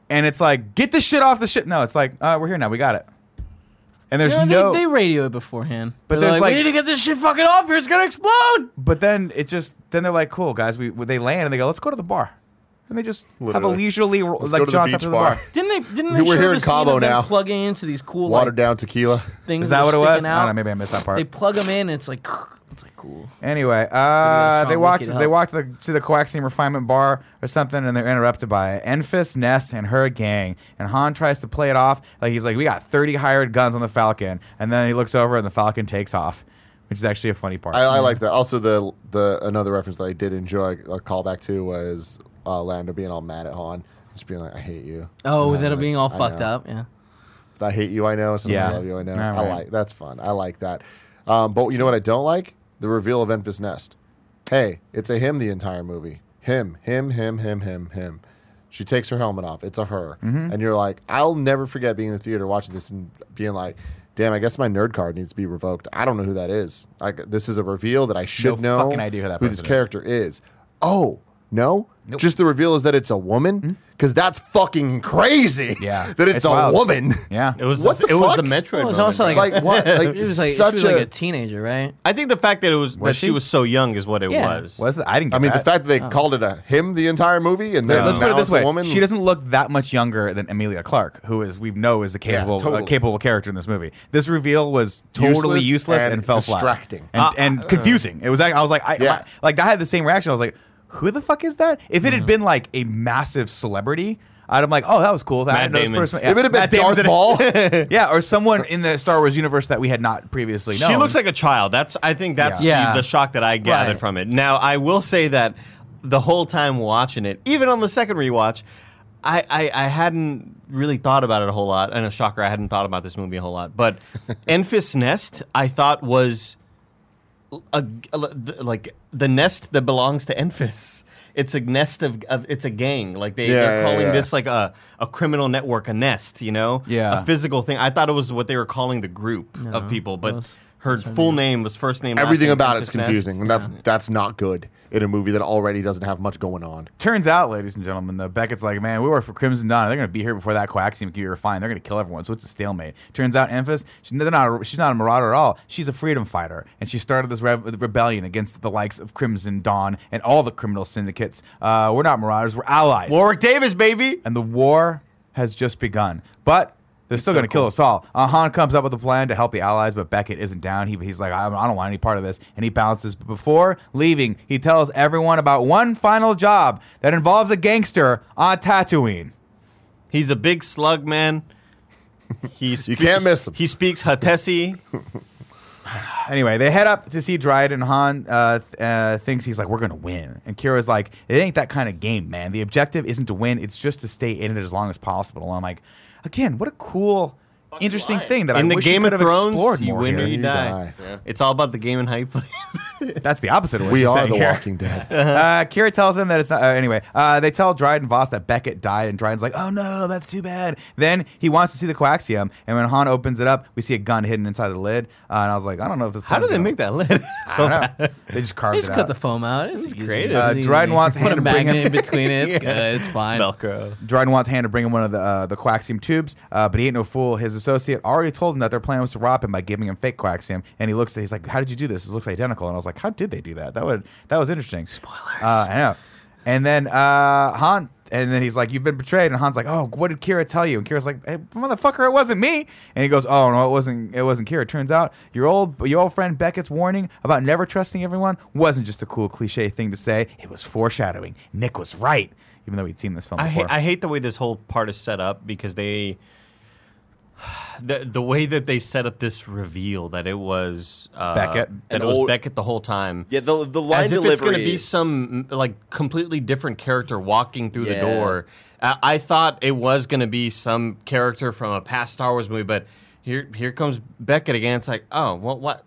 Speaker 2: and it's like, get this shit off the ship. No, it's like, uh, we're here now. We got it. And there's
Speaker 3: You know,
Speaker 2: no.
Speaker 3: they, they radio it beforehand.
Speaker 2: But
Speaker 3: But
Speaker 2: there's
Speaker 3: there's like,
Speaker 2: like-
Speaker 3: we need to get this shit fucking off here. It's gonna explode.
Speaker 2: But then it just then they're like, cool guys, we they land and they go, let's go to the bar, and they just have
Speaker 1: Literally.
Speaker 2: a leisurely ro-
Speaker 1: Let's
Speaker 2: like
Speaker 1: go to the
Speaker 2: jaunt up
Speaker 1: beach
Speaker 2: to the bar.
Speaker 1: bar.
Speaker 3: Didn't they? Didn't
Speaker 1: We
Speaker 3: they?
Speaker 1: were
Speaker 3: show
Speaker 1: here
Speaker 3: the
Speaker 1: in
Speaker 3: scene
Speaker 1: Cabo
Speaker 3: of them
Speaker 1: now.
Speaker 3: Plugging into these cool
Speaker 1: Watered
Speaker 3: like,
Speaker 1: down tequila.
Speaker 3: things.
Speaker 2: Is that what it
Speaker 3: were
Speaker 2: was?
Speaker 3: sticking
Speaker 2: I
Speaker 3: Out.
Speaker 2: don't know. Maybe I missed that part.
Speaker 3: They plug them in. and It's like <laughs> it's like cool.
Speaker 2: Anyway, uh,
Speaker 3: strong
Speaker 2: they walked.
Speaker 3: wiki
Speaker 2: They
Speaker 3: help.
Speaker 2: walked to the, to the Coaxium refinement bar or something, and they're interrupted by Enfys, Ness, and her gang. And Han tries to play it off like he's like, "We got 30 hired guns on the Falcon," and then he looks over and the Falcon takes off, which is actually a funny
Speaker 1: <laughs>
Speaker 2: part.
Speaker 1: I, I like that. Also, the the another reference that I did enjoy a callback to was uh, Lando being all mad at Han, just being like, "I hate you."
Speaker 3: Oh,
Speaker 1: And
Speaker 3: with
Speaker 1: I'm
Speaker 3: it
Speaker 1: like,
Speaker 3: being all
Speaker 1: "I
Speaker 3: fucked
Speaker 1: know.
Speaker 3: up. Yeah.
Speaker 1: I hate you. I know. Sometimes
Speaker 2: Yeah.
Speaker 1: I love you. I know.
Speaker 2: All
Speaker 1: I
Speaker 2: right.
Speaker 1: like that's fun. I like that. Um, but you know what I don't like? The reveal of Enfys Nest. Hey, it's a him the entire movie. Him, him, him, him, him, him. She takes her helmet off. It's a her,
Speaker 2: Mm-hmm.
Speaker 1: and you're like, I'll never forget being in the theater watching this and being like, "Damn, I guess my nerd card needs to be revoked." I don't know who that is. Like, this is a reveal that I should
Speaker 2: No
Speaker 1: know.
Speaker 2: fucking idea who that
Speaker 1: this
Speaker 2: person is.
Speaker 1: character is. Oh no. Just the reveal is that it's a woman, because that's fucking crazy.
Speaker 2: Mm-hmm. Yeah.
Speaker 1: <laughs> that it's,
Speaker 2: It's
Speaker 1: a
Speaker 2: wild.
Speaker 1: woman.
Speaker 2: Yeah,
Speaker 4: It was
Speaker 1: What the
Speaker 4: it was the
Speaker 1: fuck?
Speaker 4: Metroid.
Speaker 3: Well, it's
Speaker 4: moment,
Speaker 3: also
Speaker 4: right?
Speaker 3: like
Speaker 1: like
Speaker 3: <laughs>
Speaker 1: what? Like
Speaker 3: She was like
Speaker 1: such
Speaker 3: she was like
Speaker 1: a-
Speaker 3: a teenager, right?
Speaker 4: I think the fact that it was, that she?
Speaker 2: she?
Speaker 4: was so young is what it
Speaker 3: Yeah.
Speaker 4: was.
Speaker 2: was it? I didn't. Get
Speaker 1: I
Speaker 3: uh,
Speaker 1: mean, the
Speaker 2: that.
Speaker 1: fact that they
Speaker 3: oh.
Speaker 1: called it a him the entire movie, and then
Speaker 2: Let's put
Speaker 1: now
Speaker 2: it
Speaker 1: it's
Speaker 2: this
Speaker 1: a
Speaker 2: way:
Speaker 1: woman.
Speaker 2: she doesn't look that much younger than Amelia Clark, who is we know is a capable,
Speaker 1: totally.
Speaker 2: a capable character in this movie. This reveal was totally
Speaker 1: Useless
Speaker 2: useless and,
Speaker 1: and
Speaker 2: fell
Speaker 1: distracting.
Speaker 2: flat, and, and confusing. It was. like- I was like, I,
Speaker 1: Yeah. Mm-hmm.
Speaker 2: I- like I had the same reaction. I was like, who the fuck is that? If it had been like a massive celebrity. I'd have been like, oh, that was cool. I didn't
Speaker 4: Matt
Speaker 2: know this
Speaker 4: Damon.
Speaker 2: person.
Speaker 1: It would have been
Speaker 2: Matt <laughs> Damon's
Speaker 1: Darth
Speaker 2: in it.
Speaker 1: Maul.
Speaker 2: yeah, or someone in the Star Wars universe that we had not previously known.
Speaker 4: She looks like a child. That's I think that's
Speaker 3: Yeah.
Speaker 4: The, the shock that I gathered
Speaker 3: Right.
Speaker 4: from it. Now I will say that the whole time watching it, even on the second rewatch, I, I, I hadn't really thought about it a whole lot. And a shocker, I hadn't thought about this movie a whole
Speaker 1: <laughs>
Speaker 4: lot. But Enfys Nest, I thought was a, a- like the nest that belongs to Enfys. It's a nest of, of it's a gang. Like they,
Speaker 1: Yeah,
Speaker 4: they're
Speaker 1: yeah,
Speaker 4: calling
Speaker 1: yeah.
Speaker 4: this like a, a criminal network, a nest, you know?
Speaker 2: Yeah.
Speaker 4: A physical thing. I thought it was what they were calling the group of people, but
Speaker 3: that's-
Speaker 4: her full name was first name. last
Speaker 1: Everything
Speaker 4: name,
Speaker 1: about it's
Speaker 4: Memphis Nest.
Speaker 1: confusing, and that's that's not good in a movie that already doesn't have much going on.
Speaker 2: Turns out, ladies and gentlemen, though, Beckett's like, man, we work for Crimson Dawn. They're going to be here before that Coaxium can be refined. They're going to kill everyone. So it's a stalemate. Turns out, Emphas, she's they're not, a- she's not a marauder at all. She's a freedom fighter. And she started this rev rebellion against the likes of Crimson Dawn and all the criminal syndicates. Uh, we're not marauders. We're allies.
Speaker 4: Warwick Davis, baby.
Speaker 2: and the war has just begun. But they're still
Speaker 4: so
Speaker 2: going to kill
Speaker 4: cool.
Speaker 2: us all. Uh, Han comes up with a plan to help the allies, but Beckett isn't down. He, he's like, I, I don't want any part of this. And he bounces. But before leaving, he tells everyone about one final job that involves a gangster on Tatooine.
Speaker 4: He's a big slug
Speaker 2: <laughs>
Speaker 4: man. He spe-
Speaker 1: can't miss him.
Speaker 4: He speaks Hatesi.
Speaker 2: Anyway, they head up to see Dryden. Han uh, th- uh, thinks he's like, we're going to win. And Kira's like, it ain't that kind of game, man. The objective isn't to win, it's just to stay in it as long as possible. And I'm like, again, what a cool, interesting thing <laughs> that
Speaker 4: In
Speaker 2: I
Speaker 4: the
Speaker 2: wish we
Speaker 4: Game
Speaker 2: could
Speaker 4: of
Speaker 2: have
Speaker 4: Thrones,
Speaker 2: explored
Speaker 4: you
Speaker 2: more
Speaker 4: win
Speaker 2: here.
Speaker 4: or you,
Speaker 1: You
Speaker 4: die.
Speaker 1: die.
Speaker 4: It's all about the game
Speaker 2: <laughs>
Speaker 4: and hype.
Speaker 2: That's the opposite of what
Speaker 1: We
Speaker 2: she
Speaker 1: are
Speaker 2: said
Speaker 1: the
Speaker 2: here.
Speaker 1: Walking Dead.
Speaker 2: <laughs> Uh, Kira tells him that it's not. Uh, anyway, uh, they tell Dryden Voss that Beckett died, and Dryden's like, "Oh no, that's too bad." Then he wants to see the coaxium, and when Han opens it up, we see a gun hidden inside the lid. Uh, and I was like, "I don't know if this."
Speaker 4: How do they make that lid? so
Speaker 2: I don't know. They just carved
Speaker 3: They
Speaker 2: it
Speaker 3: just
Speaker 2: out.
Speaker 3: cut the foam out. It's easy.
Speaker 4: creative.
Speaker 2: Uh,
Speaker 3: It's
Speaker 2: Dryden
Speaker 3: easy.
Speaker 2: wants
Speaker 3: <laughs> Put
Speaker 2: Hannah
Speaker 3: a
Speaker 2: to bring
Speaker 3: magnet
Speaker 2: him-
Speaker 3: in
Speaker 2: <laughs>
Speaker 3: between it. It's good. It's fine.
Speaker 4: Velcro.
Speaker 2: Dryden wants Han to bring him one of the uh, the coaxium tubes, uh, but he ain't no fool. His associate already told him that their plan was to rob him by giving him fake coaxium, and he looks. He's like, "How did you do this? This looks identical." And I was like, "How did they do that? That would that was interesting." Spoilers. Uh, I know. And then uh, Han, and then he's like, "You've been betrayed." And Han's like, "Oh, what did Kira tell you?" And Kira's like, hey, "Motherfucker, it wasn't me." And he goes, "Oh no, it wasn't. It wasn't Kira." Turns out your old your old friend Beckett's warning about never trusting everyone wasn't just a cool cliche thing to say. It was foreshadowing. Nick was right. Even though we'd seen this film
Speaker 4: I,
Speaker 2: before.
Speaker 4: ha- I hate the way this whole part is set up because they <sighs> the the way that they set up this reveal that it was uh,
Speaker 2: Beckett.
Speaker 4: that
Speaker 5: An
Speaker 4: it was
Speaker 5: old-
Speaker 4: Beckett the whole time.
Speaker 5: <laughs> Yeah, the the line
Speaker 4: As if
Speaker 5: delivery.
Speaker 4: it's going to be some mm, like completely different character walking through the
Speaker 5: Yeah.
Speaker 4: door. I, I thought it was going to be some character from a past Star Wars movie, but here here comes Beckett again. It's like, oh, what what?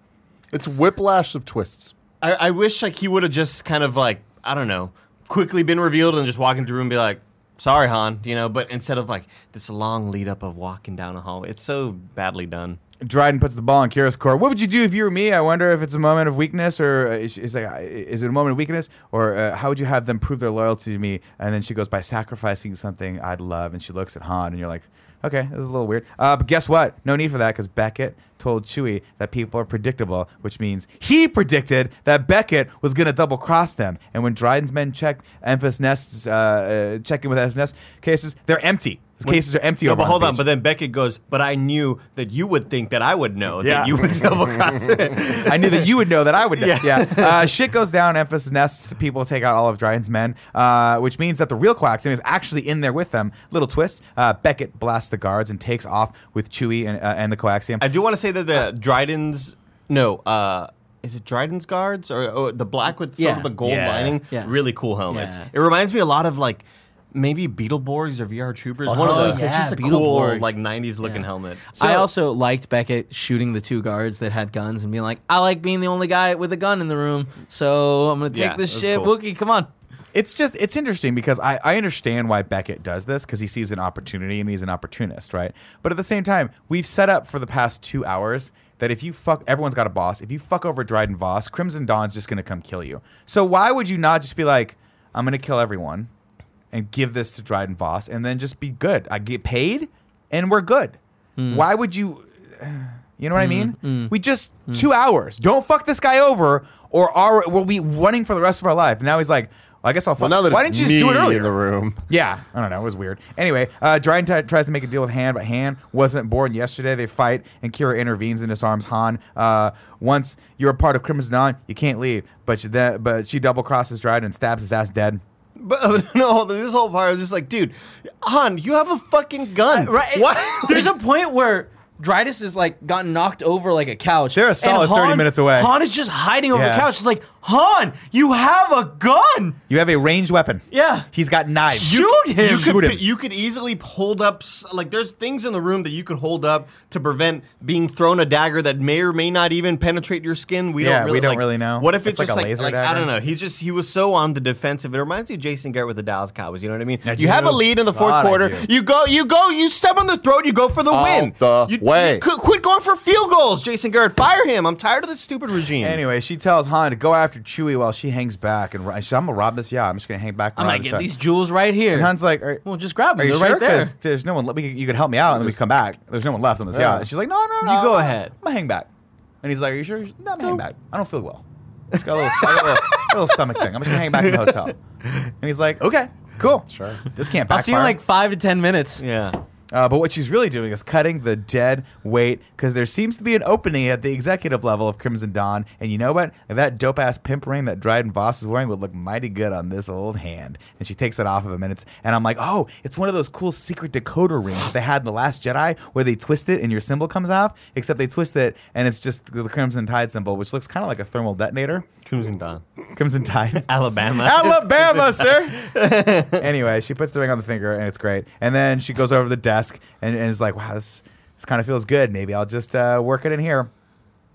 Speaker 1: It's whiplash of twists.
Speaker 4: I, I wish like he would have just kind of like I don't know, quickly been revealed and just walk into the room and be like, "Sorry, Han," you know. But instead of like this long lead up of walking down a hallway, it's so badly done.
Speaker 2: Dryden puts the ball in Kira's court. What would you do if you were me? I wonder if it's a moment of weakness, or uh, is, is, like, uh, is it a moment of weakness, or uh, how would you have them prove their loyalty to me? And then she goes by sacrificing something I'd love, and she looks at Han, and you're like, okay, this is a little weird. Uh, but guess what? No need for that because Beckett told Chewie that people are predictable, which means he predicted that Beckett was going to double cross them. And when Dryden's men checked Memphis Nest's uh, uh, checking with Nest cases, they're empty. His cases are empty.
Speaker 4: No,
Speaker 2: over
Speaker 4: but hold
Speaker 2: the
Speaker 4: on.
Speaker 2: beach.
Speaker 4: But then Beckett goes, "But I knew that you would think that I would know
Speaker 2: Yeah.
Speaker 4: that you would double cross
Speaker 2: <laughs>
Speaker 4: it."
Speaker 2: I knew that you would know that I would know. Yeah. Uh, shit goes down. Emphasis nests. People take out all of Dryden's men, uh, which means that the real Quaxin is actually in there with them. Little twist. Uh, Beckett blasts the guards and takes off with Chewie and, uh, and the Coaxium.
Speaker 4: I do want to say that the Dryden's no, uh, is it Dryden's guards or oh, the black with sort
Speaker 3: Yeah.
Speaker 4: of the gold
Speaker 2: Yeah.
Speaker 4: lining?
Speaker 3: Yeah.
Speaker 4: Really cool helmets.
Speaker 3: Yeah.
Speaker 4: It reminds me a lot of like maybe Beetleborgs or VR Troopers. One of
Speaker 3: Oh,
Speaker 4: those.
Speaker 3: yeah,
Speaker 4: it's just a cool
Speaker 3: Beetleborgs.
Speaker 4: like '90s looking helmet.
Speaker 3: I also liked Beckett shooting the two guards that had guns and being like, I like being the only guy with a gun in the room, so I'm gonna take
Speaker 4: Yeah,
Speaker 3: this
Speaker 4: that's
Speaker 3: shit.
Speaker 4: cool.
Speaker 3: Wookie, come on.
Speaker 2: it's just it's interesting because I, I understand why Beckett does this because he sees an opportunity and he's an opportunist, right? But at the same time, we've set up for the past two hours that if you fuck everyone's got a boss, if you fuck over Dryden Voss, Crimson Dawn's just gonna come kill you. So why would you not just be like, I'm gonna kill everyone and give this to Dryden Voss and then just be good? I get paid and we're good. Why would you you know what I mean?
Speaker 3: Mm,
Speaker 2: We just two hours. Don't fuck this guy over, or our, we'll be running for the rest of our life. And now he's like, well, I guess I'll fuck.
Speaker 1: Well, now that
Speaker 2: Why
Speaker 1: it's
Speaker 2: didn't you just do
Speaker 1: me
Speaker 2: it earlier?
Speaker 1: in the room?
Speaker 2: Yeah, I don't know. It was weird. Anyway, uh, Dryden t- tries to make a deal with Han, but Han wasn't born yesterday. They fight, and Kira intervenes and disarms Han. Uh, once you're a part of Crimson Dawn, you can't leave. But she, the, but she double crosses Dryden and stabs his ass dead.
Speaker 4: But <laughs> no, this whole part, I was just like, dude, Han, you have a fucking gun.
Speaker 3: Uh, Right.
Speaker 4: What?
Speaker 3: There's a point where Dritus is like gotten knocked over like a couch.
Speaker 2: They're a
Speaker 3: and
Speaker 2: solid 30 minutes away.
Speaker 3: Han is just hiding over
Speaker 2: Yeah.
Speaker 3: the couch. It's like, Han, you have a gun.
Speaker 2: You have a ranged weapon.
Speaker 3: Yeah.
Speaker 2: He's got knives.
Speaker 3: Shoot him.
Speaker 4: you could,
Speaker 2: Shoot him.
Speaker 4: pi- you could easily hold up s- like there's things in the room that you could hold up to prevent being thrown a dagger that may or may not even penetrate your skin. We
Speaker 2: Yeah,
Speaker 4: don't
Speaker 2: we
Speaker 4: really,
Speaker 2: don't
Speaker 4: like-
Speaker 2: really know.
Speaker 4: What if
Speaker 2: It's
Speaker 4: it's,
Speaker 2: like
Speaker 4: just
Speaker 2: a
Speaker 4: like,
Speaker 2: laser
Speaker 4: like, I
Speaker 2: dagger?
Speaker 4: don't know. He just he was so on the defensive. It reminds me of Jason Garrett with the Dallas Cowboys. You know what I mean?
Speaker 2: I
Speaker 4: you have a
Speaker 2: do.
Speaker 4: lead in the fourth
Speaker 2: God, I
Speaker 4: quarter.
Speaker 2: do.
Speaker 4: You go, you go, you step on the throat. You go for the
Speaker 1: All
Speaker 4: win.
Speaker 1: the
Speaker 4: you,
Speaker 1: way.
Speaker 4: You qu- quit going for field goals, Jason Garrett. Fire him. I'm tired of this stupid regime.
Speaker 2: Anyway, she tells Han to go after Chewie while she hangs back and ri- she's, I'm gonna rob this yacht. I'm just gonna hang back. And
Speaker 3: I'm
Speaker 2: rob
Speaker 3: gonna
Speaker 2: this
Speaker 3: get
Speaker 2: yacht."
Speaker 3: these jewels right here.
Speaker 2: And Han's like, are,
Speaker 3: well, just grab
Speaker 2: are
Speaker 3: them.
Speaker 2: you
Speaker 3: They're
Speaker 2: sure?
Speaker 3: right there.
Speaker 2: 'Cause there's no one. Let me. You could help me out, and then we come back. There's no one left on this
Speaker 1: Yeah.
Speaker 2: yacht. And she's like, no, no, no.
Speaker 4: You go ahead.
Speaker 2: I'm gonna hang back. And he's like, are you sure? She's, No, I'm gonna hang back. I don't feel well. It's got a little, I got a little, a little stomach thing. I'm just gonna hang back in the hotel. And he's like, okay, cool, sure. This can't backfire.
Speaker 3: I'll see you in like five to ten minutes.
Speaker 4: Yeah.
Speaker 2: Uh, but what she's really doing is cutting the dead weight because there seems to be an opening at the executive level of Crimson Dawn. And you know what? That dope ass pimp ring that Dryden Voss is wearing would look mighty good on this old hand. And she takes it off of him, and it's and I'm like, oh, it's one of those cool secret decoder rings they had in the Last Jedi where they twist it and your symbol comes off. Except they twist it and it's just the Crimson Tide symbol, which looks kind of like a thermal detonator.
Speaker 4: Crimson Dawn.
Speaker 2: Crimson Tide. <laughs>
Speaker 4: Alabama.
Speaker 2: Alabama, sir. anyway, she puts the ring on the finger, and it's great. And then she goes over to the desk and, and is like, "Wow, this, this kind of feels good. Maybe I'll just uh, work it in here."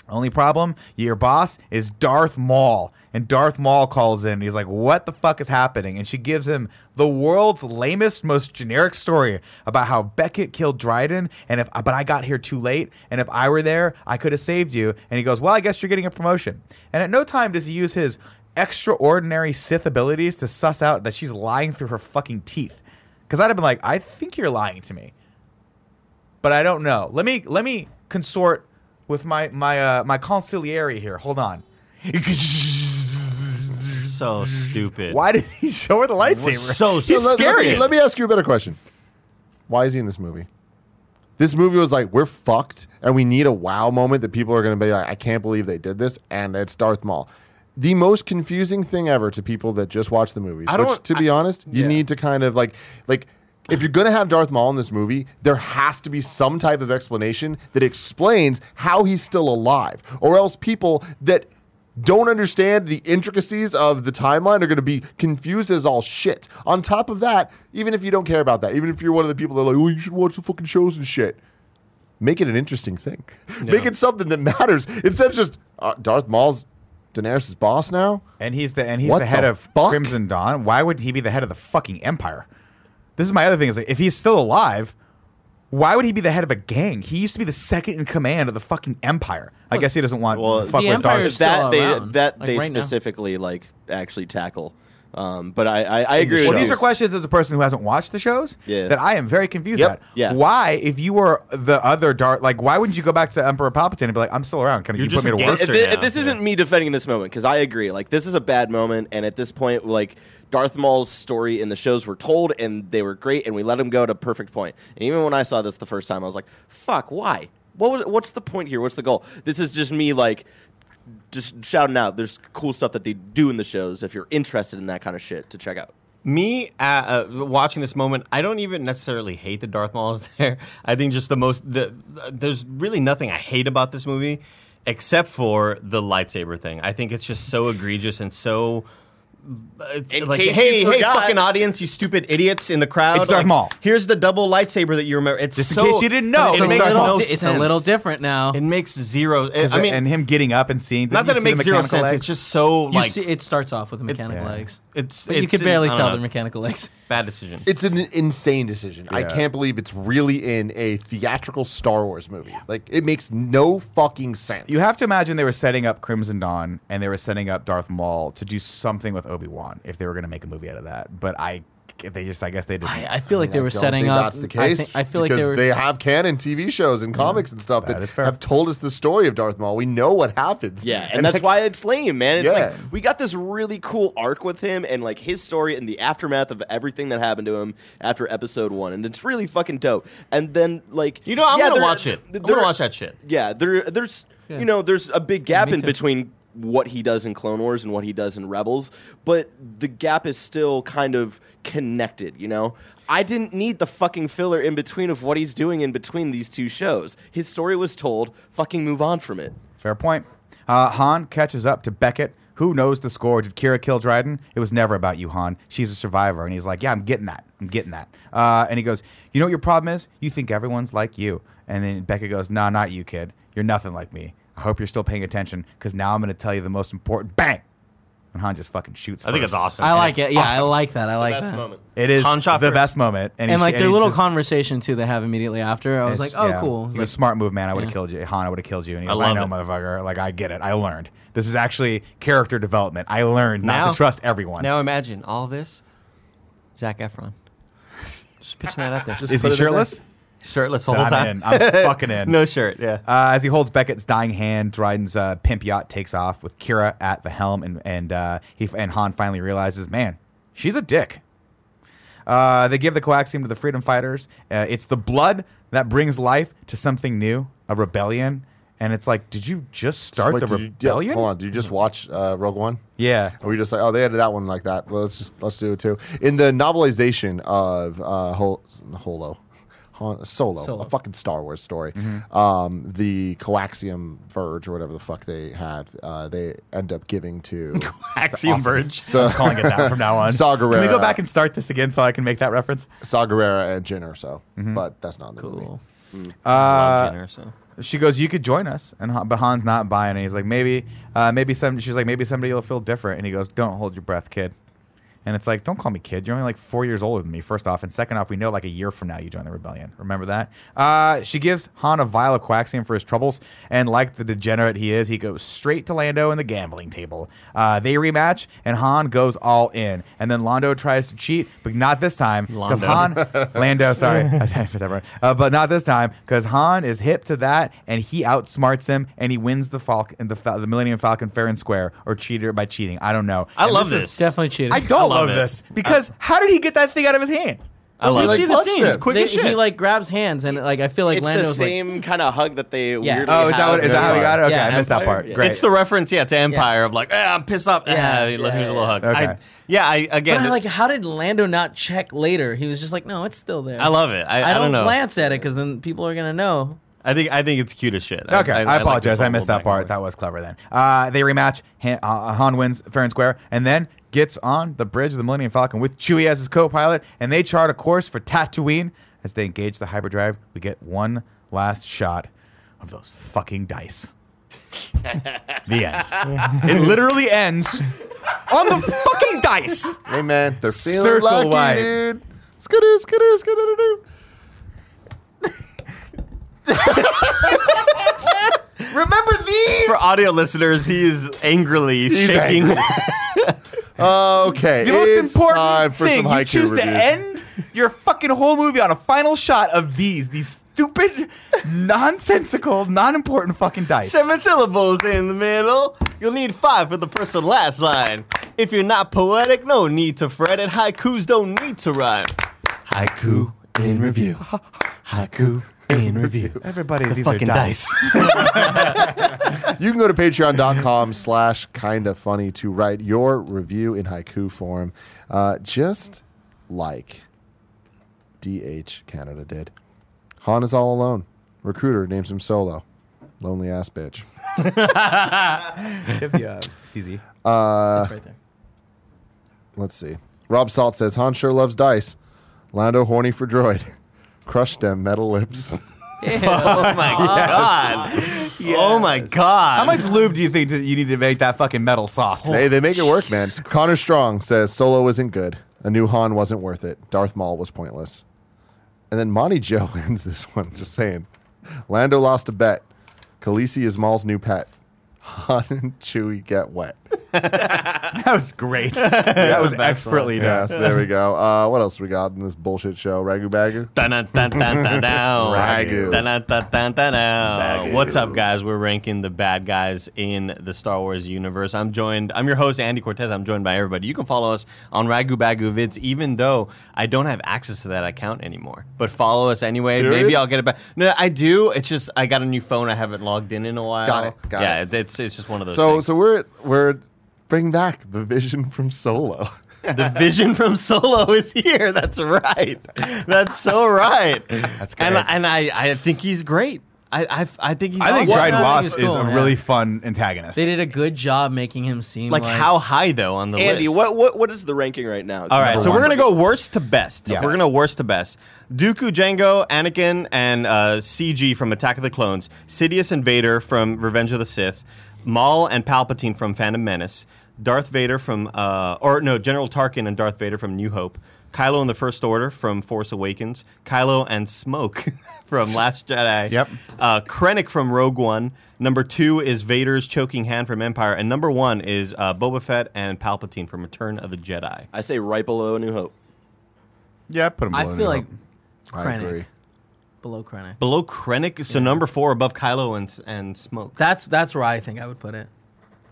Speaker 2: Only problem, your boss is Darth Maul. And Darth Maul calls in. And he's like, What the fuck is happening? And she gives him the world's lamest, most generic story about how Beckett killed Dryden. And if, but I got here too late. And if I were there, I could have saved you. And he goes, Well, I guess you're getting a promotion. And at no time does he use his extraordinary Sith abilities to suss out that she's lying through her fucking teeth. Because I'd have been like, I think you're lying to me but I don't know. Let me let me consort with my my uh, my conciliary here. Hold on. <laughs>
Speaker 4: So stupid.
Speaker 2: Why did he show her the lightsaber?
Speaker 4: was so
Speaker 2: he's
Speaker 4: stupid.
Speaker 2: scary.
Speaker 1: Let, me, let me ask you a better question. Why is he in this movie? This movie was like, we're fucked, and we need a wow moment that people are going to be like, I can't believe they did this, and it's Darth Maul. The most confusing thing ever to people that just watch the movies.
Speaker 4: I don't-
Speaker 1: which, to be honest, you need to kind of like, like, if you're going to have Darth Maul in this movie, there has to be some type of explanation that explains how he's still alive, or else people that don't understand the intricacies of the timeline are going to be confused as all shit. On top of that, even if you don't care about that, even if you're one of the people that are like, oh, you should watch the fucking shows and shit, make it an interesting thing. <laughs> Make it something that matters instead of just uh, Darth Maul's Daenerys' boss now.
Speaker 2: and he's the and he's
Speaker 1: What
Speaker 2: the head
Speaker 1: the
Speaker 2: of
Speaker 1: fuck?
Speaker 2: Crimson Dawn. Why would he be the head of the fucking empire? This is my other thing. Is like if he's still alive, why would he be the head of a gang? He used to be the second in command of the fucking empire. I guess he doesn't want
Speaker 5: well,
Speaker 2: to fuck
Speaker 3: the
Speaker 2: with
Speaker 3: Empire
Speaker 2: Darth.
Speaker 3: is still
Speaker 5: that they
Speaker 3: around,
Speaker 5: that
Speaker 3: like
Speaker 5: they
Speaker 3: right now.
Speaker 5: specifically like actually tackle. Um, but I I, I agree.
Speaker 2: Well,
Speaker 5: with
Speaker 2: these
Speaker 5: you.
Speaker 2: are questions as a person who hasn't watched the shows
Speaker 5: Yeah.
Speaker 2: that I am very confused
Speaker 1: Yep.
Speaker 2: at.
Speaker 5: Yeah.
Speaker 2: Why, if you were the other Darth, like, why wouldn't you go back to Emperor Palpatine and be like, I'm still around. Can you
Speaker 4: You're
Speaker 2: put
Speaker 4: just
Speaker 2: me to
Speaker 4: a
Speaker 2: work?
Speaker 4: gangster.
Speaker 5: thi-
Speaker 4: now.
Speaker 5: this isn't me defending this moment because I agree. Like this is a bad moment, and at this point, like Darth Maul's story in the shows were told, and they were great, and we let him go to perfect point. And even when I saw this the first time, I was like, "Fuck, why? What was? What's the point here? What's the goal? This is just me like." Just shouting out, there's cool stuff that they do in the shows if you're interested in that kind of shit to check out.
Speaker 4: Me uh, uh, watching this moment, I don't even necessarily hate that Darth Maul is <laughs> there. I think just the most the, the- there's really nothing I hate about this movie, except for the lightsaber thing. I think it's just so egregious and so. It's
Speaker 5: In
Speaker 4: like,
Speaker 5: case
Speaker 4: hey,
Speaker 5: you
Speaker 4: hey,
Speaker 5: forgot-
Speaker 4: fucking audience, you stupid idiots in the crowd!
Speaker 2: It's Darth
Speaker 4: Like,
Speaker 2: Maul.
Speaker 4: Here's the double lightsaber that you remember. It's
Speaker 2: Just in
Speaker 4: so-
Speaker 2: case you didn't know,
Speaker 4: It
Speaker 2: it's
Speaker 4: makes
Speaker 2: Darth Maul.
Speaker 4: no
Speaker 3: it's
Speaker 4: sense.
Speaker 3: Oh, a little different now.
Speaker 4: It makes zero.
Speaker 2: Is
Speaker 4: I
Speaker 2: it-
Speaker 4: mean,
Speaker 2: and him getting up and seeing.
Speaker 4: not that it makes zero sense. It's just so
Speaker 3: You
Speaker 4: like
Speaker 3: see, it starts off with the mechanical
Speaker 2: yeah.
Speaker 3: legs.
Speaker 4: it's.
Speaker 3: But you
Speaker 4: it's
Speaker 3: could
Speaker 4: in-
Speaker 3: barely
Speaker 4: I don't
Speaker 3: tell
Speaker 4: know.
Speaker 3: they're mechanical legs.
Speaker 4: Bad decision.
Speaker 1: It's an insane decision. I
Speaker 2: Yeah.
Speaker 1: can't believe it's really in a theatrical Star Wars movie. Like, it makes no fucking sense.
Speaker 2: You have to imagine they were setting up Crimson Dawn and they were setting up Darth Maul to do something with Obi Wan if they were going to make a movie out of that. But I, they just, I guess they didn't.
Speaker 3: I, I feel like
Speaker 1: I
Speaker 3: they were
Speaker 1: don't
Speaker 3: setting
Speaker 1: think
Speaker 3: up.
Speaker 1: That's the
Speaker 3: I,
Speaker 1: case.
Speaker 3: think- I feel like
Speaker 1: because
Speaker 3: they were.
Speaker 1: have canon TV shows and comics and stuff that,
Speaker 2: that is fair.
Speaker 1: have told us the story of Darth Maul. We know what happens.
Speaker 5: Yeah, and, that's
Speaker 1: like,
Speaker 5: why it's lame, man. It's
Speaker 1: Yeah.
Speaker 5: like we got this really cool arc with him and like his story and the aftermath of everything that happened to him after episode one, and it's really fucking dope. And then like
Speaker 4: You know, I'm
Speaker 5: yeah,
Speaker 4: gonna
Speaker 5: there-
Speaker 4: watch it. I'm
Speaker 5: there-
Speaker 4: gonna watch that shit.
Speaker 5: Yeah, there, there's
Speaker 3: Yeah.
Speaker 5: you know, there's a big gap
Speaker 3: me
Speaker 5: in
Speaker 3: too.
Speaker 5: between what he does in Clone Wars and what he does in Rebels, but the gap is still kind of connected, you know? I didn't need the fucking filler in between of what he's doing in between these two shows. His story was told, fucking move on from it.
Speaker 2: Fair point. Uh, Han catches up to Beckett. Who knows the score? Did Kira kill Dryden? It was never about you, Han. She's a survivor. And he's like, Yeah, I'm getting that. I'm getting that. Uh, and he goes, You know what your problem is? You think everyone's like you. And then Beckett goes, Nah, not you, kid. You're nothing like me. I hope you're still paying attention because now I'm going to tell you the most important bang. And Han just fucking shoots.
Speaker 6: I think it's
Speaker 2: first.
Speaker 6: awesome.
Speaker 3: I
Speaker 6: And
Speaker 3: like
Speaker 6: it's
Speaker 3: it. Yeah, I
Speaker 6: awesome.
Speaker 3: like that. I like
Speaker 5: Best
Speaker 3: that.
Speaker 5: moment.
Speaker 2: It is
Speaker 6: Han shot
Speaker 2: the
Speaker 6: first.
Speaker 2: best moment. he
Speaker 3: And like
Speaker 2: sh-
Speaker 3: their
Speaker 2: he
Speaker 3: little
Speaker 2: just-
Speaker 3: conversation too they have immediately after. I was like,
Speaker 2: It's-
Speaker 3: oh
Speaker 2: yeah.
Speaker 3: cool. It's
Speaker 2: You're a
Speaker 3: like,
Speaker 2: smart move, man. I would have
Speaker 3: Yeah.
Speaker 2: killed you. Han, I would have killed you. And he
Speaker 6: I
Speaker 2: goes, I, know,
Speaker 6: love
Speaker 2: motherfucker. Like, I get it. I learned. This is actually character development. I learned not
Speaker 4: Now-
Speaker 2: to trust everyone.
Speaker 4: Now imagine all this, Zach <laughs> Efron. Just pitching that out there. Just
Speaker 2: is he
Speaker 1: put it in
Speaker 2: shirtless?
Speaker 4: shirtless the
Speaker 2: Then
Speaker 4: whole
Speaker 2: I'm
Speaker 4: time.
Speaker 2: in. I'm fucking in.
Speaker 4: <laughs> no shirt. Yeah.
Speaker 2: Uh, as he holds Beckett's dying hand, Dryden's uh, pimp yacht takes off with Kira at the helm, and and uh, he and Han finally realizes, man, she's a dick. Uh, they give the coaxium to the freedom fighters. Uh, it's the blood that brings life to something new, a rebellion. And it's like, did you just start
Speaker 1: Wait,
Speaker 2: the
Speaker 1: did you- yeah,
Speaker 2: rebellion?
Speaker 1: hold on. Do you just watch uh, Rogue One?
Speaker 2: Yeah.
Speaker 1: Are we just like, oh, they added that one like that. Well, let's just let's do it too. In the novelization of uh, Hol- Holo, Han- Solo,
Speaker 3: Solo.
Speaker 1: a fucking Star Wars story,
Speaker 2: Mm-hmm.
Speaker 1: um, the coaxium verge or whatever the fuck they have, uh, they end up giving
Speaker 2: <laughs>
Speaker 1: to
Speaker 6: Axiom Verge.
Speaker 1: so,
Speaker 2: I'm calling it that
Speaker 1: <laughs>
Speaker 2: from now on.
Speaker 1: Saw
Speaker 2: Can we
Speaker 1: Gerrera.
Speaker 2: go back and start this again so I can make that reference?
Speaker 1: Saw Gerrera and Jin or so,
Speaker 2: Mm-hmm.
Speaker 1: but that's not in the movie.
Speaker 3: cool.
Speaker 4: Uh, Well, Jenner, so.
Speaker 2: she goes, "You could join us," and Han, but Han's not buying. it. he's like, "Maybe, uh, maybe some." She's like, "Maybe somebody will feel different." And he goes, "Don't hold your breath, kid." And it's like, "Don't call me kid. You're only like four years older than me. First off, and second off, we know like a year from now you join the rebellion. Remember that." Uh, she gives Han a vial of coaxium for his troubles, and like the degenerate he is, he goes straight to Lando and the gambling table. Uh, they rematch, and Han goes all in, and then Lando tries to cheat, but not this time because
Speaker 4: Lando.
Speaker 2: Han Lando, sorry, <laughs> I put that wrong. Uh, but not this time because Han is hip to that, and he outsmarts him, and he wins the Falcon, the, Fal- the Millennium Falcon fair and square, or cheated by cheating. I don't know.
Speaker 6: I
Speaker 2: And
Speaker 6: love
Speaker 2: is-
Speaker 6: this.
Speaker 3: Definitely cheating.
Speaker 2: I don't
Speaker 6: I
Speaker 2: love
Speaker 6: love it.
Speaker 2: this because how did he get that thing out of his hand?
Speaker 4: I love
Speaker 3: you
Speaker 4: it.
Speaker 3: see the
Speaker 1: punched
Speaker 3: scenes.
Speaker 1: him.
Speaker 2: Quick
Speaker 3: They-
Speaker 2: as shit.
Speaker 3: He like grabs hands and like I feel like
Speaker 5: it's the
Speaker 3: Lando's like
Speaker 5: same kind of hug that they weirdly
Speaker 2: Oh, is that,
Speaker 5: have
Speaker 2: what, is
Speaker 5: in
Speaker 2: that how he
Speaker 5: the-
Speaker 2: got it? Okay,
Speaker 3: Yeah,
Speaker 2: I missed that
Speaker 5: Empire,
Speaker 2: part.
Speaker 5: yeah.
Speaker 2: Great.
Speaker 4: It's the reference, yeah, to Empire of like, "Ah, I'm pissed off.
Speaker 3: Yeah,
Speaker 4: Yeah,
Speaker 3: yeah,
Speaker 4: here's a
Speaker 3: yeah.
Speaker 4: little hug.
Speaker 2: Okay.
Speaker 4: I, yeah, I again,
Speaker 3: But I like how did Lando not check later? He was just like, no, it's still there.
Speaker 4: I love it. I,
Speaker 3: I, don't,
Speaker 4: don't know.
Speaker 3: glance at it because then people are gonna know.
Speaker 4: I think I think it's cute as shit.
Speaker 2: Okay, I,
Speaker 4: like
Speaker 2: apologize.
Speaker 4: this
Speaker 2: I missed
Speaker 4: whole
Speaker 2: that part.
Speaker 4: back
Speaker 2: That was clever then. Uh, they rematch. Han, uh, Han wins fair and square, and then gets on the bridge of the Millennium Falcon with Chewie as his co-pilot, and they chart a course for Tatooine. As they engage the hyperdrive, we get one last shot of those fucking <laughs> dice. the end. it literally ends on the fucking dice.
Speaker 1: Hey man,
Speaker 2: <laughs>
Speaker 1: they're feeling
Speaker 2: Circle
Speaker 1: lucky,
Speaker 2: wide.
Speaker 1: dude. Skidoo, skidoo, skidoo,
Speaker 2: <laughs>
Speaker 1: doo.
Speaker 2: Remember these?
Speaker 4: For audio listeners, he is angrily shaking.
Speaker 1: Okay,
Speaker 2: the most
Speaker 1: it's
Speaker 2: important
Speaker 1: time for
Speaker 2: thing
Speaker 1: some
Speaker 2: you
Speaker 1: haiku
Speaker 2: choose to
Speaker 1: reviews.
Speaker 2: end your fucking whole movie on a final shot of these these stupid <laughs> nonsensical non-important fucking dice
Speaker 4: Seven syllables in the middle. You'll need five for the first and last line. If you're not poetic, no need to fret it. Haikus don't need to rhyme.
Speaker 1: Haiku in review. Haiku in review.
Speaker 2: everybody these
Speaker 4: Fucking
Speaker 2: are
Speaker 4: dice.
Speaker 2: dice,
Speaker 1: You can go to patreon.com slash kind of funny to write your review in haiku form, uh, just like DH Canada did. Han is all alone. Recruiter names him Solo. Lonely ass bitch.
Speaker 2: Give the, uh, CZ.
Speaker 3: It's right there.
Speaker 1: Let's see. Rob Salt says Han sure loves dice. Lando horny for droid. <laughs> Crush them metal lips.
Speaker 4: Oh my god. Oh my god.
Speaker 2: how much lube do you think that you need to make that fucking metal soft
Speaker 1: hey, they make it work, man. Connor Strong says Solo isn't good. A new Han wasn't worth it. Darth Maul was pointless. And then Monty <laughs> Joe ends this one, just saying. Lando <laughs> lost a bet. Khaleesi is Maul's new pet. Han and Chewie get wet.
Speaker 2: <laughs> That was <laughs> great. that was expertly done.
Speaker 1: Yes, there
Speaker 4: <laughs>
Speaker 1: we go. Uh, what else we got in this bullshit show? Ragu Bagu? <laughs> Ragu.
Speaker 4: Ragu. What's up, guys? We're ranking the bad guys in the Star Wars universe. I'm joined. I'm your host, Andy Cortez. I'm joined by everybody. You can follow us on Ragu Bagu Vids, even though I don't have access to that account anymore. But follow us anyway.
Speaker 1: Period?
Speaker 4: Maybe I'll get it back. No, I do. It's just I got a new phone. I haven't logged in in a while.
Speaker 1: Got it, got
Speaker 4: yeah,
Speaker 1: it.
Speaker 4: it's it's just one of those.
Speaker 1: So,
Speaker 4: things.
Speaker 1: so we're we're bringing back the vision from
Speaker 4: <laughs>
Speaker 1: Solo.
Speaker 4: The vision from Solo is here. That's right. That's so right. That's
Speaker 2: great.
Speaker 4: And, and I, I think he's great. I, I, I think he's.
Speaker 2: I think
Speaker 4: awesome.
Speaker 2: Dryden
Speaker 3: I
Speaker 2: Ross
Speaker 3: think it's
Speaker 2: is
Speaker 3: cool,
Speaker 2: a
Speaker 3: yeah.
Speaker 2: really fun antagonist.
Speaker 3: They did a good job making him seem
Speaker 4: like,
Speaker 3: like,
Speaker 4: how high though on the
Speaker 5: Andy,
Speaker 4: list.
Speaker 5: what, what what is the ranking right now?
Speaker 4: All right, so
Speaker 2: one.
Speaker 4: we're gonna go worst to best.
Speaker 2: Yeah.
Speaker 4: We're gonna worst to best. Dooku, Django, Anakin, and uh, CG from Attack of the Clones. Sidious and Vader from Revenge of the Sith. Maul and Palpatine from Phantom Menace. Darth Vader from, uh, or no, General Tarkin and Darth Vader from New Hope. Kylo and the First Order from Force Awakens. Kylo and Smoke <laughs> from Last Jedi.
Speaker 2: Yep.
Speaker 4: Uh, Krennic from Rogue One. Number two is Vader's choking hand from Empire, and number one is uh, Boba Fett and Palpatine from Return of the Jedi.
Speaker 5: I say right below A New Hope.
Speaker 2: yeah, put him.
Speaker 3: I
Speaker 2: below
Speaker 3: feel
Speaker 2: New
Speaker 3: like
Speaker 2: Hope.
Speaker 1: I
Speaker 3: Krennic.
Speaker 1: agree.
Speaker 3: below Krennic.
Speaker 4: Below Krennic, so number four above Kylo and and Smoke.
Speaker 3: That's that's where I think I would put it.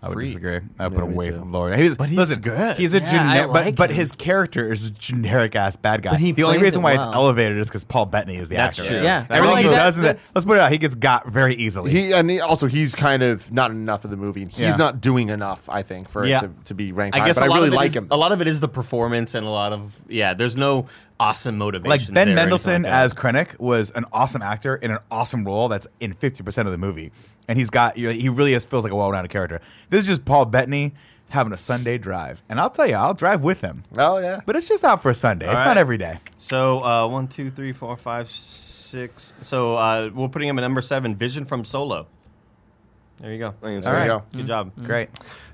Speaker 2: I would
Speaker 4: Freak.
Speaker 2: disagree. I would put
Speaker 1: me
Speaker 2: him way
Speaker 1: too.
Speaker 2: from lower. He was, but he's listen,
Speaker 4: good.
Speaker 2: He's a
Speaker 3: Yeah, I
Speaker 2: generic,
Speaker 3: like
Speaker 2: but, but
Speaker 3: him.
Speaker 2: his character is a generic ass bad guy.
Speaker 3: But he
Speaker 2: the only
Speaker 3: plays
Speaker 2: reason
Speaker 3: it
Speaker 2: why
Speaker 3: well.
Speaker 2: it's elevated is because Paul Bettany is the
Speaker 4: That's
Speaker 2: actor.
Speaker 4: true.
Speaker 3: Yeah.
Speaker 2: everything
Speaker 3: Like
Speaker 2: he
Speaker 3: that-
Speaker 2: does in that.
Speaker 3: that's-
Speaker 2: Let's put it out. He gets got very easily.
Speaker 1: He and he, also he's kind of not enough of the movie, and he's
Speaker 2: Yeah.
Speaker 1: not doing enough. I think for
Speaker 4: Yeah.
Speaker 1: it to, to be ranked.
Speaker 4: I guess
Speaker 1: high,
Speaker 4: a
Speaker 1: but
Speaker 4: lot
Speaker 1: I really
Speaker 4: of it
Speaker 1: like
Speaker 4: is-
Speaker 1: him.
Speaker 4: A lot of it is the performance, and a lot of yeah. There's no awesome motivation.
Speaker 2: like Ben Mendelsohn as
Speaker 4: as.
Speaker 2: Krennic was an awesome actor in an awesome role that's in 50% of the movie. And he's got, he really is, feels like a well rounded character. This is just Paul Bettany having a Sunday drive. And I'll tell you, I'll drive with him.
Speaker 1: Oh yeah,
Speaker 2: But it's just not for a Sunday. it's
Speaker 4: right.
Speaker 2: not every day.
Speaker 4: So uh, one, two, three, four, five, six. So uh, we're putting him at number seven. Vision from Solo. There you go.
Speaker 5: I think it's
Speaker 1: there
Speaker 5: right.
Speaker 1: you go.
Speaker 4: Good job.
Speaker 2: Great.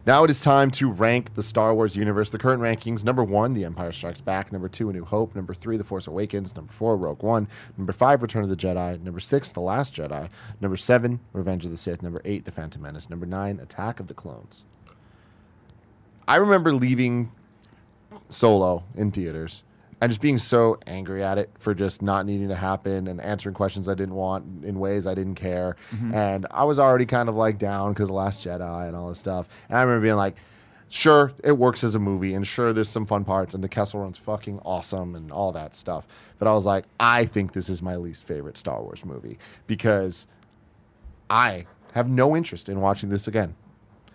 Speaker 1: Now it is time to rank the Star Wars universe. The current rankings number one, The Empire Strikes Back. Number two, A New Hope. Number three, The Force Awakens. Number four, Rogue One. Number five, Return of the Jedi. Number six, The Last Jedi. Number seven, Revenge of the Sith. Number eight, The Phantom Menace. Number nine, Attack of the Clones. I remember leaving Solo in theaters and just being so angry at it for just not needing to happen and answering questions I didn't want in ways I didn't care. And I was already kind of like down because Last Jedi and all this stuff. And I remember being like, sure, it works as a movie and sure, there's some fun parts and the Kessel Run's fucking awesome and all that stuff. But I was like, I think this is my least favorite Star Wars movie because I have no interest in watching this again.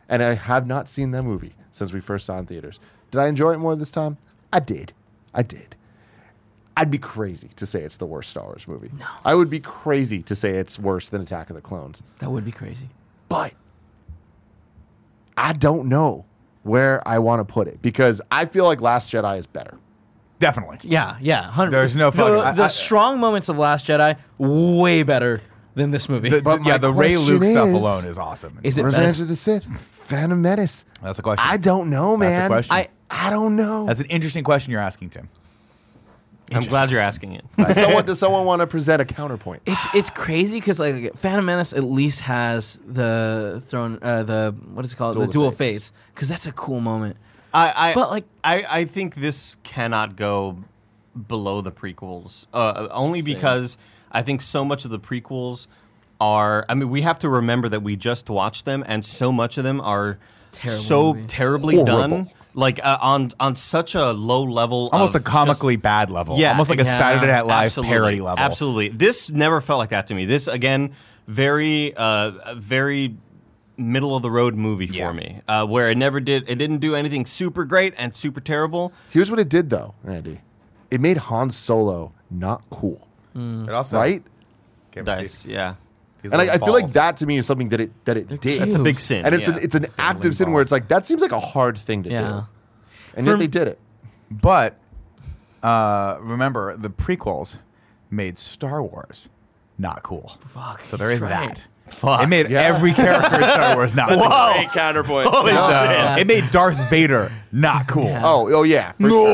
Speaker 1: And I have not seen that movie since we first saw it in theaters. Did I enjoy it more this time? I did. I did. I'd be crazy to say it's the worst Star Wars movie. No. I would be crazy to say it's worse than Attack of the Clones.
Speaker 3: That would be crazy.
Speaker 1: But I don't know where I want to put it because I feel like Last Jedi is better.
Speaker 2: Definitely.
Speaker 3: Yeah, yeah. 100.
Speaker 2: There's no fucking-
Speaker 3: the,
Speaker 2: I-
Speaker 3: the
Speaker 2: I-
Speaker 3: strong moments of Last Jedi way better than this movie.
Speaker 2: The-
Speaker 1: But
Speaker 2: yeah,
Speaker 1: my
Speaker 2: the Ray
Speaker 1: question
Speaker 2: Luke stuff
Speaker 1: is-
Speaker 2: alone is awesome.
Speaker 3: Is it
Speaker 1: Revenge
Speaker 3: better?
Speaker 1: of the Sith, Phantom Menace.
Speaker 2: That's a question.
Speaker 1: I don't know,
Speaker 2: That's a
Speaker 1: man.
Speaker 2: question.
Speaker 1: I, I don't know.
Speaker 2: That's an interesting question you're asking, Tim.
Speaker 4: I'm glad you're asking it.
Speaker 1: does someone, does someone want to present a counterpoint?
Speaker 3: It's it's crazy because like Phantom Menace at least has the throne, uh, the what is it called,
Speaker 1: Duel
Speaker 3: the
Speaker 1: of
Speaker 3: dual
Speaker 1: Fates.
Speaker 3: fates, because that's a cool moment.
Speaker 4: I, I
Speaker 3: But, like-
Speaker 4: I, I think this cannot go below the prequels. Uh, only because I think so much of the prequels are. I mean, we have to remember that we just watched them, and so much of them are
Speaker 3: Terrible
Speaker 4: so
Speaker 3: movie.
Speaker 4: terribly
Speaker 1: Horrible.
Speaker 4: done. Like uh, on on such a low level,
Speaker 2: Almost a
Speaker 4: of just-
Speaker 2: comically bad level.
Speaker 4: Yeah,
Speaker 2: Almost like a
Speaker 4: yeah,
Speaker 2: Saturday Night Live
Speaker 4: absolutely,
Speaker 2: parody level.
Speaker 4: Absolutely. This never felt like that to me. This again, very, uh, very middle of the road movie for
Speaker 2: Yeah.
Speaker 4: me, uh, where it never did. It didn't do anything super great and super terrible.
Speaker 1: Here's what it did, though, Randy. It made Han Solo not cool,
Speaker 2: It also
Speaker 1: right?
Speaker 2: gives
Speaker 4: Nice.
Speaker 2: these-
Speaker 4: Yeah,
Speaker 2: these
Speaker 1: And I, I
Speaker 2: little
Speaker 1: feel like
Speaker 2: balls.
Speaker 1: that to me is something that it that it did.
Speaker 3: That's a
Speaker 4: big
Speaker 3: big
Speaker 4: sin.
Speaker 1: and it's an it's an active sin
Speaker 2: ball.
Speaker 1: where it's like that seems like a hard thing to
Speaker 3: Yeah.
Speaker 1: do, and
Speaker 3: For-
Speaker 1: yet they did it.
Speaker 2: But uh, remember, the prequels made Star Wars not cool.
Speaker 3: Fuck,
Speaker 2: So there is
Speaker 3: he's right.
Speaker 2: that.
Speaker 4: Fuck.
Speaker 2: It made
Speaker 1: Yeah.
Speaker 2: every character in Star Wars not cool.
Speaker 4: Oh!
Speaker 5: Great counterpoint.
Speaker 2: So,
Speaker 3: Yeah.
Speaker 2: It made Darth Vader not cool.
Speaker 1: Oh, oh yeah, for sure.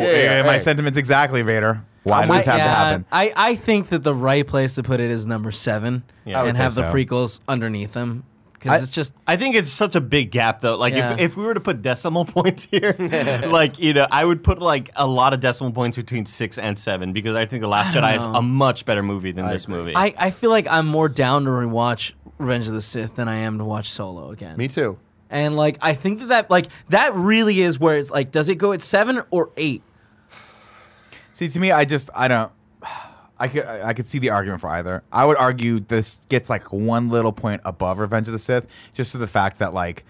Speaker 2: no!
Speaker 1: Yeah, yeah,
Speaker 2: my
Speaker 1: hey.
Speaker 2: sentiments exactly, Vader. Why did
Speaker 1: with
Speaker 2: this have to
Speaker 3: yeah,
Speaker 2: happen?
Speaker 3: I, I think that the right place to put it is number seven
Speaker 4: Yeah. I would
Speaker 3: and
Speaker 2: say
Speaker 3: have the
Speaker 2: so.
Speaker 3: prequels underneath them because
Speaker 2: I-
Speaker 3: it's just
Speaker 4: I think it's such a big gap though. Like
Speaker 3: Yeah.
Speaker 4: if, if we were to put decimal <laughs> points
Speaker 2: <laughs>
Speaker 4: here, like you know, I would put like a lot of decimal points between six and seven because I think The Last Jedi is a much better movie than this movie.
Speaker 3: I, I feel like I'm more down to rewatch Revenge of the Sith than I am to watch Solo again.
Speaker 1: Me too.
Speaker 3: And like I think that that like that really is where it's like does it go at 7 or 8?
Speaker 2: See, to me, I just I don't. I could I I could see the argument for either. I would argue this gets like one little point above Revenge of the Sith, just for the fact that like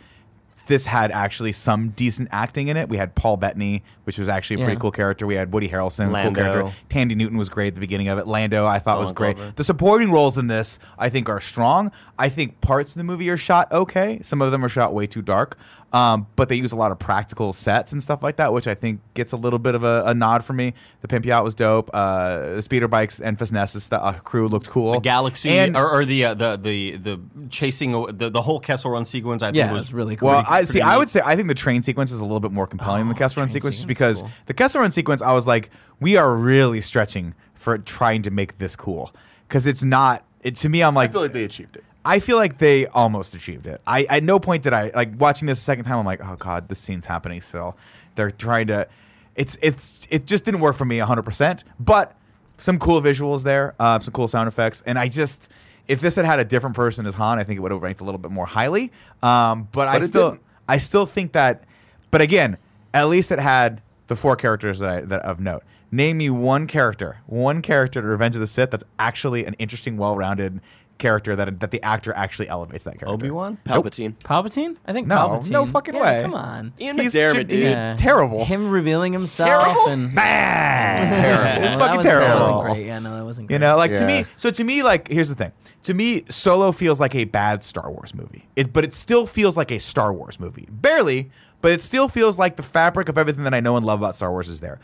Speaker 2: this had actually some decent acting in it. We had Paul Bettany, which was actually a pretty
Speaker 3: Yeah.
Speaker 2: cool character. We had Woody Harrelson, a cool
Speaker 4: Lando.
Speaker 2: character. Tandy Newton was great at the beginning of it. Lando, I thought was
Speaker 4: Donald
Speaker 2: great.
Speaker 4: Glover.
Speaker 2: The supporting roles in this, I think, are strong. I think parts of the movie are shot okay. Some of them are shot way too dark, um, but they use a lot of practical sets and stuff like that, which I think gets a little bit of a, a nod for me. The Pimp Yacht was dope. Uh, the speeder bikes and Fesness's stu- uh, crew looked cool.
Speaker 4: The Galaxy
Speaker 2: And-
Speaker 4: or, or the, uh, the the the chasing aw- the, the whole Kessel Run sequence. I
Speaker 3: Yeah,
Speaker 4: think was
Speaker 3: it's really cool.
Speaker 2: Well,
Speaker 4: pretty-
Speaker 2: I see.
Speaker 4: pretty
Speaker 2: I
Speaker 4: neat.
Speaker 2: would say I think the train sequence is a little bit more compelling than the Kessel Run
Speaker 3: train
Speaker 2: sequence, just
Speaker 3: sequence is
Speaker 2: because the Kessel Run sequence, I was like, we are really stretching for trying to make this cool because it's not. It, to me, I'm like,
Speaker 1: I feel like they achieved it.
Speaker 2: I feel like they almost achieved it. I at no point did I like watching this a second time. I'm like, oh god, this scene's happening still. They're trying to. It's it's it just didn't work for me 100. percent But some cool visuals there, uh, some cool sound effects, and I just if this had had a different person as Han, I think it would have ranked a little bit more highly. Um, but, I
Speaker 1: it
Speaker 2: still
Speaker 1: didn't.
Speaker 2: I still think that. But again, at least it had the four characters that, I, that of note. Name me one character, one character to Revenge of the Sith that's actually an interesting, well-rounded character that that the actor actually elevates that character.
Speaker 4: Obi-Wan?
Speaker 5: Palpatine.
Speaker 3: Palpatine? I think
Speaker 2: No,
Speaker 3: Palpatine.
Speaker 2: no fucking
Speaker 3: Yeah,
Speaker 2: way.
Speaker 3: Come on.
Speaker 5: Ian
Speaker 2: He's
Speaker 5: McDiarmid,
Speaker 2: just- he's-
Speaker 5: dude.
Speaker 3: Yeah.
Speaker 2: terrible.
Speaker 3: Him revealing himself
Speaker 2: Terrible?
Speaker 3: and
Speaker 2: Bad.
Speaker 3: <laughs> Yeah,
Speaker 2: terrible. It's
Speaker 3: no, that
Speaker 2: fucking
Speaker 3: was-
Speaker 2: terrible.
Speaker 3: That wasn't great. Yeah, no, that wasn't great.
Speaker 2: You know, like to
Speaker 1: Yeah.
Speaker 2: me, so to me, like here's the thing. To me, Solo feels like a bad Star Wars movie. It, but it still feels like a Star Wars movie, barely. But it still feels like the fabric of everything that I know and love about Star Wars is there.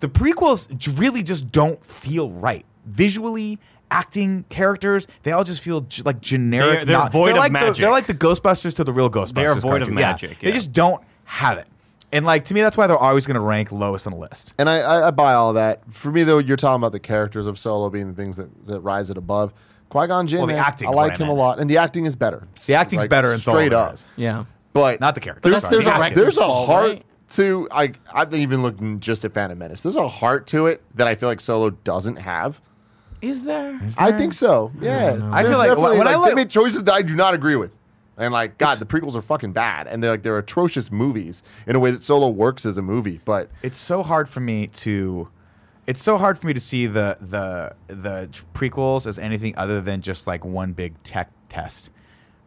Speaker 2: The prequels j- really just don't feel right visually. Acting characters, they all just feel j- like generic.
Speaker 4: They're- they're
Speaker 2: not-
Speaker 4: void of
Speaker 2: like The,
Speaker 4: magic.
Speaker 2: they're like the Ghostbusters to the real Ghostbusters.
Speaker 4: void of
Speaker 2: cartoon.
Speaker 4: magic,
Speaker 2: They
Speaker 4: yeah.
Speaker 2: just don't have it. And like to me, that's why they're always going to rank lowest on the list.
Speaker 1: And I, I, I buy all that. For me, though, you're talking about the characters of Solo being the things that, that rise it above. Qui Gon Jinn,
Speaker 2: Well, the
Speaker 1: man,
Speaker 2: acting's
Speaker 1: I
Speaker 2: what
Speaker 1: like
Speaker 2: I
Speaker 1: him a
Speaker 2: meant.
Speaker 1: lot, and the acting is better.
Speaker 2: The acting's
Speaker 1: Like,
Speaker 2: better in Solo.
Speaker 1: straight
Speaker 2: than it
Speaker 1: up.
Speaker 2: is.
Speaker 3: Yeah.
Speaker 1: But
Speaker 2: Not the character,
Speaker 1: There's
Speaker 2: sorry,
Speaker 1: there's
Speaker 2: the
Speaker 1: a
Speaker 2: actor.
Speaker 1: there's a
Speaker 3: Fault,
Speaker 1: heart
Speaker 3: right?
Speaker 1: to I I've even looking just at Phantom Menace. There's a heart to it that I feel like Solo doesn't have.
Speaker 3: Is there?
Speaker 1: I think so. Yeah,
Speaker 2: I feel
Speaker 1: There's
Speaker 2: like-
Speaker 1: definitely,
Speaker 2: when I
Speaker 1: they
Speaker 2: look-
Speaker 1: made choices that I do not agree with, and like God, the prequels are fucking bad, and they're like they're atrocious movies in a way that Solo works as a movie, but.
Speaker 2: it's so hard for me to it's so hard for me to see the the the prequels as anything other than just like one big tech test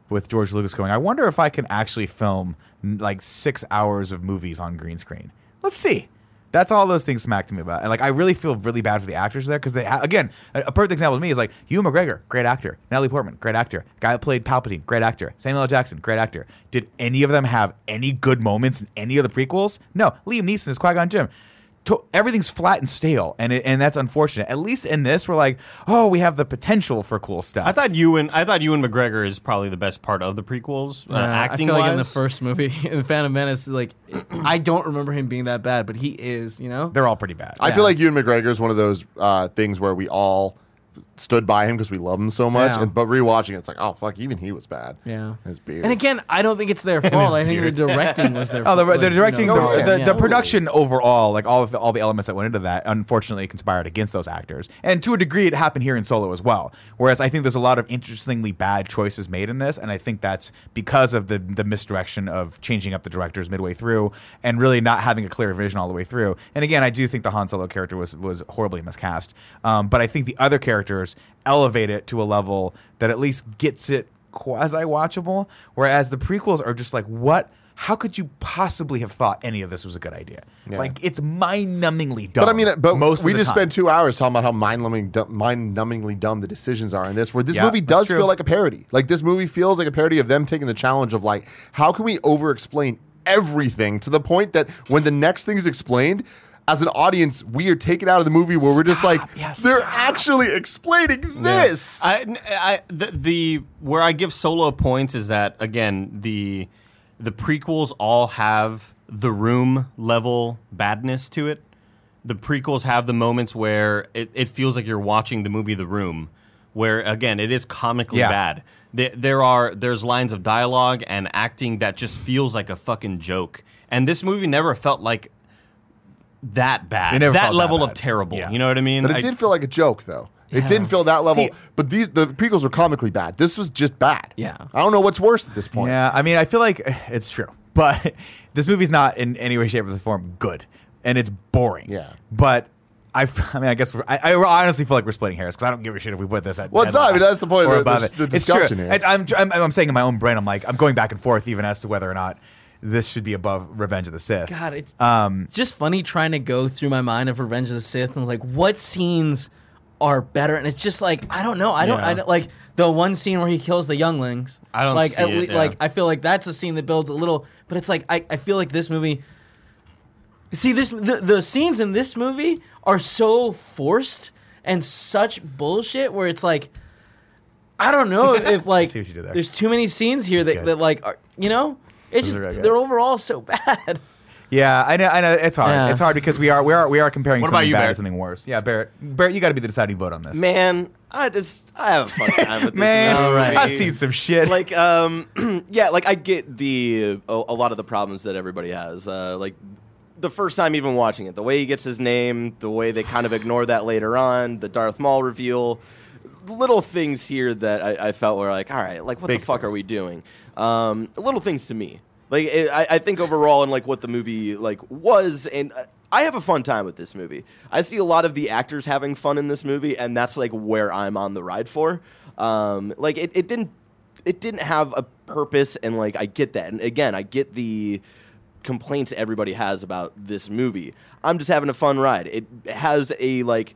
Speaker 2: with George Lucas going I wonder if I can actually film n- like 6 hours of movies on green screen let's see that's all those things smack to me about and like I really feel really bad for the actors there cuz they ha- again a, a perfect example to me is like Hugh McGregor great actor Natalie Portman great actor guy that played Palpatine great actor Samuel L Jackson great actor did any of them have any good moments in any of the prequels no Liam Neeson is Qui-Gon Jinn to, everything's flat and stale, and it, and that's unfortunate. At least in this, we're like, oh, we have the potential for cool stuff.
Speaker 4: I thought you and I thought you and McGregor is probably the best part of the prequels. Uh,
Speaker 3: Uh,
Speaker 4: acting
Speaker 3: I feel
Speaker 4: wise,
Speaker 3: like in the first movie, <laughs> in the Phantom Menace, like I don't remember him being that bad, but he is. You know,
Speaker 2: they're all pretty bad.
Speaker 1: I
Speaker 3: Yeah.
Speaker 1: feel like Ewan McGregor is one of those uh, things where we all stood by him because we love him so much.
Speaker 3: Yeah.
Speaker 1: And, but rewatching, it, it's like, oh fuck, even he was bad.
Speaker 3: Yeah.
Speaker 1: his beard.
Speaker 3: And again, I don't think
Speaker 2: <laughs>
Speaker 3: it's their fault. I think the directing was their
Speaker 2: Oh,
Speaker 3: fault.
Speaker 2: the,
Speaker 3: like,
Speaker 2: the
Speaker 3: you
Speaker 2: directing,
Speaker 3: know,
Speaker 1: Oh,
Speaker 2: the,
Speaker 1: yeah,
Speaker 2: the,
Speaker 1: yeah.
Speaker 2: the production overall, like all of the, all the elements that went into that, unfortunately conspired against those actors. And to a degree, it happened here in Solo as well. Whereas I think there's a lot of interestingly bad choices made in this, and I think that's because of the the misdirection of changing up the directors midway through and really not having a clear vision all the way through. And again, I do think the Han Solo character was was horribly miscast, um, but I think the other characters elevate it to a level that at least gets it quasi watchable. Whereas the prequels are just like what how could you possibly have thought any of this was a good idea? Like it's mind-numbingly dumb.
Speaker 1: but I mean, but
Speaker 2: most
Speaker 1: we
Speaker 2: of the
Speaker 1: just
Speaker 2: time.
Speaker 1: spent two hours talking about how mind-numbing, du- mind-numbingly dumb the decisions are in this. Where this
Speaker 2: Yeah,
Speaker 1: movie
Speaker 2: that's
Speaker 1: does
Speaker 2: true.
Speaker 1: feel like a parody. Like this movie feels like a parody of them taking the challenge of like, how can we over-explain everything to the point that when the next thing is explained. As an audience, we are taken out of the movie where we're just like,
Speaker 2: yeah,
Speaker 1: they're
Speaker 2: stop."
Speaker 1: actually explaining this.
Speaker 4: I, n- I- the, the where I give solo points is that again the the prequels all have the room level badness to it. The prequels have the moments where it, it feels like you're watching the movie The Room, where again it is comically
Speaker 2: Yeah.
Speaker 4: bad. There, there are there's lines of dialogue and acting that just feels like a fucking joke. And this movie never felt like that bad.
Speaker 2: It never
Speaker 4: that
Speaker 2: felt that
Speaker 4: level of
Speaker 2: bad.
Speaker 4: terrible.
Speaker 2: Yeah.
Speaker 4: You know what I mean?
Speaker 1: But it
Speaker 4: I-
Speaker 1: did feel like a joke, though. It didn't feel that level.
Speaker 2: See-
Speaker 1: but these the prequels were comically bad. This was just bad.
Speaker 3: Yeah.
Speaker 1: I don't know what's worse at this point.
Speaker 2: Yeah, I mean, I feel like <sighs> it's true, <laughs> but this movie's not in any way, shape, or form good, and it's boring.
Speaker 1: Yeah.
Speaker 2: but I, <laughs> I mean, I guess we're, I, I honestly feel like we're splitting hairs because I don't give a shit if we put this at.
Speaker 1: Well, it's
Speaker 2: at
Speaker 1: not. I mean,
Speaker 2: last
Speaker 1: that's the point of
Speaker 2: or
Speaker 1: the-
Speaker 2: above
Speaker 1: the-
Speaker 2: it.
Speaker 1: the
Speaker 2: It's true.
Speaker 1: discussion here.
Speaker 2: I- I'm, tr- I'm, I'm saying in my own brain, I'm like, I'm going back and forth even as to whether or not this should be above Revenge of the Sith.
Speaker 3: God, it's
Speaker 2: Um,
Speaker 3: it's just funny trying to go through my mind of Revenge of the Sith and like what scenes are better, and it's just like I don't know. I don't. I
Speaker 2: Yeah.
Speaker 3: don't like the one scene where he kills the younglings.
Speaker 4: I don't
Speaker 3: like
Speaker 4: see it, yeah.
Speaker 3: like I feel like that's a scene that builds a little, but it's like I, I feel like this movie. See this the, the scenes in this movie are so forced and such bullshit where it's like. I don't
Speaker 2: <laughs>
Speaker 3: know if like
Speaker 2: see what you did there.
Speaker 3: there's too many scenes here that,
Speaker 2: good.
Speaker 3: that like are, you know
Speaker 2: Those
Speaker 3: it's just
Speaker 2: are really good.
Speaker 3: they're overall so <laughs> bad.
Speaker 2: yeah, I know. I know. It's hard.
Speaker 3: Yeah.
Speaker 2: It's hard because we are we are we are comparing
Speaker 4: What about
Speaker 2: something
Speaker 4: you,
Speaker 2: bad to
Speaker 4: Barrett?
Speaker 2: something worse. Yeah, Barrett, Barrett, you got to be the deciding vote on this.
Speaker 5: Man, I just I have a fun time with
Speaker 2: <laughs>
Speaker 5: this.
Speaker 2: Man,
Speaker 5: movie.
Speaker 2: I've seen some shit.
Speaker 5: like um <clears throat> yeah like i get the a, a lot of the problems that everybody has uh like the first time even watching it the way he gets his name the way they kind of ignore that later on the darth maul reveal little things here that i, I felt were like all right like what
Speaker 1: Big
Speaker 5: the fuck
Speaker 1: things.
Speaker 5: are we doing um little things to me like it, I, I think overall and like what the movie like was and uh, i have a fun time with this movie i see a lot of the actors having fun in this movie and that's like where i'm on the ride for um like it, it didn't it didn't have a purpose and like i get that and again i get the complaints everybody has about this movie i'm just having a fun ride it has a like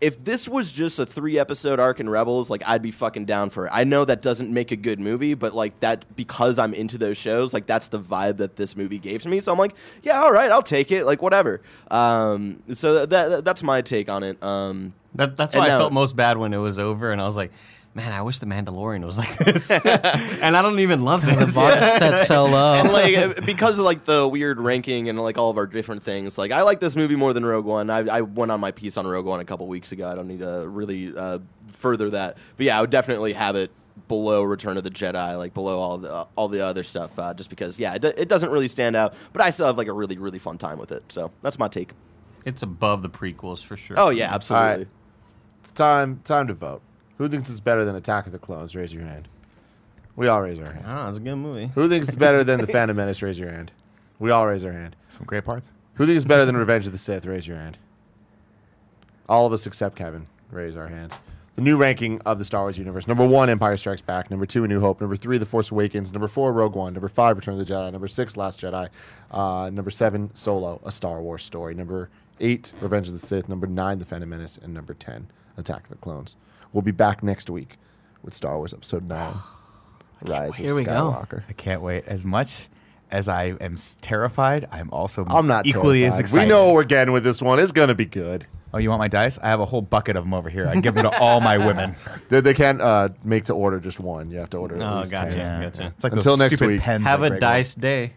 Speaker 5: if this was just a three episode arc in rebels like i'd be fucking down for it i know that doesn't make a good movie but like that because i'm into those shows like that's the vibe that this movie gave to me so i'm like yeah all right i'll take it like whatever um so that, that that's my take on it um
Speaker 4: That, that's
Speaker 5: And
Speaker 4: why I
Speaker 5: now-
Speaker 4: felt most bad when it was over, and I was like, "Man, I wish the Mandalorian was like this." <laughs> and I don't
Speaker 5: <laughs>
Speaker 4: even love
Speaker 3: The
Speaker 4: this.
Speaker 3: bar is set so low.
Speaker 5: and <laughs> like because of like the weird ranking and like all of our different things like i like this movie more than rogue one i, I went on my piece on rogue one a couple weeks ago i don't need to really uh, further that but yeah i would definitely have it below return of the jedi like below all the all the other stuff uh, just because yeah it, do- it doesn't really stand out but i still have like a really really fun time with it so that's my take
Speaker 4: It's above the prequels for sure.
Speaker 5: oh yeah
Speaker 1: All
Speaker 5: absolutely
Speaker 1: right. It's time time to vote. Who thinks it's better than Attack of the Clones? Raise your hand. We all raise our hand.
Speaker 4: Ah, it's a good movie.
Speaker 1: Who thinks it's better than The Phantom Menace? Raise your hand. We all raise our hand.
Speaker 2: some great parts.
Speaker 1: Who thinks it's better than Revenge of the Sith? Raise your hand. All of us except Kevin raise our hands. The new ranking of the Star Wars universe: number one, Empire Strikes Back; number two, A New Hope; number three, The Force Awakens; number four, Rogue One; number five, Return of the Jedi; number six, Last Jedi; uh, number seven, Solo: A Star Wars Story; number eight, Revenge of the Sith; number nine, The Phantom Menace; and number ten, Attack of the Clones. We'll be back next week with Star Wars Episode
Speaker 3: <sighs>
Speaker 1: Nine: Rise of
Speaker 3: wait. Here we go.
Speaker 1: Skywalker.
Speaker 2: I can't wait. As much as I am s- terrified, I'm also
Speaker 1: I'm not
Speaker 2: equally as
Speaker 1: terrified.
Speaker 2: excited.
Speaker 1: We know what we're getting with this one. It's gonna be good.
Speaker 2: Oh, you want my dice? I have a whole bucket of them over here. I give them to all my
Speaker 4: <laughs>
Speaker 2: women.
Speaker 1: They, they can't uh, make to order just one. You have to order.
Speaker 4: Oh,
Speaker 1: at least
Speaker 4: gotcha.
Speaker 1: 10.
Speaker 4: Gotcha.
Speaker 2: It's like
Speaker 1: Until
Speaker 2: those
Speaker 1: next
Speaker 2: stupid
Speaker 1: week.
Speaker 2: pens.
Speaker 4: Have
Speaker 2: like
Speaker 4: a
Speaker 2: Greg
Speaker 4: dice day.